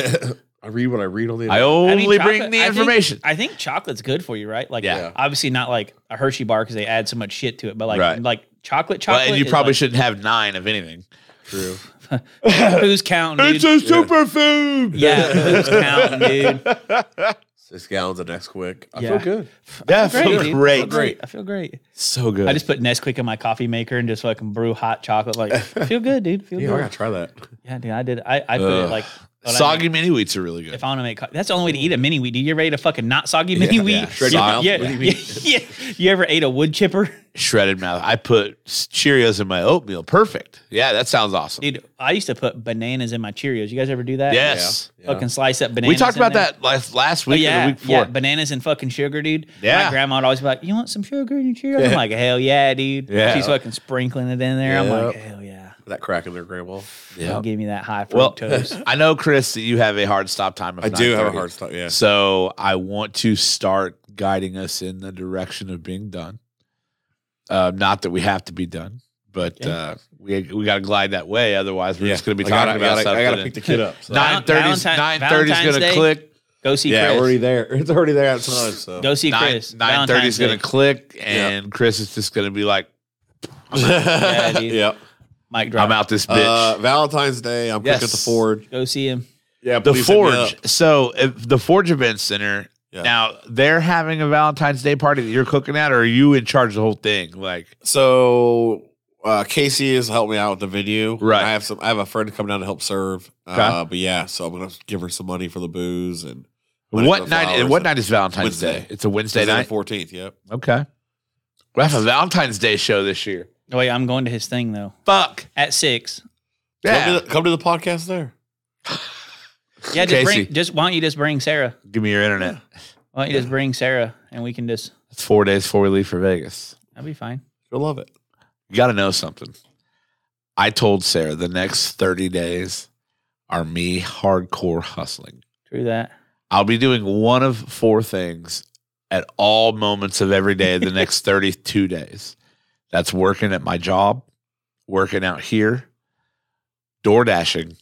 Speaker 2: I read what I read on the.
Speaker 1: I
Speaker 2: internet.
Speaker 1: only
Speaker 3: I mean,
Speaker 1: bring
Speaker 3: chocolate-
Speaker 1: the
Speaker 3: I think-
Speaker 1: information.
Speaker 3: I think chocolate's good for you, right? Like,
Speaker 1: Yeah.
Speaker 3: obviously not like a Hershey bar because they add so much shit to it, but like,
Speaker 1: Right.
Speaker 3: like chocolate,
Speaker 1: Well,
Speaker 3: chocolate.
Speaker 1: and you
Speaker 3: is,
Speaker 1: probably
Speaker 3: like-
Speaker 1: shouldn't have nine of anything.
Speaker 2: True.
Speaker 3: Who's counting?
Speaker 1: It's
Speaker 3: Dude?
Speaker 1: a superfood.
Speaker 3: yeah, who's counting, dude?
Speaker 2: Six gallons of Nesquik. I
Speaker 3: Yeah.
Speaker 2: feel good.
Speaker 1: Yeah,
Speaker 3: great,
Speaker 1: so
Speaker 3: dude.
Speaker 1: great.
Speaker 2: Great.
Speaker 3: I feel great.
Speaker 1: So good.
Speaker 3: I just put Nesquik in my coffee maker and just fucking brew hot chocolate. Like, I feel good, dude. Feel
Speaker 2: Yeah, I
Speaker 3: good.
Speaker 2: gotta try that.
Speaker 3: Yeah, dude. I did. I, I put
Speaker 1: Ugh.
Speaker 3: it like when I
Speaker 1: Soggy
Speaker 3: make-
Speaker 1: mini wheats are really good.
Speaker 3: if I want to make, co- that's the only way to eat a mini wheat. Dude, you ever ate a fucking not soggy mini wheat?
Speaker 1: yeah.
Speaker 2: Shred
Speaker 3: You-
Speaker 2: your mouth
Speaker 3: yeah,
Speaker 2: with
Speaker 3: yeah, yeah. You ever ate a wood chipper?
Speaker 1: Shredded mouth. I put Cheerios in my oatmeal. Perfect. Yeah, that sounds awesome.
Speaker 3: Dude, I used to put bananas in my Cheerios. You guys ever do that?
Speaker 1: yes.
Speaker 2: Yeah.
Speaker 3: Fucking slice up bananas.
Speaker 1: We talked
Speaker 3: in
Speaker 1: about
Speaker 3: there.
Speaker 1: that last, last
Speaker 3: Oh,
Speaker 1: week or
Speaker 3: yeah,
Speaker 1: the week before.
Speaker 3: yeah, bananas and fucking sugar, dude.
Speaker 1: Yeah.
Speaker 3: my grandma would always be like, "You want some sugar in your Cheerios?" I'm like, "Hell yeah, dude!"
Speaker 1: Yeah.
Speaker 3: she's fucking sprinkling it in there. I'm like,
Speaker 2: Yep.
Speaker 3: "Hell yeah!"
Speaker 2: That crack in there, Grandma.
Speaker 1: Yeah.
Speaker 3: Give me that high
Speaker 1: Well,
Speaker 3: fructose.
Speaker 1: I know, Chris, that you have a hard stop time. Of
Speaker 2: I do have a
Speaker 1: 9:30.
Speaker 2: hard stop. Yeah.
Speaker 1: So I want to start guiding us in the direction of being done. Uh, not that we have to be done, but
Speaker 3: Okay.
Speaker 1: uh, we we got to glide that way. Otherwise, we're
Speaker 2: Yeah.
Speaker 1: just going to be
Speaker 2: I gotta-
Speaker 1: talking about
Speaker 2: I gotta,
Speaker 1: stuff.
Speaker 2: I gotta
Speaker 1: that
Speaker 2: pick the kid up. so.
Speaker 1: Nine thirty's
Speaker 3: Valentine-
Speaker 1: nine thirty's
Speaker 3: Valentine's
Speaker 1: gonna
Speaker 3: Day.
Speaker 1: click.
Speaker 3: Go see
Speaker 2: yeah,
Speaker 3: Chris.
Speaker 2: already there. It's already there at time. So.
Speaker 3: Go see
Speaker 1: Nine
Speaker 3: Chris.
Speaker 1: nine thirty's
Speaker 3: Valentine's
Speaker 1: gonna
Speaker 3: Day.
Speaker 1: click, and Chris is just gonna be like,
Speaker 3: Yeah, dude.
Speaker 2: yeah.
Speaker 3: Mic drop.
Speaker 1: "I'm out this bitch."
Speaker 2: Uh, Valentine's Day. I'm
Speaker 1: Yes.
Speaker 2: cooking at the Forge.
Speaker 3: Go see him.
Speaker 2: Yeah,
Speaker 1: the
Speaker 2: please hit me up.
Speaker 1: Forge. So if the Forge Event Center.
Speaker 2: Yeah.
Speaker 1: Now they're having a Valentine's Day party that you're cooking at, or are you in charge of the whole thing? Like,
Speaker 2: So uh, Casey has helped me out with the video.
Speaker 1: Right.
Speaker 2: I have some. I have a friend come down to help serve. Uh,
Speaker 1: Okay.
Speaker 2: but yeah, so I'm gonna give her some money for the booze and money for
Speaker 1: what
Speaker 2: the
Speaker 1: night? And
Speaker 2: flowers.
Speaker 1: what night is Valentine's
Speaker 2: Wednesday.
Speaker 1: Day? It's a Wednesday
Speaker 2: It's on the
Speaker 1: night.
Speaker 2: 14th. Yep.
Speaker 1: Okay. We have a Valentine's Day show this year.
Speaker 3: Oh, wait, I'm going to his thing though
Speaker 1: Fuck.
Speaker 3: at six.
Speaker 1: Yeah.
Speaker 2: Come, to the, come to the podcast there.
Speaker 3: Yeah, just
Speaker 1: Casey.
Speaker 3: bring. Just why don't you just bring Sarah?
Speaker 1: Give me your internet.
Speaker 3: Why don't you just bring Sarah and we can just.
Speaker 1: It's four days before we leave for Vegas.
Speaker 3: That'll be fine.
Speaker 2: You'll love it.
Speaker 1: You got to know something. I told Sarah the next 30 days are me hardcore hustling.
Speaker 3: True that.
Speaker 1: I'll be doing one of four things at all moments of every day the next 32 days. That's working at my job, working out here, door dashing,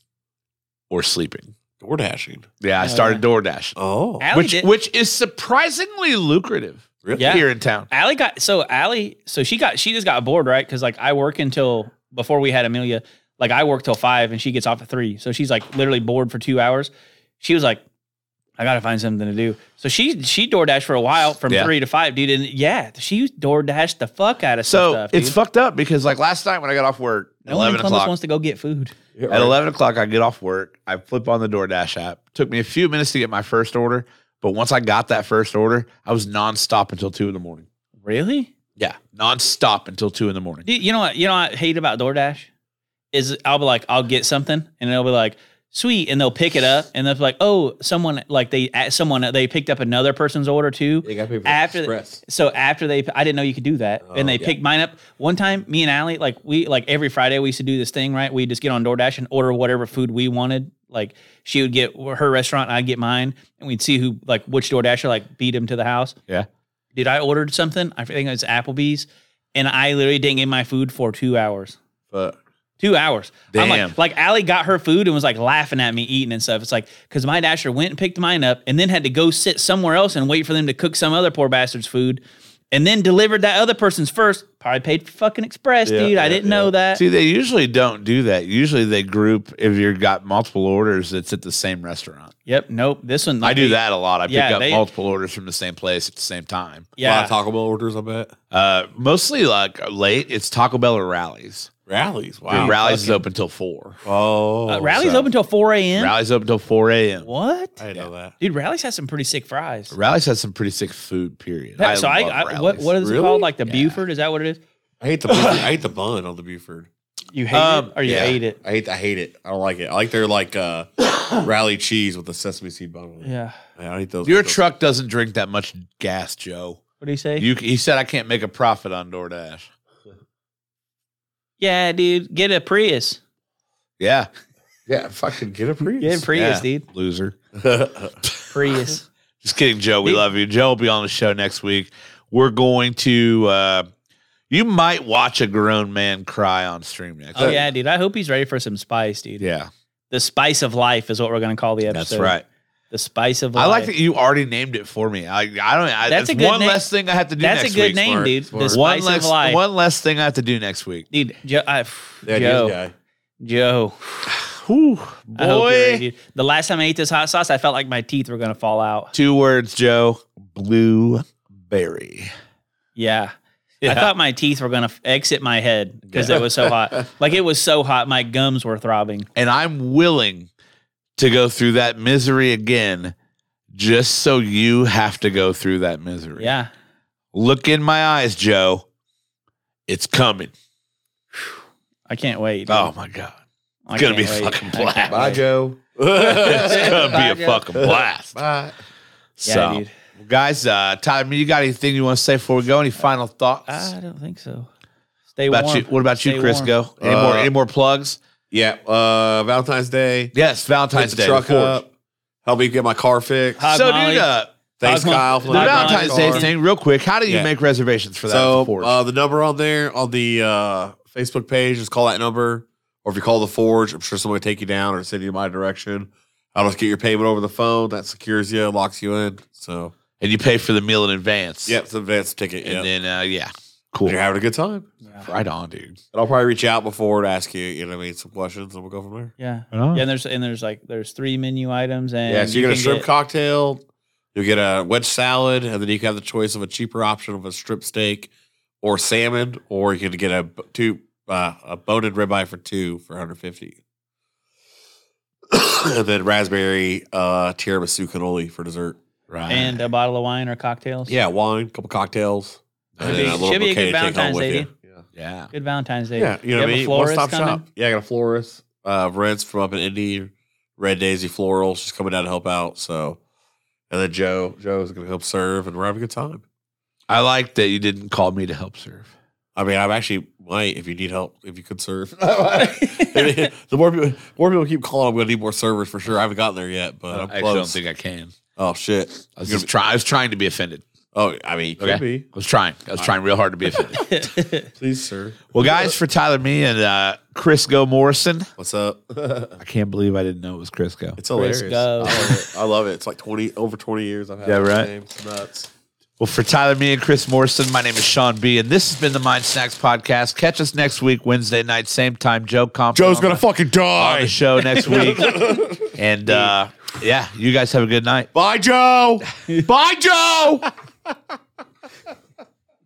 Speaker 1: or sleeping.
Speaker 2: Door dashing.
Speaker 1: Yeah, I started DoorDash,
Speaker 2: Oh.
Speaker 3: Allie
Speaker 1: which
Speaker 3: did,
Speaker 1: which is surprisingly lucrative
Speaker 2: Really?
Speaker 3: Yeah.
Speaker 1: here in town.
Speaker 3: Allie got so Allie, so she got she just got bored, right? Because like I work until before we had Amelia, like I work till five and she gets off at three, so she's like literally bored for two hours. She was like, I gotta find something to do. So she she DoorDash for a while from
Speaker 1: Yeah.
Speaker 3: three to five, dude. And yeah, she DoorDash the fuck out of
Speaker 1: So
Speaker 3: some stuff.
Speaker 1: it's
Speaker 3: dude.
Speaker 1: fucked up because like last night when I got off work,
Speaker 3: no one in
Speaker 1: eleven
Speaker 3: Columbus
Speaker 1: o'clock.
Speaker 3: wants to go get food.
Speaker 1: At 11 o'clock, I get off work. I flip on the DoorDash app. Took me a few minutes to get my first order, but once I got that first order, I was nonstop until two in the morning.
Speaker 3: Really?
Speaker 1: Yeah, nonstop until two in the morning.
Speaker 3: Dude, you know what? You know what I hate about DoorDash is I'll be like, I'll get something, and they'll be like, sweet, and they'll pick it up, and they'll be like, oh, someone like they at someone they picked up another person's order too.
Speaker 6: You got to pay for
Speaker 3: After the-
Speaker 6: express.
Speaker 3: So after they, I didn't know you could do that, and they
Speaker 6: yeah.
Speaker 3: picked mine up. One time, me and Allie, like we, like every Friday, we used to do this thing, right? We just get on DoorDash and order whatever food we wanted. Like she would get her restaurant, and I'd get mine, and we'd see who, like, which DoorDasher like beat him to the house.
Speaker 1: Yeah.
Speaker 3: Dude, I ordered something. I think it was Applebee's, and I literally didn't get my food for two hours.
Speaker 6: But
Speaker 3: Two hours. I'm
Speaker 1: Damn.
Speaker 3: like, like Allie got her food and was like laughing at me eating and stuff. It's like because my dasher went and picked mine up and then had to go sit somewhere else and wait for them to cook some other poor bastard's food, and then delivered that other person's first. Probably paid for fucking express, dude. I didn't know that.
Speaker 1: See, they usually don't do that. Usually they group if you've got multiple orders, it's at the same restaurant.
Speaker 3: yep. Nope. This one.
Speaker 1: I
Speaker 3: like,
Speaker 1: do
Speaker 3: they-
Speaker 1: that a lot. I pick
Speaker 3: Yeah,
Speaker 1: up
Speaker 3: they-
Speaker 1: multiple orders from the same place at the same time.
Speaker 2: A lot
Speaker 3: Yeah.
Speaker 2: of Taco Bell orders, I bet.
Speaker 1: Uh, mostly like late, it's Taco Bell or Rallies.
Speaker 2: Rallies.
Speaker 1: Dude,
Speaker 2: Wow.
Speaker 1: Rallies is open till four.
Speaker 2: oh.
Speaker 3: Uh, Rally's
Speaker 1: so-
Speaker 3: open till four a.m.
Speaker 1: Rallies open till four a.m.
Speaker 3: what?
Speaker 2: I didn't know that.
Speaker 3: Dude, Rally's has some pretty sick fries.
Speaker 1: Rallies has some pretty sick food. Period.
Speaker 3: so I,
Speaker 1: love
Speaker 3: I what
Speaker 1: Rallies.
Speaker 3: what is it
Speaker 2: Really?
Speaker 3: called? Like the Buford? Is that what it is?
Speaker 2: I hate the bun. I hate the bun on the Buford.
Speaker 3: You hate
Speaker 1: Um,
Speaker 3: it or you
Speaker 1: yeah.
Speaker 3: hate it?
Speaker 2: I hate I hate it. I don't like it. I like their like uh rally cheese with the sesame seed bun. on it.
Speaker 3: Yeah.
Speaker 2: I don't eat those.
Speaker 1: Your
Speaker 2: those-
Speaker 1: truck doesn't drink that much gas, Joe.
Speaker 3: What do you say?
Speaker 1: You he said I can't make a profit on DoorDash.
Speaker 3: yeah, dude. Get a Prius.
Speaker 1: Yeah,
Speaker 6: yeah, fucking get a Prius.
Speaker 3: Yeah, Prius,
Speaker 1: Yeah.
Speaker 3: dude.
Speaker 1: loser.
Speaker 3: Prius.
Speaker 1: Just kidding, Joe. We
Speaker 3: Dude.
Speaker 1: love you. Joe will be on the show next week. We're going to. Uh, you might watch a grown man cry on stream next.
Speaker 3: oh
Speaker 1: week.
Speaker 3: yeah, dude. I hope he's ready for some spice, dude.
Speaker 1: yeah,
Speaker 3: The spice of life is what we're gonna call the episode.
Speaker 1: that's right.
Speaker 3: The spice of life.
Speaker 1: I like that you already named it for me. I I don't. I,
Speaker 3: That's
Speaker 1: that's
Speaker 3: a good
Speaker 1: one
Speaker 3: name.
Speaker 1: less thing I have to do.
Speaker 3: That's
Speaker 1: next
Speaker 3: a good
Speaker 1: week.
Speaker 3: name,
Speaker 2: smart,
Speaker 3: dude. The
Speaker 2: smart.
Speaker 1: One
Speaker 3: spice
Speaker 1: less,
Speaker 3: of life,
Speaker 1: one less thing I have to do next week.
Speaker 3: dude. Joe, I,
Speaker 2: The ideas
Speaker 3: Joe,
Speaker 2: guy.
Speaker 3: Joe.
Speaker 1: Whew,
Speaker 3: I hope you're ready,
Speaker 1: boy.
Speaker 3: dude. The last time I ate this hot sauce, I felt like my teeth were gonna fall out.
Speaker 1: Two words, Joe. Blueberry.
Speaker 3: Yeah. I
Speaker 1: Yeah.
Speaker 3: thought my teeth were gonna f- exit my head because it was so hot. Like it was so hot, my gums were throbbing.
Speaker 1: and I'm willing to go through that misery again just so you have to go through that misery.
Speaker 3: Yeah.
Speaker 1: Look in my eyes, Joe. It's coming.
Speaker 3: I can't wait. dude.
Speaker 1: Oh my God.
Speaker 3: I
Speaker 1: it's gonna
Speaker 3: can't
Speaker 1: be
Speaker 3: wait.
Speaker 1: fucking
Speaker 3: I can't
Speaker 1: black.
Speaker 6: Bye,
Speaker 3: wait.
Speaker 6: Joe.
Speaker 1: It's gonna
Speaker 3: Bye,
Speaker 1: be a
Speaker 3: Joe.
Speaker 1: fucking blast.
Speaker 6: Bye.
Speaker 3: Yeah,
Speaker 1: so,
Speaker 3: dude.
Speaker 1: guys, uh, Tyler, you got anything you want to say before we go? Any final thoughts?
Speaker 3: I don't think so. Stay
Speaker 1: about
Speaker 3: Uh, warm.
Speaker 1: you? What about you,
Speaker 3: Stay
Speaker 1: Chris?
Speaker 3: warm.
Speaker 1: Go. Any more?
Speaker 2: Uh,
Speaker 1: Any more plugs?
Speaker 2: Yeah. Uh Valentine's Day.
Speaker 1: Yes, Valentine's
Speaker 2: Hit the
Speaker 1: Day.
Speaker 2: truck
Speaker 1: the fourth.
Speaker 2: up. Help me get my car fixed.
Speaker 3: Hot
Speaker 1: So,
Speaker 3: Molly.
Speaker 1: dude, uh,
Speaker 2: Thanks,
Speaker 3: Hot
Speaker 2: Kyle. for
Speaker 1: the
Speaker 3: Hot
Speaker 2: letting me
Speaker 3: Molly.
Speaker 1: Valentine's
Speaker 2: borrow
Speaker 1: Day
Speaker 2: your car.
Speaker 1: thing, real quick. How do you
Speaker 2: Yeah.
Speaker 1: make reservations for that?
Speaker 2: So
Speaker 1: at the Forge?
Speaker 2: uh, the number on there on the uh, Facebook page, just call that number, or if you call the Forge, I'm sure someone will take you down or send you my direction. I'll just get your payment over the phone. That secures you, locks you in. So
Speaker 1: and you pay for the meal in advance.
Speaker 2: yeah, it's an advanced ticket.
Speaker 1: And
Speaker 2: Yeah,
Speaker 1: then uh, yeah, cool.
Speaker 2: you're having a good time.
Speaker 1: Right on, dude.
Speaker 2: And I'll probably reach out before to ask you, you know, what I mean, some questions, and we'll go from there.
Speaker 3: Yeah.
Speaker 1: Oh.
Speaker 3: Yeah, and there's and there's like there's three menu items and
Speaker 2: yeah, so you get a
Speaker 3: can
Speaker 2: shrimp
Speaker 3: get-
Speaker 2: cocktail, you'll get a wedge salad, and then you can have the choice of a cheaper option of a strip steak or salmon, or you can get a b- two uh, a boned ribeye for two for 150. and then raspberry uh, tiramisu cannoli for dessert.
Speaker 1: Right.
Speaker 3: and uh, a bottle of wine or cocktails.
Speaker 2: Yeah, wine, couple cocktails, and
Speaker 1: Should
Speaker 2: then
Speaker 1: be-
Speaker 2: a little
Speaker 3: should be a
Speaker 2: bouquet
Speaker 3: good
Speaker 2: to take home
Speaker 3: Valentine's
Speaker 2: with
Speaker 3: Day,
Speaker 2: you.
Speaker 3: dude.
Speaker 2: Yeah.
Speaker 1: yeah.
Speaker 3: Good Valentine's Day.
Speaker 2: Yeah, you know what
Speaker 3: You
Speaker 2: I
Speaker 3: have a
Speaker 2: mean. One stop
Speaker 3: florist coming?
Speaker 2: shop. Yeah, I got a florist. Uh, Rent's from up in Indy. Red Daisy Floral. She's coming down to help out. So, and then Joe, Joe is going to help serve, and we're having a good time.
Speaker 1: I like that you didn't call me to help serve.
Speaker 2: I mean, I'm actually might if you need help if you could serve. the more people, more people keep calling. I'm going to need more servers for sure. I haven't gotten there yet, but I'm
Speaker 1: I actually
Speaker 2: close.
Speaker 1: don't think I can.
Speaker 2: oh shit!
Speaker 1: I was just try- I was trying to be offended.
Speaker 2: Oh, I mean, it could
Speaker 1: Okay.
Speaker 2: be.
Speaker 1: I was trying. I was trying real hard to be offended.
Speaker 2: Please, sir.
Speaker 1: well, guys, for Tyler Me and uh, Chris Go Morrison,
Speaker 2: What's up?
Speaker 1: I can't believe I didn't know it was Chris Go.
Speaker 2: It's hilarious.
Speaker 3: go.
Speaker 2: I love it. I love it. It's like twenty over twenty years. I've had
Speaker 1: Yeah,
Speaker 2: this
Speaker 1: right.
Speaker 2: name. It's nuts.
Speaker 1: Well, for Tyler, me, and Chris Morrison, my name is Sean B, and this has been the Mind Snacks podcast. Catch us next week, Wednesday night, same time. Joe Comp.
Speaker 2: fucking
Speaker 1: on
Speaker 2: die.
Speaker 1: the show next week, and uh, yeah, you guys have a good night.
Speaker 2: Bye, Joe. Bye, Joe.